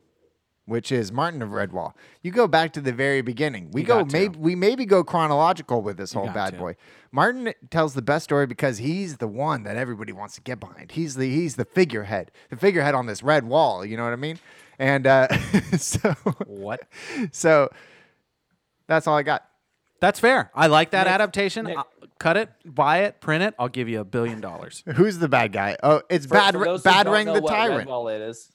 Speaker 1: which is Martin of Redwall. You go back to the very beginning. We go
Speaker 2: got to.
Speaker 1: maybe we maybe go chronological with this whole
Speaker 2: got
Speaker 1: bad
Speaker 2: to.
Speaker 1: boy. Martin tells the best story because he's the one that everybody wants to get behind. He's the he's the figurehead, the figurehead on this red wall. You know what I mean? And uh, so
Speaker 2: What?
Speaker 1: so that's all I got.
Speaker 2: That's fair. I like that
Speaker 3: Nick-
Speaker 2: adaptation.
Speaker 3: Nick-
Speaker 2: I'll- cut it, buy it, print it. I'll give you a billion dollars.
Speaker 1: Who's the bad guy? Oh, it's
Speaker 3: For-
Speaker 1: bad
Speaker 3: for
Speaker 1: Ra-
Speaker 3: those who
Speaker 1: bad
Speaker 3: don't
Speaker 1: Ring
Speaker 3: know
Speaker 1: the
Speaker 3: what
Speaker 1: tyrant.
Speaker 3: Redwall it is.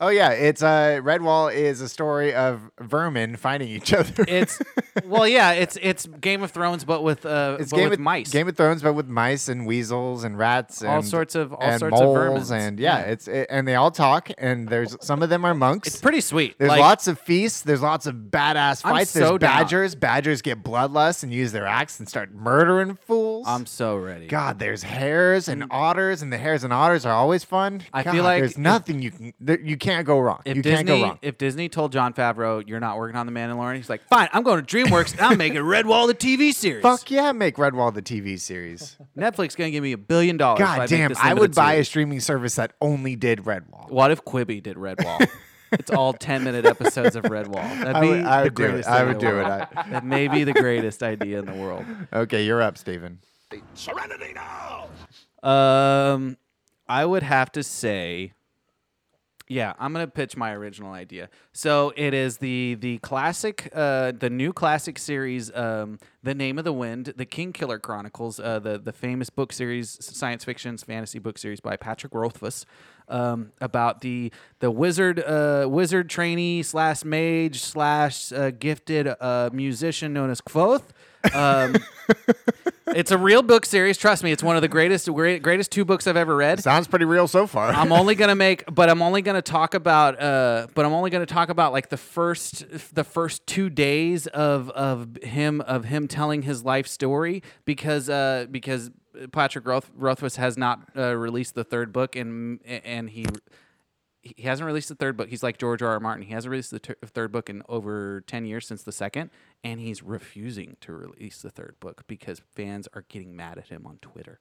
Speaker 1: Oh yeah, it's uh Redwall is a story of vermin fighting each other.
Speaker 2: It's well, yeah. It's it's Game of Thrones, but with uh,
Speaker 1: It's
Speaker 2: but
Speaker 1: Game
Speaker 2: with
Speaker 1: of
Speaker 2: mice.
Speaker 1: Game of Thrones, but with mice and weasels and rats and
Speaker 2: All sorts of- all
Speaker 1: and
Speaker 2: sorts of
Speaker 1: moles
Speaker 2: vermins.
Speaker 1: and yeah,
Speaker 2: Yeah.
Speaker 1: it's it, and they all talk and there's some of them are monks.
Speaker 2: it's pretty sweet.
Speaker 1: there's
Speaker 2: like,
Speaker 1: lots of feasts. There's lots of badass
Speaker 2: I'm
Speaker 1: fights.
Speaker 2: so
Speaker 1: there's
Speaker 2: down.
Speaker 1: badgers. Badgers get bloodlust and use their axe and start murdering fools.
Speaker 2: I'm so ready.
Speaker 1: God, there's hares and otters, and the hares and otters are always fun.
Speaker 2: I
Speaker 1: God,
Speaker 2: feel like
Speaker 1: there's
Speaker 2: if-
Speaker 1: nothing you can there, you can't go wrong.
Speaker 2: If
Speaker 1: you
Speaker 2: Disney,
Speaker 1: can't go wrong.
Speaker 2: if Disney told John Favreau you're not working on the Mandalorian, he's like, fine, I'm going to DreamWorks and I'm making Redwall the TV series.
Speaker 1: Fuck yeah, make Redwall the TV series.
Speaker 2: Netflix gonna give me a billion dollars. if I
Speaker 1: God
Speaker 2: make
Speaker 1: damn,
Speaker 2: this
Speaker 1: I would
Speaker 2: limited
Speaker 1: buy a
Speaker 2: series.
Speaker 1: streaming service that only did Redwall.
Speaker 2: What if Quibi did Redwall? it's all ten minute episodes of Redwall. That'd
Speaker 1: I
Speaker 2: be
Speaker 1: would, I
Speaker 2: the
Speaker 1: would do it.
Speaker 2: greatest.
Speaker 1: I
Speaker 2: thing in
Speaker 1: would
Speaker 2: the
Speaker 1: do it.
Speaker 2: world.
Speaker 1: I-
Speaker 2: That may be the greatest idea in the world.
Speaker 1: okay, you're up, Steven.
Speaker 7: Serenity now!
Speaker 2: Um, I would have to say, yeah, I'm gonna pitch my original idea. So it is the the classic, uh, the new classic series, um, the Name of the Wind, the King Killer Chronicles, uh, the the famous book series, science fiction, fantasy book series by Patrick Rothfuss, um, about the the wizard uh, wizard trainee slash mage slash uh, gifted uh, musician known as Quoth. Um, it's a real book series. Trust me, it's one of the greatest great, greatest two books I've ever read.
Speaker 1: Sounds pretty real so far.
Speaker 2: I'm only gonna make, but I'm only gonna talk about, uh, but I'm only gonna talk about like the first, the first two days of of him of him telling his life story because uh, because Patrick Roth, Rothfuss has not uh, released the third book and and he he hasn't released the third book. He's like George R. R. Martin. He hasn't released the ter- third book in over ten years since the second, and he's refusing to release the third book because fans are getting mad at him on Twitter.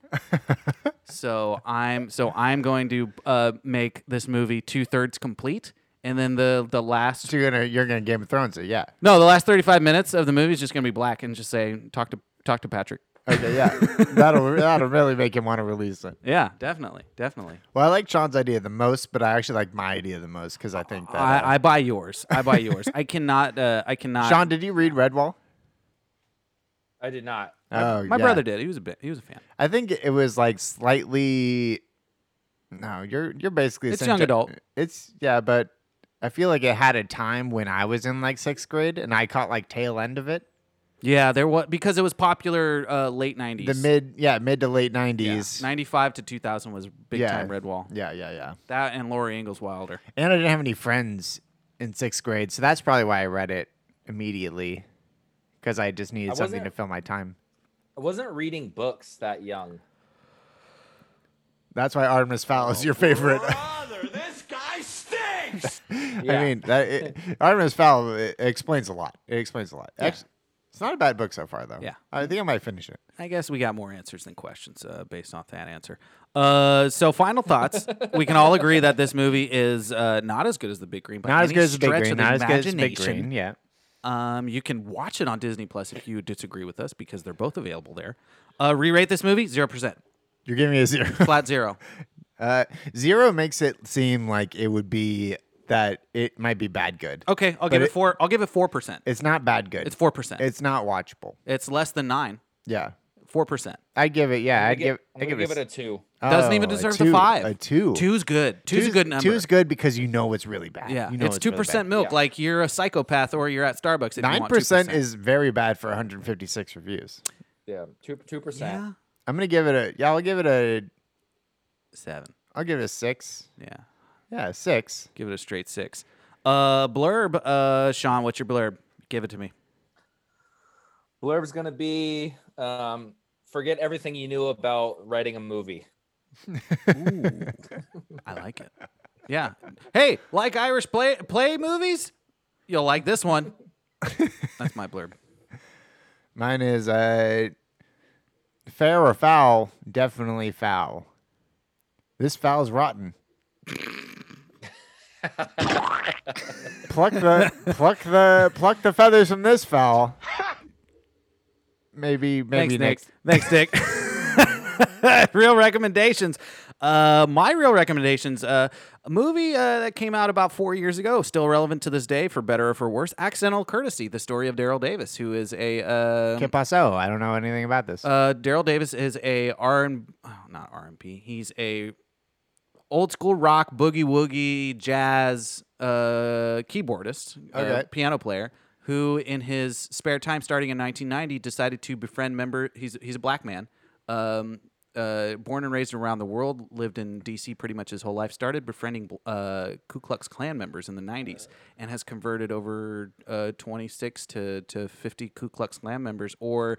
Speaker 2: so I'm so I'm going to uh, make this movie two thirds complete, and then the the last
Speaker 1: So you're gonna you're gonna Game of Thrones it, yeah.
Speaker 2: no the last thirty five minutes of the movie is just going to be black and just say talk to talk to Patrick.
Speaker 1: Okay, yeah. that'll that'll really make him want to release it.
Speaker 2: Yeah, definitely, definitely.
Speaker 1: Well, I like Sean's idea the most, but I actually like my idea the most because I think that uh,
Speaker 2: I, I buy yours. I buy yours. I cannot. Uh, I cannot.
Speaker 1: Sean, did you read Redwall?
Speaker 3: I did not.
Speaker 1: Oh,
Speaker 2: my
Speaker 1: yeah.
Speaker 2: brother did. He was a bit. He was a fan.
Speaker 1: I think it was like slightly. No, you're you're basically
Speaker 2: It's
Speaker 1: saying
Speaker 2: young
Speaker 1: ju-
Speaker 2: adult.
Speaker 1: It's yeah, but I feel like it had a time when I was in like sixth grade and I caught like tail end of it,
Speaker 2: Yeah, there was because it was popular uh, late nineties.
Speaker 1: the mid yeah mid to late nineties. Yeah,
Speaker 2: ninety five to two thousand was big
Speaker 1: Yeah.
Speaker 2: time Redwall.
Speaker 1: yeah, yeah, yeah.
Speaker 2: That and Laurie Ingalls Wilder.
Speaker 1: And I didn't have any friends in sixth grade, so that's probably why I read it immediately because I just needed
Speaker 3: I
Speaker 1: something
Speaker 3: wasn't-
Speaker 1: to fill my time.
Speaker 3: I wasn't reading books that young.
Speaker 1: That's why Artemis Fowl is your favorite.
Speaker 3: Yeah.
Speaker 1: I mean, that, it, Artemis Fowl it explains a lot. It explains a lot. Actu- it's not a bad book so far, though.
Speaker 2: Yeah.
Speaker 1: I think I might finish it.
Speaker 2: I guess we got more answers than questions uh, based off that answer. Uh, so final thoughts. we can all agree that this movie is uh, not as good as the Big Green, but
Speaker 1: Not as
Speaker 2: any
Speaker 1: good as the big
Speaker 2: stretch
Speaker 1: green.
Speaker 2: of the
Speaker 1: Not as good as the big
Speaker 2: imagination,
Speaker 1: green. Yeah.
Speaker 2: Um, you can watch it on Disney Plus if you disagree with us because they're both available there. Uh, re-rate this movie zero percent,
Speaker 1: You're giving me a zero.
Speaker 2: flat zero.
Speaker 1: Uh, zero makes it seem like it would be that it might be bad good.
Speaker 2: Okay, I'll give it,
Speaker 1: it-
Speaker 2: four. I'll give it four percent.
Speaker 1: Oh. It's not bad good.
Speaker 2: It's four percent.
Speaker 1: It's not watchable.
Speaker 2: It's less than nine.
Speaker 1: Yeah.
Speaker 2: Four percent
Speaker 1: I'd give it. Yeah.
Speaker 3: I
Speaker 1: I'd give.
Speaker 3: I'm
Speaker 1: I'd
Speaker 3: gonna give it
Speaker 1: s-
Speaker 3: a two.
Speaker 2: doesn't
Speaker 1: oh,
Speaker 2: even
Speaker 1: a
Speaker 2: deserve
Speaker 1: two,
Speaker 2: the five.
Speaker 1: A two.
Speaker 2: Two's good. Two's, a good number.
Speaker 1: Two's good because you know it's really bad.
Speaker 2: Yeah,
Speaker 1: You know
Speaker 2: it's two percent
Speaker 1: really bad.
Speaker 2: milk.
Speaker 3: Yeah.
Speaker 2: Like you're a psychopath or you're at Starbucks. If you
Speaker 1: Nine
Speaker 2: want
Speaker 1: percent
Speaker 2: 2%.
Speaker 1: is very bad for 156 reviews.
Speaker 3: Yeah, two two
Speaker 2: yeah
Speaker 3: percent.
Speaker 1: I'm gonna give it a. Yeah, I'll give it a.
Speaker 2: seven.
Speaker 1: I'll give it a six.
Speaker 2: Yeah,
Speaker 1: Yeah, six.
Speaker 2: give it a straight six. Uh, blurb. Uh, Sean, what's your blurb? Give it to me.
Speaker 3: Blurb's gonna be um, forget everything you knew about writing a movie.
Speaker 2: I like it. Yeah. Hey, like Irish play play movies? You'll like this one. That's my blurb.
Speaker 1: Mine is uh, fair or foul. Definitely foul. This foul's rotten. pluck the pluck the pluck the feathers from this foul. Maybe maybe next.
Speaker 2: Thanks, Nick. Thanks, Nick. real recommendations. Uh, my real recommendations. Uh, a movie uh, that came out about four years ago, still relevant to this day, for better or for worse. Accidental Courtesy: The Story of Daryl Davis, who is a uh,
Speaker 1: Que paso? I don't know anything about this.
Speaker 2: Uh, Daryl Davis is a R and oh, not R and B. He's a old school rock boogie woogie jazz uh, keyboardist, uh,
Speaker 1: Okay.
Speaker 2: piano player who, in his spare time, starting in 1990, decided to befriend member. He's he's a black man. Um, uh, born and raised around the world, lived in D.C. pretty much his whole life. Started befriending bl- uh, Ku Klux Klan members in the '90s, and has converted over uh, 26 to to 50 Ku Klux Klan members or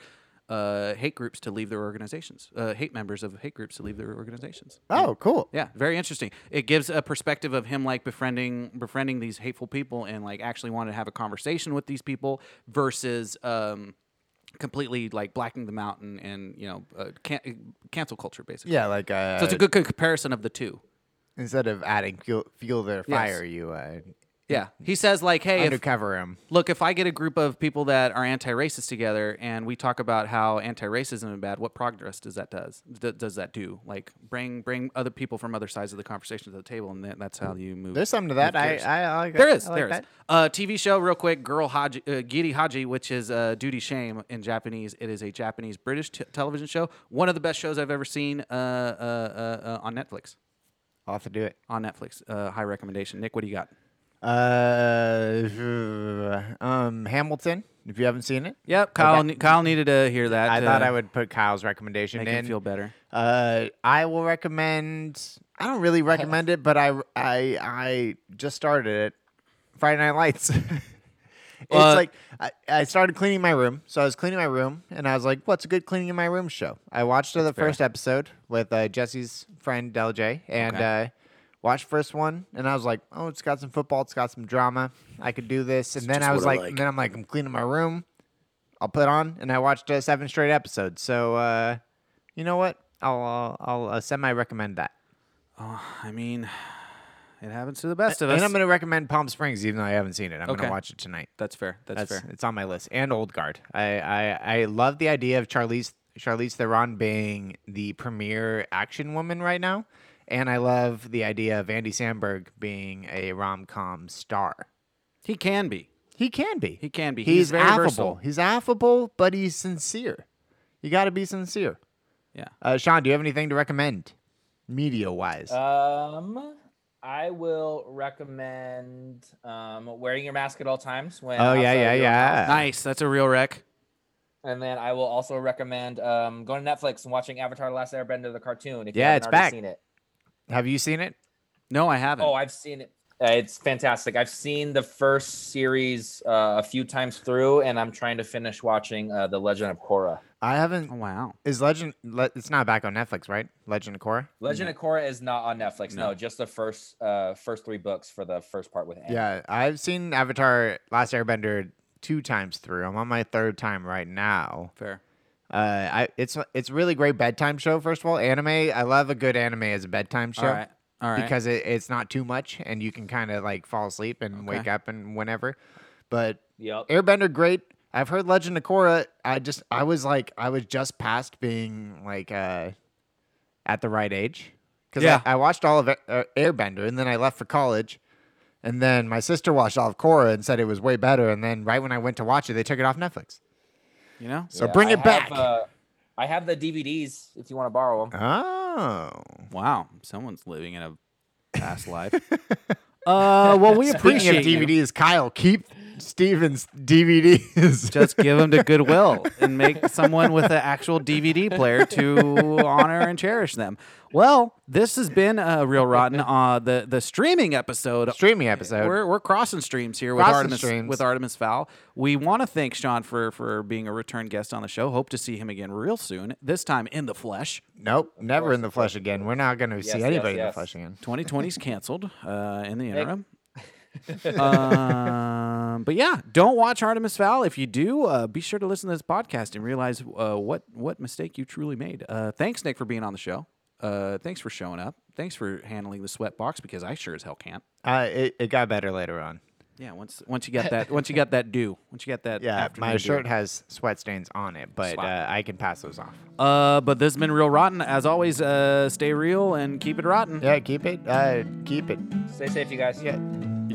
Speaker 2: uh, hate groups to leave their organizations. Uh, hate members of hate groups to leave their organizations.
Speaker 1: oh, cool.
Speaker 2: Yeah, very interesting. It gives a perspective of him like befriending befriending these hateful people and like actually wanting to have a conversation with these people versus um, completely like blacking them out and, and you know uh, can- cancel culture basically.
Speaker 1: Yeah, like uh,
Speaker 2: So it's a good co- comparison of the two.
Speaker 1: instead of adding fuel, fuel their fire, you uh,
Speaker 2: Yeah, he says like, hey, if,
Speaker 1: undercover him.
Speaker 2: look, if I get a group of people that are anti-racist together and we talk about how anti-racism is bad, what progress does that does d- does that do? Like bring bring other people from other sides of the conversation to the table, and that, that's how you move.
Speaker 1: There's something to that.
Speaker 2: move
Speaker 1: I,
Speaker 2: gears.
Speaker 1: I, I like that.
Speaker 2: There is,
Speaker 1: I like
Speaker 2: there is.
Speaker 1: that.
Speaker 2: Uh, TV show, real quick, Girl Haji, uh, Giri Haji, which is uh, Duty Shame in Japanese. It is a Japanese British t- television show. One of the best shows I've ever seen uh, uh, uh, uh, on Netflix.
Speaker 1: I'll have to do it.
Speaker 2: On Netflix, uh, high recommendation. Nick, what do you got?
Speaker 1: Uh, um, Hamilton. If you haven't seen it,
Speaker 2: Yep, Kyle. ne- Kyle needed to hear that.
Speaker 1: I
Speaker 2: to
Speaker 1: thought I would put Kyle's recommendation
Speaker 2: make
Speaker 1: in.
Speaker 2: him feel better.
Speaker 1: uh, I will recommend. I don't really recommend it, but I, I, I just started it. Friday Night Lights. it's
Speaker 2: Uh,
Speaker 1: like I, I started cleaning my room, so I was cleaning my room, and I was like, "What's a good cleaning in my room show?" I watched the first episode with uh, Jesse's friend Del J, and
Speaker 2: Okay.
Speaker 1: uh, watched first one, and I was like, oh, it's got some football, it's got some drama, I could do this. And then
Speaker 7: just
Speaker 1: I was
Speaker 7: what I
Speaker 1: like,
Speaker 7: like.
Speaker 1: and then I'm like, I'm cleaning my room, I'll put it on, and I watched uh, seven straight episodes. So, uh, you know what? I'll uh, I'll uh, semi recommend that,
Speaker 2: I mean, it happens to the best of us.
Speaker 1: and I'm gonna recommend Palm Springs, even though I haven't seen it. I'm
Speaker 2: Okay.
Speaker 1: gonna watch it tonight.
Speaker 2: That's fair. That's,
Speaker 1: That's,
Speaker 2: fair.
Speaker 1: It's on my list. And Old Guard. I, I, I love the idea of Charlize Charlize Theron being the premier action woman right now, and I love the idea of Andy Samberg being a rom com star.
Speaker 2: He can be.
Speaker 1: He can be.
Speaker 2: He can be.
Speaker 1: He's,
Speaker 2: He's very
Speaker 1: affable.
Speaker 2: versatile.
Speaker 1: He's affable, but he's sincere. You got to be sincere.
Speaker 2: Yeah.
Speaker 1: Uh, Sean, do you have anything to recommend, media wise?
Speaker 2: Uh,
Speaker 3: Um, I will recommend um, wearing your mask at all times. When
Speaker 1: oh yeah,
Speaker 3: outside
Speaker 1: yeah,
Speaker 3: your
Speaker 1: yeah.
Speaker 2: Nice. That's a real wreck.
Speaker 3: And then I will also recommend um, going to Netflix and watching Avatar: The Last Airbender, the cartoon. If you
Speaker 1: Yeah,
Speaker 3: haven't
Speaker 1: it's
Speaker 3: already
Speaker 1: back.
Speaker 3: Seen it.
Speaker 1: Have you seen it?
Speaker 2: No, I haven't.
Speaker 3: Oh, I've seen it. Uh, it's fantastic. I've seen the first series uh, a few times through, and I'm trying to finish watching uh, The Legend of Korra.
Speaker 1: I haven't.
Speaker 2: Oh, wow.
Speaker 1: Is Legend? Le- it's not back on Netflix, right? Legend of Korra.
Speaker 3: Legend of Korra is not on Netflix. No, just the first uh, first three books for the first part with Aang.
Speaker 1: Yeah, I've seen Avatar: Last Airbender two times through. I'm on my third time right now.
Speaker 2: Fair.
Speaker 1: Uh, I it's it's really great bedtime show. First of all, anime. I love a good anime as a bedtime show.
Speaker 2: All right. All right.
Speaker 1: Because it, it's not too much, and you can kind of like fall asleep and wake up and whenever. But
Speaker 3: Yep.
Speaker 1: Airbender, great. I've heard Legend of Korra. I just I was like I was just past being like uh, at the right age because
Speaker 2: Yeah.
Speaker 1: I, I watched all of Air- uh, Airbender and then I left for college, and then my sister watched all of Korra and said it was way better. And then right when I went to watch it, they took it off Netflix.
Speaker 2: you know?
Speaker 1: So bring
Speaker 3: I
Speaker 1: it back.
Speaker 3: Have, uh, I have the DVDs if you want to borrow them.
Speaker 1: oh,
Speaker 2: Wow. Someone's living in a past life. Uh, well, we
Speaker 1: speaking
Speaker 2: appreciate
Speaker 1: of
Speaker 2: you.
Speaker 1: DVDs, Kyle, keep Steven's DVDs.
Speaker 2: Just give them to Goodwill and make someone with an actual DVD player to honor and cherish them. Well, this has been uh, Real Rotten, uh, the the streaming episode.
Speaker 1: streaming episode.
Speaker 2: We're, we're crossing streams here with
Speaker 1: Crossing
Speaker 2: Artemis
Speaker 1: streams.
Speaker 2: with Artemis Fowl. We want to thank Sean for for being a return guest on the show. Hope to see him again real soon. This time in the flesh.
Speaker 1: nope, never
Speaker 3: course,
Speaker 1: in the
Speaker 3: of course,
Speaker 1: flesh again. We're not going to see
Speaker 3: yes,
Speaker 1: anybody in the
Speaker 3: yes.
Speaker 1: flesh again.
Speaker 2: 2020's canceled uh, in the interim. um, but yeah, don't watch Artemis Fowl. If you do, uh, be sure to listen to this podcast and realize uh, what what mistake you truly made. Uh, thanks, Nick, for being on the show. Uh, thanks for showing up. Thanks for handling the sweat box because I sure as hell can't.
Speaker 1: Uh, it, it got better later on.
Speaker 2: Yeah, once once you got that once you got that due once you got that
Speaker 1: Yeah,
Speaker 2: afternoon
Speaker 1: my
Speaker 2: due.
Speaker 1: shirt has sweat stains on it, but
Speaker 2: Slap.
Speaker 1: uh, I can pass those off.
Speaker 2: Uh, but this has been real rotten. As always, uh, stay real and keep it rotten.
Speaker 1: Yeah, keep it. Uh, keep it.
Speaker 3: Stay safe, you guys.
Speaker 1: Yeah. You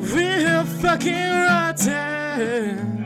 Speaker 8: Real fucking rotten.